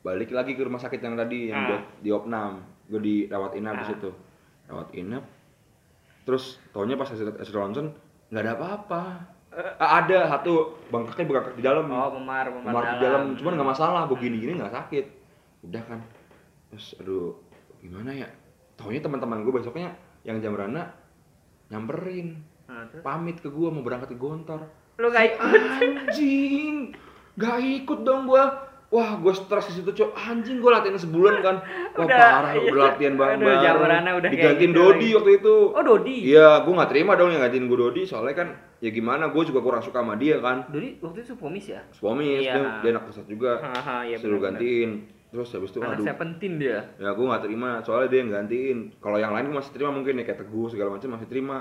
[SPEAKER 1] balik lagi ke rumah sakit yang tadi
[SPEAKER 4] Ah.
[SPEAKER 1] yang gua di opnam. Gua dirawat inap di
[SPEAKER 4] Ah.
[SPEAKER 1] situ. Rawat inap. Terus taunya pas hasil hasil ronsen nggak ada apa-apa. Ah, ada satu bengkaknya bengkak di dalam.
[SPEAKER 2] Oh, memar, memar,
[SPEAKER 1] Kemarin di dalam cuman nggak masalah gue gini gini nggak sakit udah kan terus aduh gimana ya taunya teman-teman gue besoknya yang Jamrana nyamperin
[SPEAKER 2] Nah, terus?
[SPEAKER 1] pamit ke gue mau berangkat ke Gontor
[SPEAKER 4] lu kayak
[SPEAKER 1] anjing gak ikut dong gue wah gue stres di situ cok anjing gue latihan sebulan kan wah
[SPEAKER 4] Udah,
[SPEAKER 1] parah
[SPEAKER 4] iya.
[SPEAKER 1] udah latihan bareng
[SPEAKER 4] Aduh, Jamrana udah kayak
[SPEAKER 1] digantiin
[SPEAKER 4] gitu
[SPEAKER 1] Dodi
[SPEAKER 4] lagi.
[SPEAKER 1] waktu itu
[SPEAKER 4] Oh, Dodi.
[SPEAKER 1] Iya, gue gak terima dong yang gantiin gue Dodi, soalnya kan ya gimana, gue juga kurang suka sama dia kan
[SPEAKER 2] Dodi waktu itu supomis ya? Ah,
[SPEAKER 1] Suami,
[SPEAKER 4] Iya.
[SPEAKER 1] dia, dia anak pusat juga
[SPEAKER 4] Haha, iya
[SPEAKER 1] suruh
[SPEAKER 4] benar-benar.
[SPEAKER 1] gantiin terus habis itu
[SPEAKER 2] Anak
[SPEAKER 1] aduh
[SPEAKER 2] Seventeen dia.
[SPEAKER 1] ya gue nggak terima soalnya dia yang gantiin kalau yang lain gue masih terima mungkin ya kayak teguh segala macam masih terima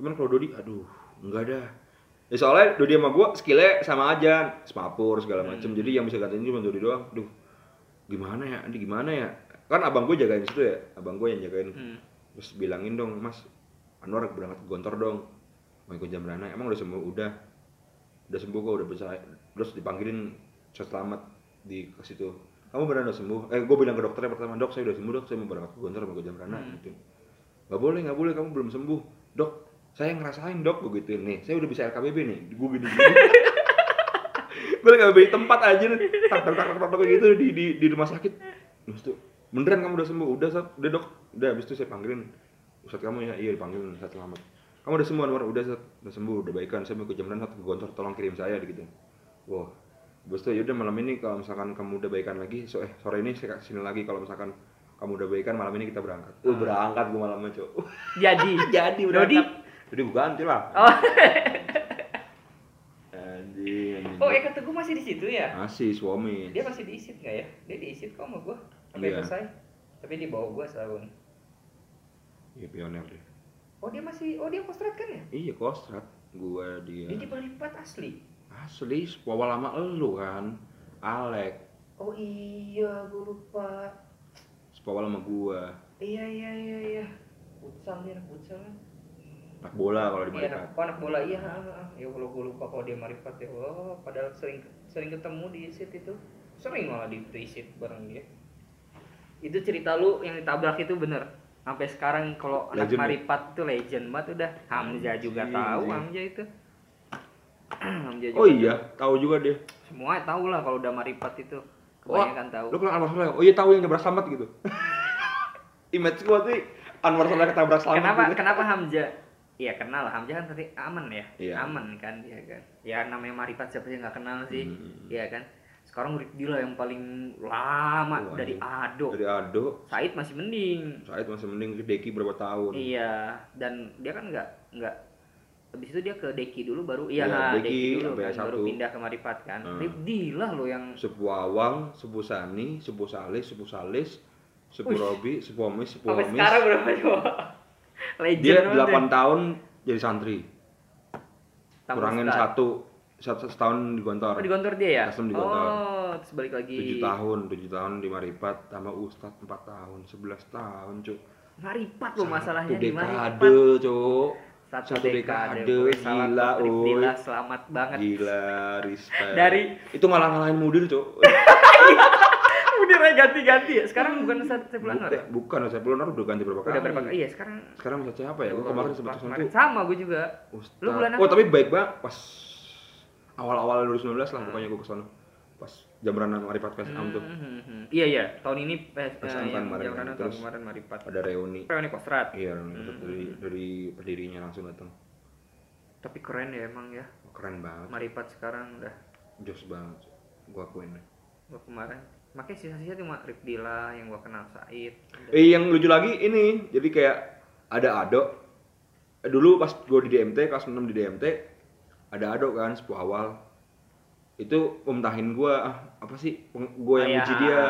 [SPEAKER 1] cuman kalau Dodi aduh enggak dah ya soalnya Dodi sama gue skillnya sama aja semapur segala macam jadi yang bisa gantiin cuma Dodi doang duh gimana ya ini gimana ya kan abang gue jagain situ ya abang gue yang jagain
[SPEAKER 2] Hmm.
[SPEAKER 1] terus bilangin dong mas Anwar berangkat ke Gontor dong mau ikut Jamrana emang udah sembuh udah udah sembuh kok udah bisa terus dipanggilin saya selamat di ke situ kamu beneran udah sembuh eh gue bilang ke dokternya pertama dok saya udah sembuh dok saya mau berangkat ke Gontor mau ke Jamrana gitu nggak boleh nggak boleh kamu belum sembuh dok saya ngerasain dok gue gituin nih saya udah bisa LKBB nih gue gini gini gue lagi beli tempat aja tak tak tak tak tak gitu di di di rumah sakit terus tuh beneran kamu udah sembuh udah Sat. udah dok udah habis itu saya panggilin ustad kamu ya iya dipanggilin ustad selamat kamu udah sembuh Anwar udah Sat. udah sembuh udah baikan saya mau ke jam satu ke gontor tolong kirim saya gitu wah Habis itu yaudah malam ini kalau misalkan kamu udah baikan lagi, so, eh sore ini saya kesini lagi kalau misalkan kamu udah baikan malam ini kita berangkat. Uh, berangkat gue malamnya cok.
[SPEAKER 4] Ah, Jadi.
[SPEAKER 1] Jadi
[SPEAKER 4] Dodi.
[SPEAKER 1] berangkat. Jadi gue ganti lah.
[SPEAKER 4] Oh.
[SPEAKER 1] Anjing. anjing.
[SPEAKER 4] Oh, Eka Teguh masih di situ ya?
[SPEAKER 1] Masih suami.
[SPEAKER 4] Dia masih diisit nggak ya? Dia diisit kok sama gua sampai
[SPEAKER 1] Iya.
[SPEAKER 4] selesai. Tapi di bawah gua setahun.
[SPEAKER 1] Iya pioner dia.
[SPEAKER 4] Oh dia masih, oh dia kostrat kan ya?
[SPEAKER 1] Iya kostrat. Gue
[SPEAKER 4] Dia di
[SPEAKER 1] dia.
[SPEAKER 4] Bali empat asli.
[SPEAKER 1] Asli sepawa lama elu kan. Alek.
[SPEAKER 4] Oh iya, gua lupa.
[SPEAKER 1] Sepawa lama gue.
[SPEAKER 4] Iya iya iya iya. Futsal dia anak futsal kan?
[SPEAKER 1] Anak bola kalau di
[SPEAKER 4] Iya
[SPEAKER 1] Marikat.
[SPEAKER 4] anak, oh, anak bola iya. ah, ah, ah. Ya kalau gua lupa kalau dia maripat ya. Oh padahal sering sering ketemu di isit itu. Sering malah di, di isit bareng dia.
[SPEAKER 2] Itu cerita lu yang ditabrak itu bener. Sampai sekarang kalau anak
[SPEAKER 1] Legend ya?
[SPEAKER 2] Maripat tuh legend banget udah. Hamzah juga
[SPEAKER 1] Anjing,
[SPEAKER 2] tahu
[SPEAKER 1] anjing.
[SPEAKER 2] Hamzah itu. Hamzah juga.
[SPEAKER 1] Oh iya, tahu juga dia.
[SPEAKER 2] Semua tahu lah kalau udah Maripat itu. Kebanyakan tahu.
[SPEAKER 1] Lu kenal Anwar Soleh? Oh iya tahu yang ketabrak selamat gitu. Image gua sih Anwar Soleh ketabrak selamat.
[SPEAKER 2] Kenapa
[SPEAKER 1] gitu.
[SPEAKER 2] kenapa Hamzah? Iya kenal lah. Hamzah kan tadi aman ya.
[SPEAKER 1] Iya.
[SPEAKER 2] Aman kan dia kan. Ya namanya Maripat siapa yang nggak kenal sih.
[SPEAKER 1] Hmm.
[SPEAKER 2] Iya kan. Sekarang Rick Dila yang paling lama
[SPEAKER 1] Waduh.
[SPEAKER 2] dari Ado.
[SPEAKER 1] Dari Ado,
[SPEAKER 2] Said masih mending.
[SPEAKER 1] Said masih mending ke Deki berapa tahun.
[SPEAKER 2] Iya, dan dia kan nggak nggak habis itu dia ke Deki dulu baru iya
[SPEAKER 1] Iya,
[SPEAKER 2] nah,
[SPEAKER 1] Deki,
[SPEAKER 2] Deki, dulu
[SPEAKER 1] sampai
[SPEAKER 2] kan, baru
[SPEAKER 1] S1.
[SPEAKER 2] pindah ke Maripat kan.
[SPEAKER 1] Hmm.
[SPEAKER 2] Ribdi lah lo yang
[SPEAKER 1] Sepu Awang, Sepu Sani, Sepu Salis, Sepu Salis, Sepu
[SPEAKER 4] Wih.
[SPEAKER 1] Robi, Sepu Omis, Sepu
[SPEAKER 4] Sampai
[SPEAKER 1] Omis.
[SPEAKER 4] sekarang berapa coba?
[SPEAKER 2] legend
[SPEAKER 1] Dia
[SPEAKER 2] banget
[SPEAKER 1] 8 tahun jadi santri.
[SPEAKER 2] deh. Tambah
[SPEAKER 1] Kurangin
[SPEAKER 2] star.
[SPEAKER 1] satu, satu setahun di Gontor.
[SPEAKER 2] Oh, di Gontor dia ya?
[SPEAKER 1] Custom di Gontor.
[SPEAKER 2] Oh, terus balik lagi.
[SPEAKER 1] 7 tahun, 7 tahun di Maripat sama Ustadz 4 tahun, 11 tahun, Cuk.
[SPEAKER 2] Maripat lo masalahnya
[SPEAKER 1] Satu
[SPEAKER 2] di Maripat.
[SPEAKER 1] dekade, Cuk.
[SPEAKER 2] Satu,
[SPEAKER 1] satu dekade.
[SPEAKER 2] Pokoknya salah
[SPEAKER 1] Gila,
[SPEAKER 2] tuh, Ribdila
[SPEAKER 1] Uy.
[SPEAKER 2] selamat banget.
[SPEAKER 1] Gila, respect.
[SPEAKER 2] Dari-
[SPEAKER 1] itu malah ngalahin mudir, Cuk.
[SPEAKER 2] Udah ganti-ganti ya. Sekarang bukan satu bulan
[SPEAKER 1] Bukan, bukan saya belum udah ganti berapa kali.
[SPEAKER 2] Udah berapa kali? Iya, sekarang
[SPEAKER 1] Sekarang Ustadz siapa ya? Gue kemarin sempat pesan
[SPEAKER 2] Kemarin
[SPEAKER 1] tuh
[SPEAKER 2] sama gue juga.
[SPEAKER 1] Ustadz.
[SPEAKER 2] Lu bulan
[SPEAKER 1] Oh,
[SPEAKER 2] apa?
[SPEAKER 1] tapi baik banget pas awal-awal 2019 lah pokoknya gue kesana pas Jambran Marifat Fest Am tuh
[SPEAKER 2] Hmm, Iya iya, tahun ini eh,
[SPEAKER 1] Pas
[SPEAKER 2] eh,
[SPEAKER 1] Am kan
[SPEAKER 2] yang
[SPEAKER 1] kemarin,
[SPEAKER 2] menjalankan tahun
[SPEAKER 1] terus-
[SPEAKER 2] kemarin Maripat.
[SPEAKER 1] ada reuni
[SPEAKER 2] Reuni Kostrat.
[SPEAKER 1] iya reuni dari dari pendirinya langsung datang
[SPEAKER 2] Tapi keren ya emang ya.
[SPEAKER 1] keren banget
[SPEAKER 2] Maripat sekarang udah
[SPEAKER 1] jos banget gua akuin
[SPEAKER 2] gua kemarin. Makanya sisa-sisa cuma Rip Dila yang gua kenal Said.
[SPEAKER 1] eh yang lucu lagi ini jadi kayak ada Ado Eh, dulu pas gue di DMT kelas 6 di DMT ada Ado kan sepuh awal itu pementahin gua ah, apa sih gue yang
[SPEAKER 2] Ayah.
[SPEAKER 1] uji dia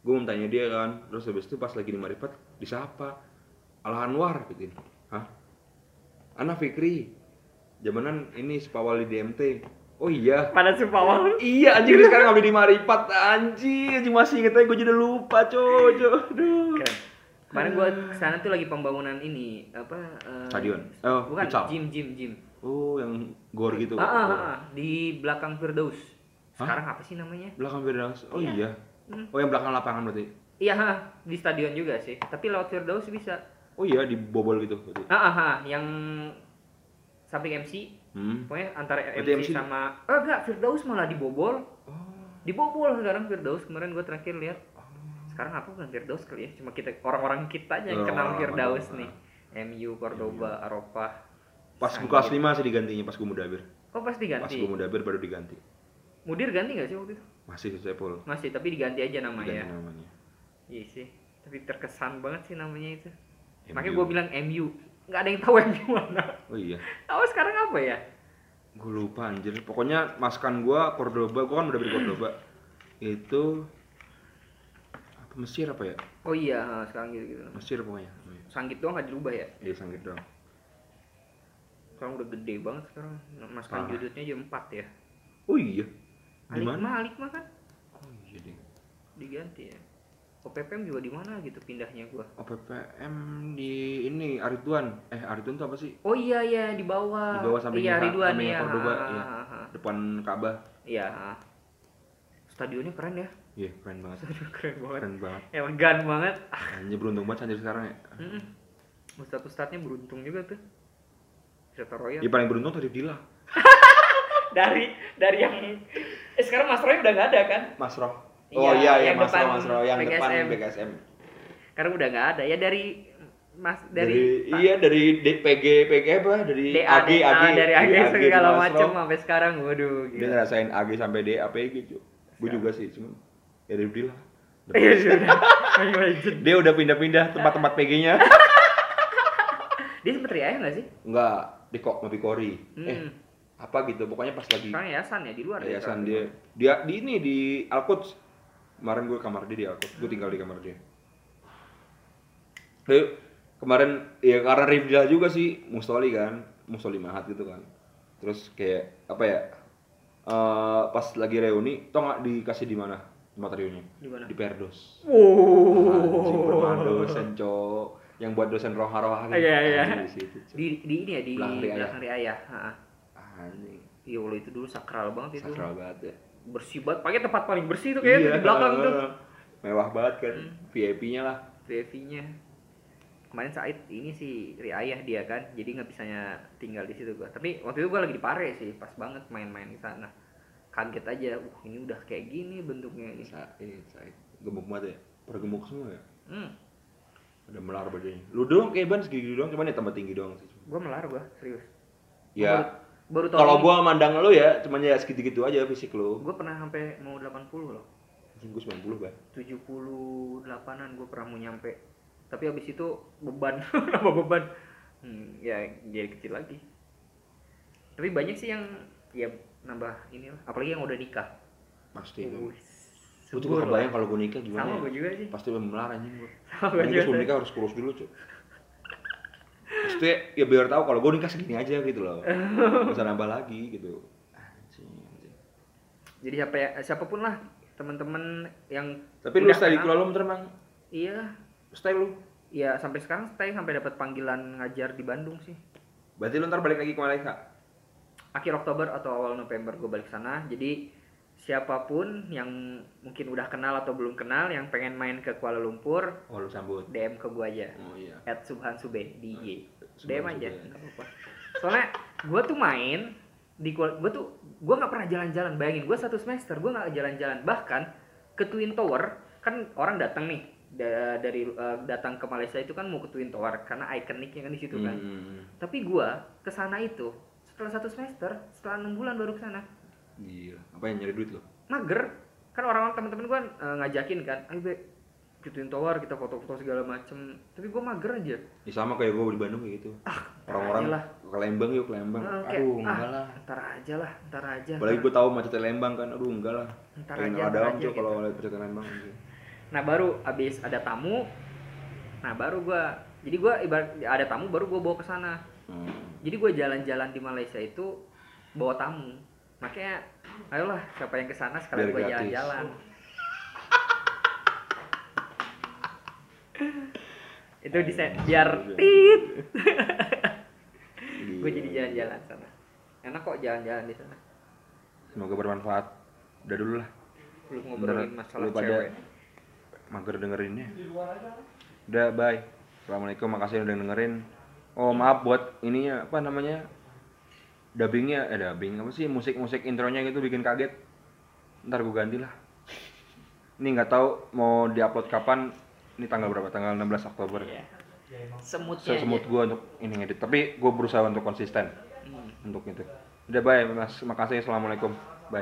[SPEAKER 1] gue mau tanya dia kan terus habis itu pas lagi di Marifat disapa Al Anwar gitu hah Ana Fikri zamanan ini sepawal di DMT oh iya
[SPEAKER 2] Pada si Pawal.
[SPEAKER 1] iya anjing dia sekarang ngambil di Marifat anjing anjing masih inget aja gue jadi lupa cojo aduh
[SPEAKER 2] Keren. Kan. Kemarin gua kesana tuh lagi pembangunan ini apa? eh,
[SPEAKER 1] Stadion. Oh,
[SPEAKER 2] bukan
[SPEAKER 1] futsal.
[SPEAKER 2] gym gym gym.
[SPEAKER 1] oh yang gor gitu
[SPEAKER 2] Ah, ah, ah, ah, di belakang Firdaus. Sekarang apa sih namanya?
[SPEAKER 1] belakang Firdaus oh iya
[SPEAKER 2] Hmm.
[SPEAKER 1] oh yang belakang lapangan berarti
[SPEAKER 2] Iya, ha, di stadion juga sih. Tapi lewat Firdaus bisa.
[SPEAKER 1] oh iya dibobol gitu berarti
[SPEAKER 2] Ah, ah, ah, yang samping MC,
[SPEAKER 1] hmm
[SPEAKER 2] pokoknya antara
[SPEAKER 1] Berarti MC
[SPEAKER 2] MC, sama eh enggak, Firdaus malah dibobol.
[SPEAKER 1] oh
[SPEAKER 2] Dibobol sekarang Firdaus kemarin gue terakhir lihat. Sekarang apa bukan Firdaus kali ya? Cuma kita orang-orang kita aja yang
[SPEAKER 1] Oh, Orang-orang
[SPEAKER 2] kenal
[SPEAKER 1] Iya,
[SPEAKER 2] Firdaus
[SPEAKER 1] aja,
[SPEAKER 2] nih. MU, Cordoba, Arafah.
[SPEAKER 1] pas gue kelas 5 sih digantinya pas gue mudabir
[SPEAKER 2] Oh, pasti
[SPEAKER 1] pas gue
[SPEAKER 2] gitu. ganti.
[SPEAKER 1] mudabir baru diganti
[SPEAKER 2] Mudir ganti nggak sih waktu itu?
[SPEAKER 1] masih sepul
[SPEAKER 2] Masih, tapi diganti aja namanya.
[SPEAKER 1] diganti namanya
[SPEAKER 2] Iya sih. Tapi terkesan banget sih namanya itu.
[SPEAKER 1] MU.
[SPEAKER 2] Makanya gue bilang MU. Nggak ada yang tahu MU mana.
[SPEAKER 1] Oh iya,
[SPEAKER 2] Tahu sekarang apa ya?
[SPEAKER 1] gue lupa anjir. Pokoknya masukan gua Cordoba, gua kan udah beli Cordoba. Itu apa Mesir apa ya?
[SPEAKER 2] Oh iya, ha, sekarang gitu-gitu.
[SPEAKER 1] Mesir pokoknya. Oh iya.
[SPEAKER 2] Sanggit doang nggak dirubah ya?
[SPEAKER 1] Iya sanggit dong.
[SPEAKER 2] Sekarang udah gede banget sekarang. Mas
[SPEAKER 1] Parah.
[SPEAKER 2] Kanjudutnya aja 4 ya.
[SPEAKER 1] Oh iya. Di
[SPEAKER 2] Alik
[SPEAKER 1] mana?
[SPEAKER 2] mah, Alik mah kan
[SPEAKER 1] Oh iya deh.
[SPEAKER 2] diganti ya. OPPM juga di mana gitu pindahnya gua.
[SPEAKER 1] OPPM di ini Arituan. Eh Arituan tuh apa sih?
[SPEAKER 2] Oh iya iya di bawah.
[SPEAKER 1] Di bawah samping
[SPEAKER 2] iya, ah.
[SPEAKER 1] Ka-
[SPEAKER 2] Ridwan
[SPEAKER 1] samping
[SPEAKER 2] ya.
[SPEAKER 1] Cordoba,
[SPEAKER 2] ha,
[SPEAKER 1] iya.
[SPEAKER 2] ha, ha.
[SPEAKER 1] Depan Ka'bah.
[SPEAKER 2] Iya. ha. Stadionnya keren ya.
[SPEAKER 1] Iya keren banget.
[SPEAKER 2] Stadion keren banget.
[SPEAKER 1] Keren banget.
[SPEAKER 2] Elegan banget. Ah,
[SPEAKER 1] Anjir beruntung banget anjir sekarang ya.
[SPEAKER 2] Mm-mm. Ustadz-ustadznya beruntung juga tuh. Bisa Royan.
[SPEAKER 1] Ya paling beruntung tadi Dila.
[SPEAKER 2] dari dari yang eh, sekarang Mas Roy udah nggak ada kan
[SPEAKER 1] Mas Roh.
[SPEAKER 2] Iya,
[SPEAKER 1] Oh iya iya
[SPEAKER 2] yang
[SPEAKER 1] Mas Roh
[SPEAKER 2] depan
[SPEAKER 1] Mas Roh yang
[SPEAKER 2] BKSM.
[SPEAKER 1] depan BKSM.
[SPEAKER 2] sekarang udah nggak ada ya dari Mas dari,
[SPEAKER 1] dari, iya dari DPG PG apa dari
[SPEAKER 2] DA,
[SPEAKER 1] AG
[SPEAKER 2] DA,
[SPEAKER 1] AG
[SPEAKER 2] Ah, dari AG
[SPEAKER 1] di
[SPEAKER 2] segala
[SPEAKER 1] Iya, Mas
[SPEAKER 2] macam
[SPEAKER 1] Rock.
[SPEAKER 2] sampai sekarang waduh
[SPEAKER 1] dia
[SPEAKER 2] gila
[SPEAKER 1] ngerasain AG sampai D APG cuy gue juga sih cuman ya dari dia lah
[SPEAKER 2] Iya, sudah. Ayo, lanjut.
[SPEAKER 1] dia udah pindah-pindah tempat-tempat PG-nya
[SPEAKER 2] dia sempet riaya nggak sih
[SPEAKER 1] enggak di kok Mabi Kori eh
[SPEAKER 2] Hmm.
[SPEAKER 1] apa gitu pokoknya pas lagi
[SPEAKER 2] sekarang yayasan ya di luar ya,
[SPEAKER 1] yayasan
[SPEAKER 2] sekarang.
[SPEAKER 1] dia dia di ini di Alkuts kemarin gue kamar dia di Alkuts gue tinggal di kamar dia Lalu, kemarin ya karena Rifdila juga sih Mustoli kan Mustoli Mahat gitu kan terus kayak apa ya eh, pas lagi reuni tau nggak dikasih di mana materialnya
[SPEAKER 2] di mana
[SPEAKER 1] di Perdos
[SPEAKER 2] wow
[SPEAKER 1] Anjing, perumahan dosen cok yang buat dosen roha-roha gitu.
[SPEAKER 2] Iya, iya.
[SPEAKER 1] Anjing di situ, cok.
[SPEAKER 2] di di ini ya di
[SPEAKER 1] Belakang riaya.
[SPEAKER 2] belakang riaya Ha-ha.
[SPEAKER 1] anjing
[SPEAKER 2] iya Allah itu dulu sakral banget itu
[SPEAKER 1] sakral Iya. banget ya
[SPEAKER 2] bersih banget pakai tempat paling bersih itu kayaknya di belakang tuh
[SPEAKER 1] Mewah banget kan,
[SPEAKER 2] Hmm.
[SPEAKER 1] VIP-nya lah.
[SPEAKER 2] Devinya kemarin Said ini sih riayah dia kan jadi nggak bisanya tinggal di situ gua tapi waktu itu gua lagi di Pare sih pas banget main-main di sana kaget aja uh ini udah kayak gini bentuknya ini
[SPEAKER 1] Said, Said. eh, Gemuk banget ya, pergemuk semua ya.
[SPEAKER 2] hmm,
[SPEAKER 1] Udah melar badannya. Lu doang kayak ban segini doang, cuman ya tambah tinggi doang sih.
[SPEAKER 2] gua melar gua serius
[SPEAKER 1] Ya,
[SPEAKER 2] baru, baru tahun
[SPEAKER 1] kalau
[SPEAKER 2] ini.
[SPEAKER 1] gua mandang lu ya, cuman ya segitu-gitu aja fisik lu.
[SPEAKER 2] Gua pernah sampai mau 80 loh
[SPEAKER 1] Anjing gua 90, Bang.
[SPEAKER 2] 78an gua pernah mau nyampe tapi habis itu beban nambah beban hmm, ya jadi kecil lagi tapi banyak sih yang ya nambah inilah apalagi yang udah nikah
[SPEAKER 1] Pasti itu.
[SPEAKER 2] Wih,
[SPEAKER 1] Iya. Gua tuh
[SPEAKER 2] subur
[SPEAKER 1] gak kebayang
[SPEAKER 2] lah.
[SPEAKER 1] kalau gua nikah gimana.
[SPEAKER 2] sama
[SPEAKER 1] ya.
[SPEAKER 2] gue juga sih
[SPEAKER 1] Pasti udah melar anjing gua.
[SPEAKER 2] sama gue
[SPEAKER 1] Mending
[SPEAKER 2] juga
[SPEAKER 1] gua sebelum nikah harus kurus dulu, Cuk. Maksudnya ya biar tahu kalau gua nikah segini aja gitu loh. Gak usah nambah lagi gitu. Anjing, anjing.
[SPEAKER 2] jadi siapa ya, siapapun lah teman-teman yang
[SPEAKER 1] Tapi lu
[SPEAKER 2] udah
[SPEAKER 1] style di
[SPEAKER 2] kenal,
[SPEAKER 1] Kuala Lumpur emang
[SPEAKER 2] iya
[SPEAKER 1] style lu.
[SPEAKER 2] iya sampai sekarang stay sampai dapat panggilan ngajar di Bandung sih
[SPEAKER 1] Berarti lu ntar balik lagi ke Malaysia.
[SPEAKER 2] akhir Oktober atau awal November gue balik sana jadi siapapun yang mungkin udah kenal atau belum kenal yang pengen main ke Kuala Lumpur
[SPEAKER 1] Oh, lu sambut.
[SPEAKER 2] DM ke gue aja
[SPEAKER 1] Oh iya.
[SPEAKER 2] at Subhan Sube di IG
[SPEAKER 1] Subhan
[SPEAKER 2] DM aja
[SPEAKER 1] Sube.
[SPEAKER 2] nggak apa-apa soalnya gue tuh main di gue tuh gue nggak pernah jalan-jalan bayangin gue satu semester gue nggak jalan-jalan bahkan ke Twin Tower kan orang datang nih da- dari eh, datang ke Malaysia itu kan mau ke Twin Tower karena ikoniknya kan di situ kan
[SPEAKER 1] Hmm,
[SPEAKER 2] tapi gue kesana itu setelah satu semester setelah enam bulan baru kesana
[SPEAKER 1] Gila. Apa yang nyari duit lo?
[SPEAKER 2] mager kan orang-orang teman-teman gue ngajakin kan ayo be ke Twin Tower kita foto-foto segala macem tapi gue mager aja
[SPEAKER 1] Ya sama kayak gue di Bandung kayak gitu.
[SPEAKER 2] aja
[SPEAKER 1] Orang-orang
[SPEAKER 2] lah.
[SPEAKER 1] ke Lembang yuk ke Lembang.
[SPEAKER 2] Ah, Eh, kayak,
[SPEAKER 1] Aduh, enggak
[SPEAKER 2] ah,
[SPEAKER 1] lah.
[SPEAKER 2] ntar aja lah ntar aja Nah,
[SPEAKER 1] Apalagi gue tahu macetnya Lembang kan. Aduh, enggak lah.
[SPEAKER 2] Ntar
[SPEAKER 1] Kayak
[SPEAKER 2] aja,
[SPEAKER 1] ada
[SPEAKER 2] ntar
[SPEAKER 1] om
[SPEAKER 2] aja
[SPEAKER 1] tuh kalau
[SPEAKER 2] gitu.
[SPEAKER 1] lihat macetnya Lembang. gitu.
[SPEAKER 2] Nah baru abis ada tamu, nah baru gua jadi gua ibarat ada tamu baru gua bawa ke sana.
[SPEAKER 1] Hmm.
[SPEAKER 2] Jadi gua jalan-jalan di Malaysia itu bawa tamu, makanya ayolah siapa yang ke sana sekalian
[SPEAKER 1] Biar
[SPEAKER 2] gua
[SPEAKER 1] gratis.
[SPEAKER 2] jalan-jalan. itu di biar tit
[SPEAKER 1] Gila.
[SPEAKER 2] gue jadi jalan-jalan sana enak kok jalan-jalan di sana
[SPEAKER 1] Semoga bermanfaat. Udah dulu lah.
[SPEAKER 2] belum
[SPEAKER 1] Beneran.
[SPEAKER 2] ngobrolin masalah
[SPEAKER 1] Lu pada
[SPEAKER 2] cewek
[SPEAKER 1] mager dengerinnya. Udah, bye. Assalamualaikum, makasih udah dengerin. Oh, maaf buat ininya apa namanya? Dubbingnya, eh dubbing apa sih? Musik-musik intronya gitu bikin kaget. Ntar gue ganti lah. Ini nggak tahu mau diupload kapan. Ini tanggal berapa? Tanggal 16 Oktober.
[SPEAKER 2] Iya. semutnya aja.
[SPEAKER 1] Sesemut gue untuk ini ngedit, tapi gue berusaha untuk konsisten
[SPEAKER 2] Hmm.
[SPEAKER 1] untuk itu. Udah bye, mas. Makasih. Assalamualaikum. Bye.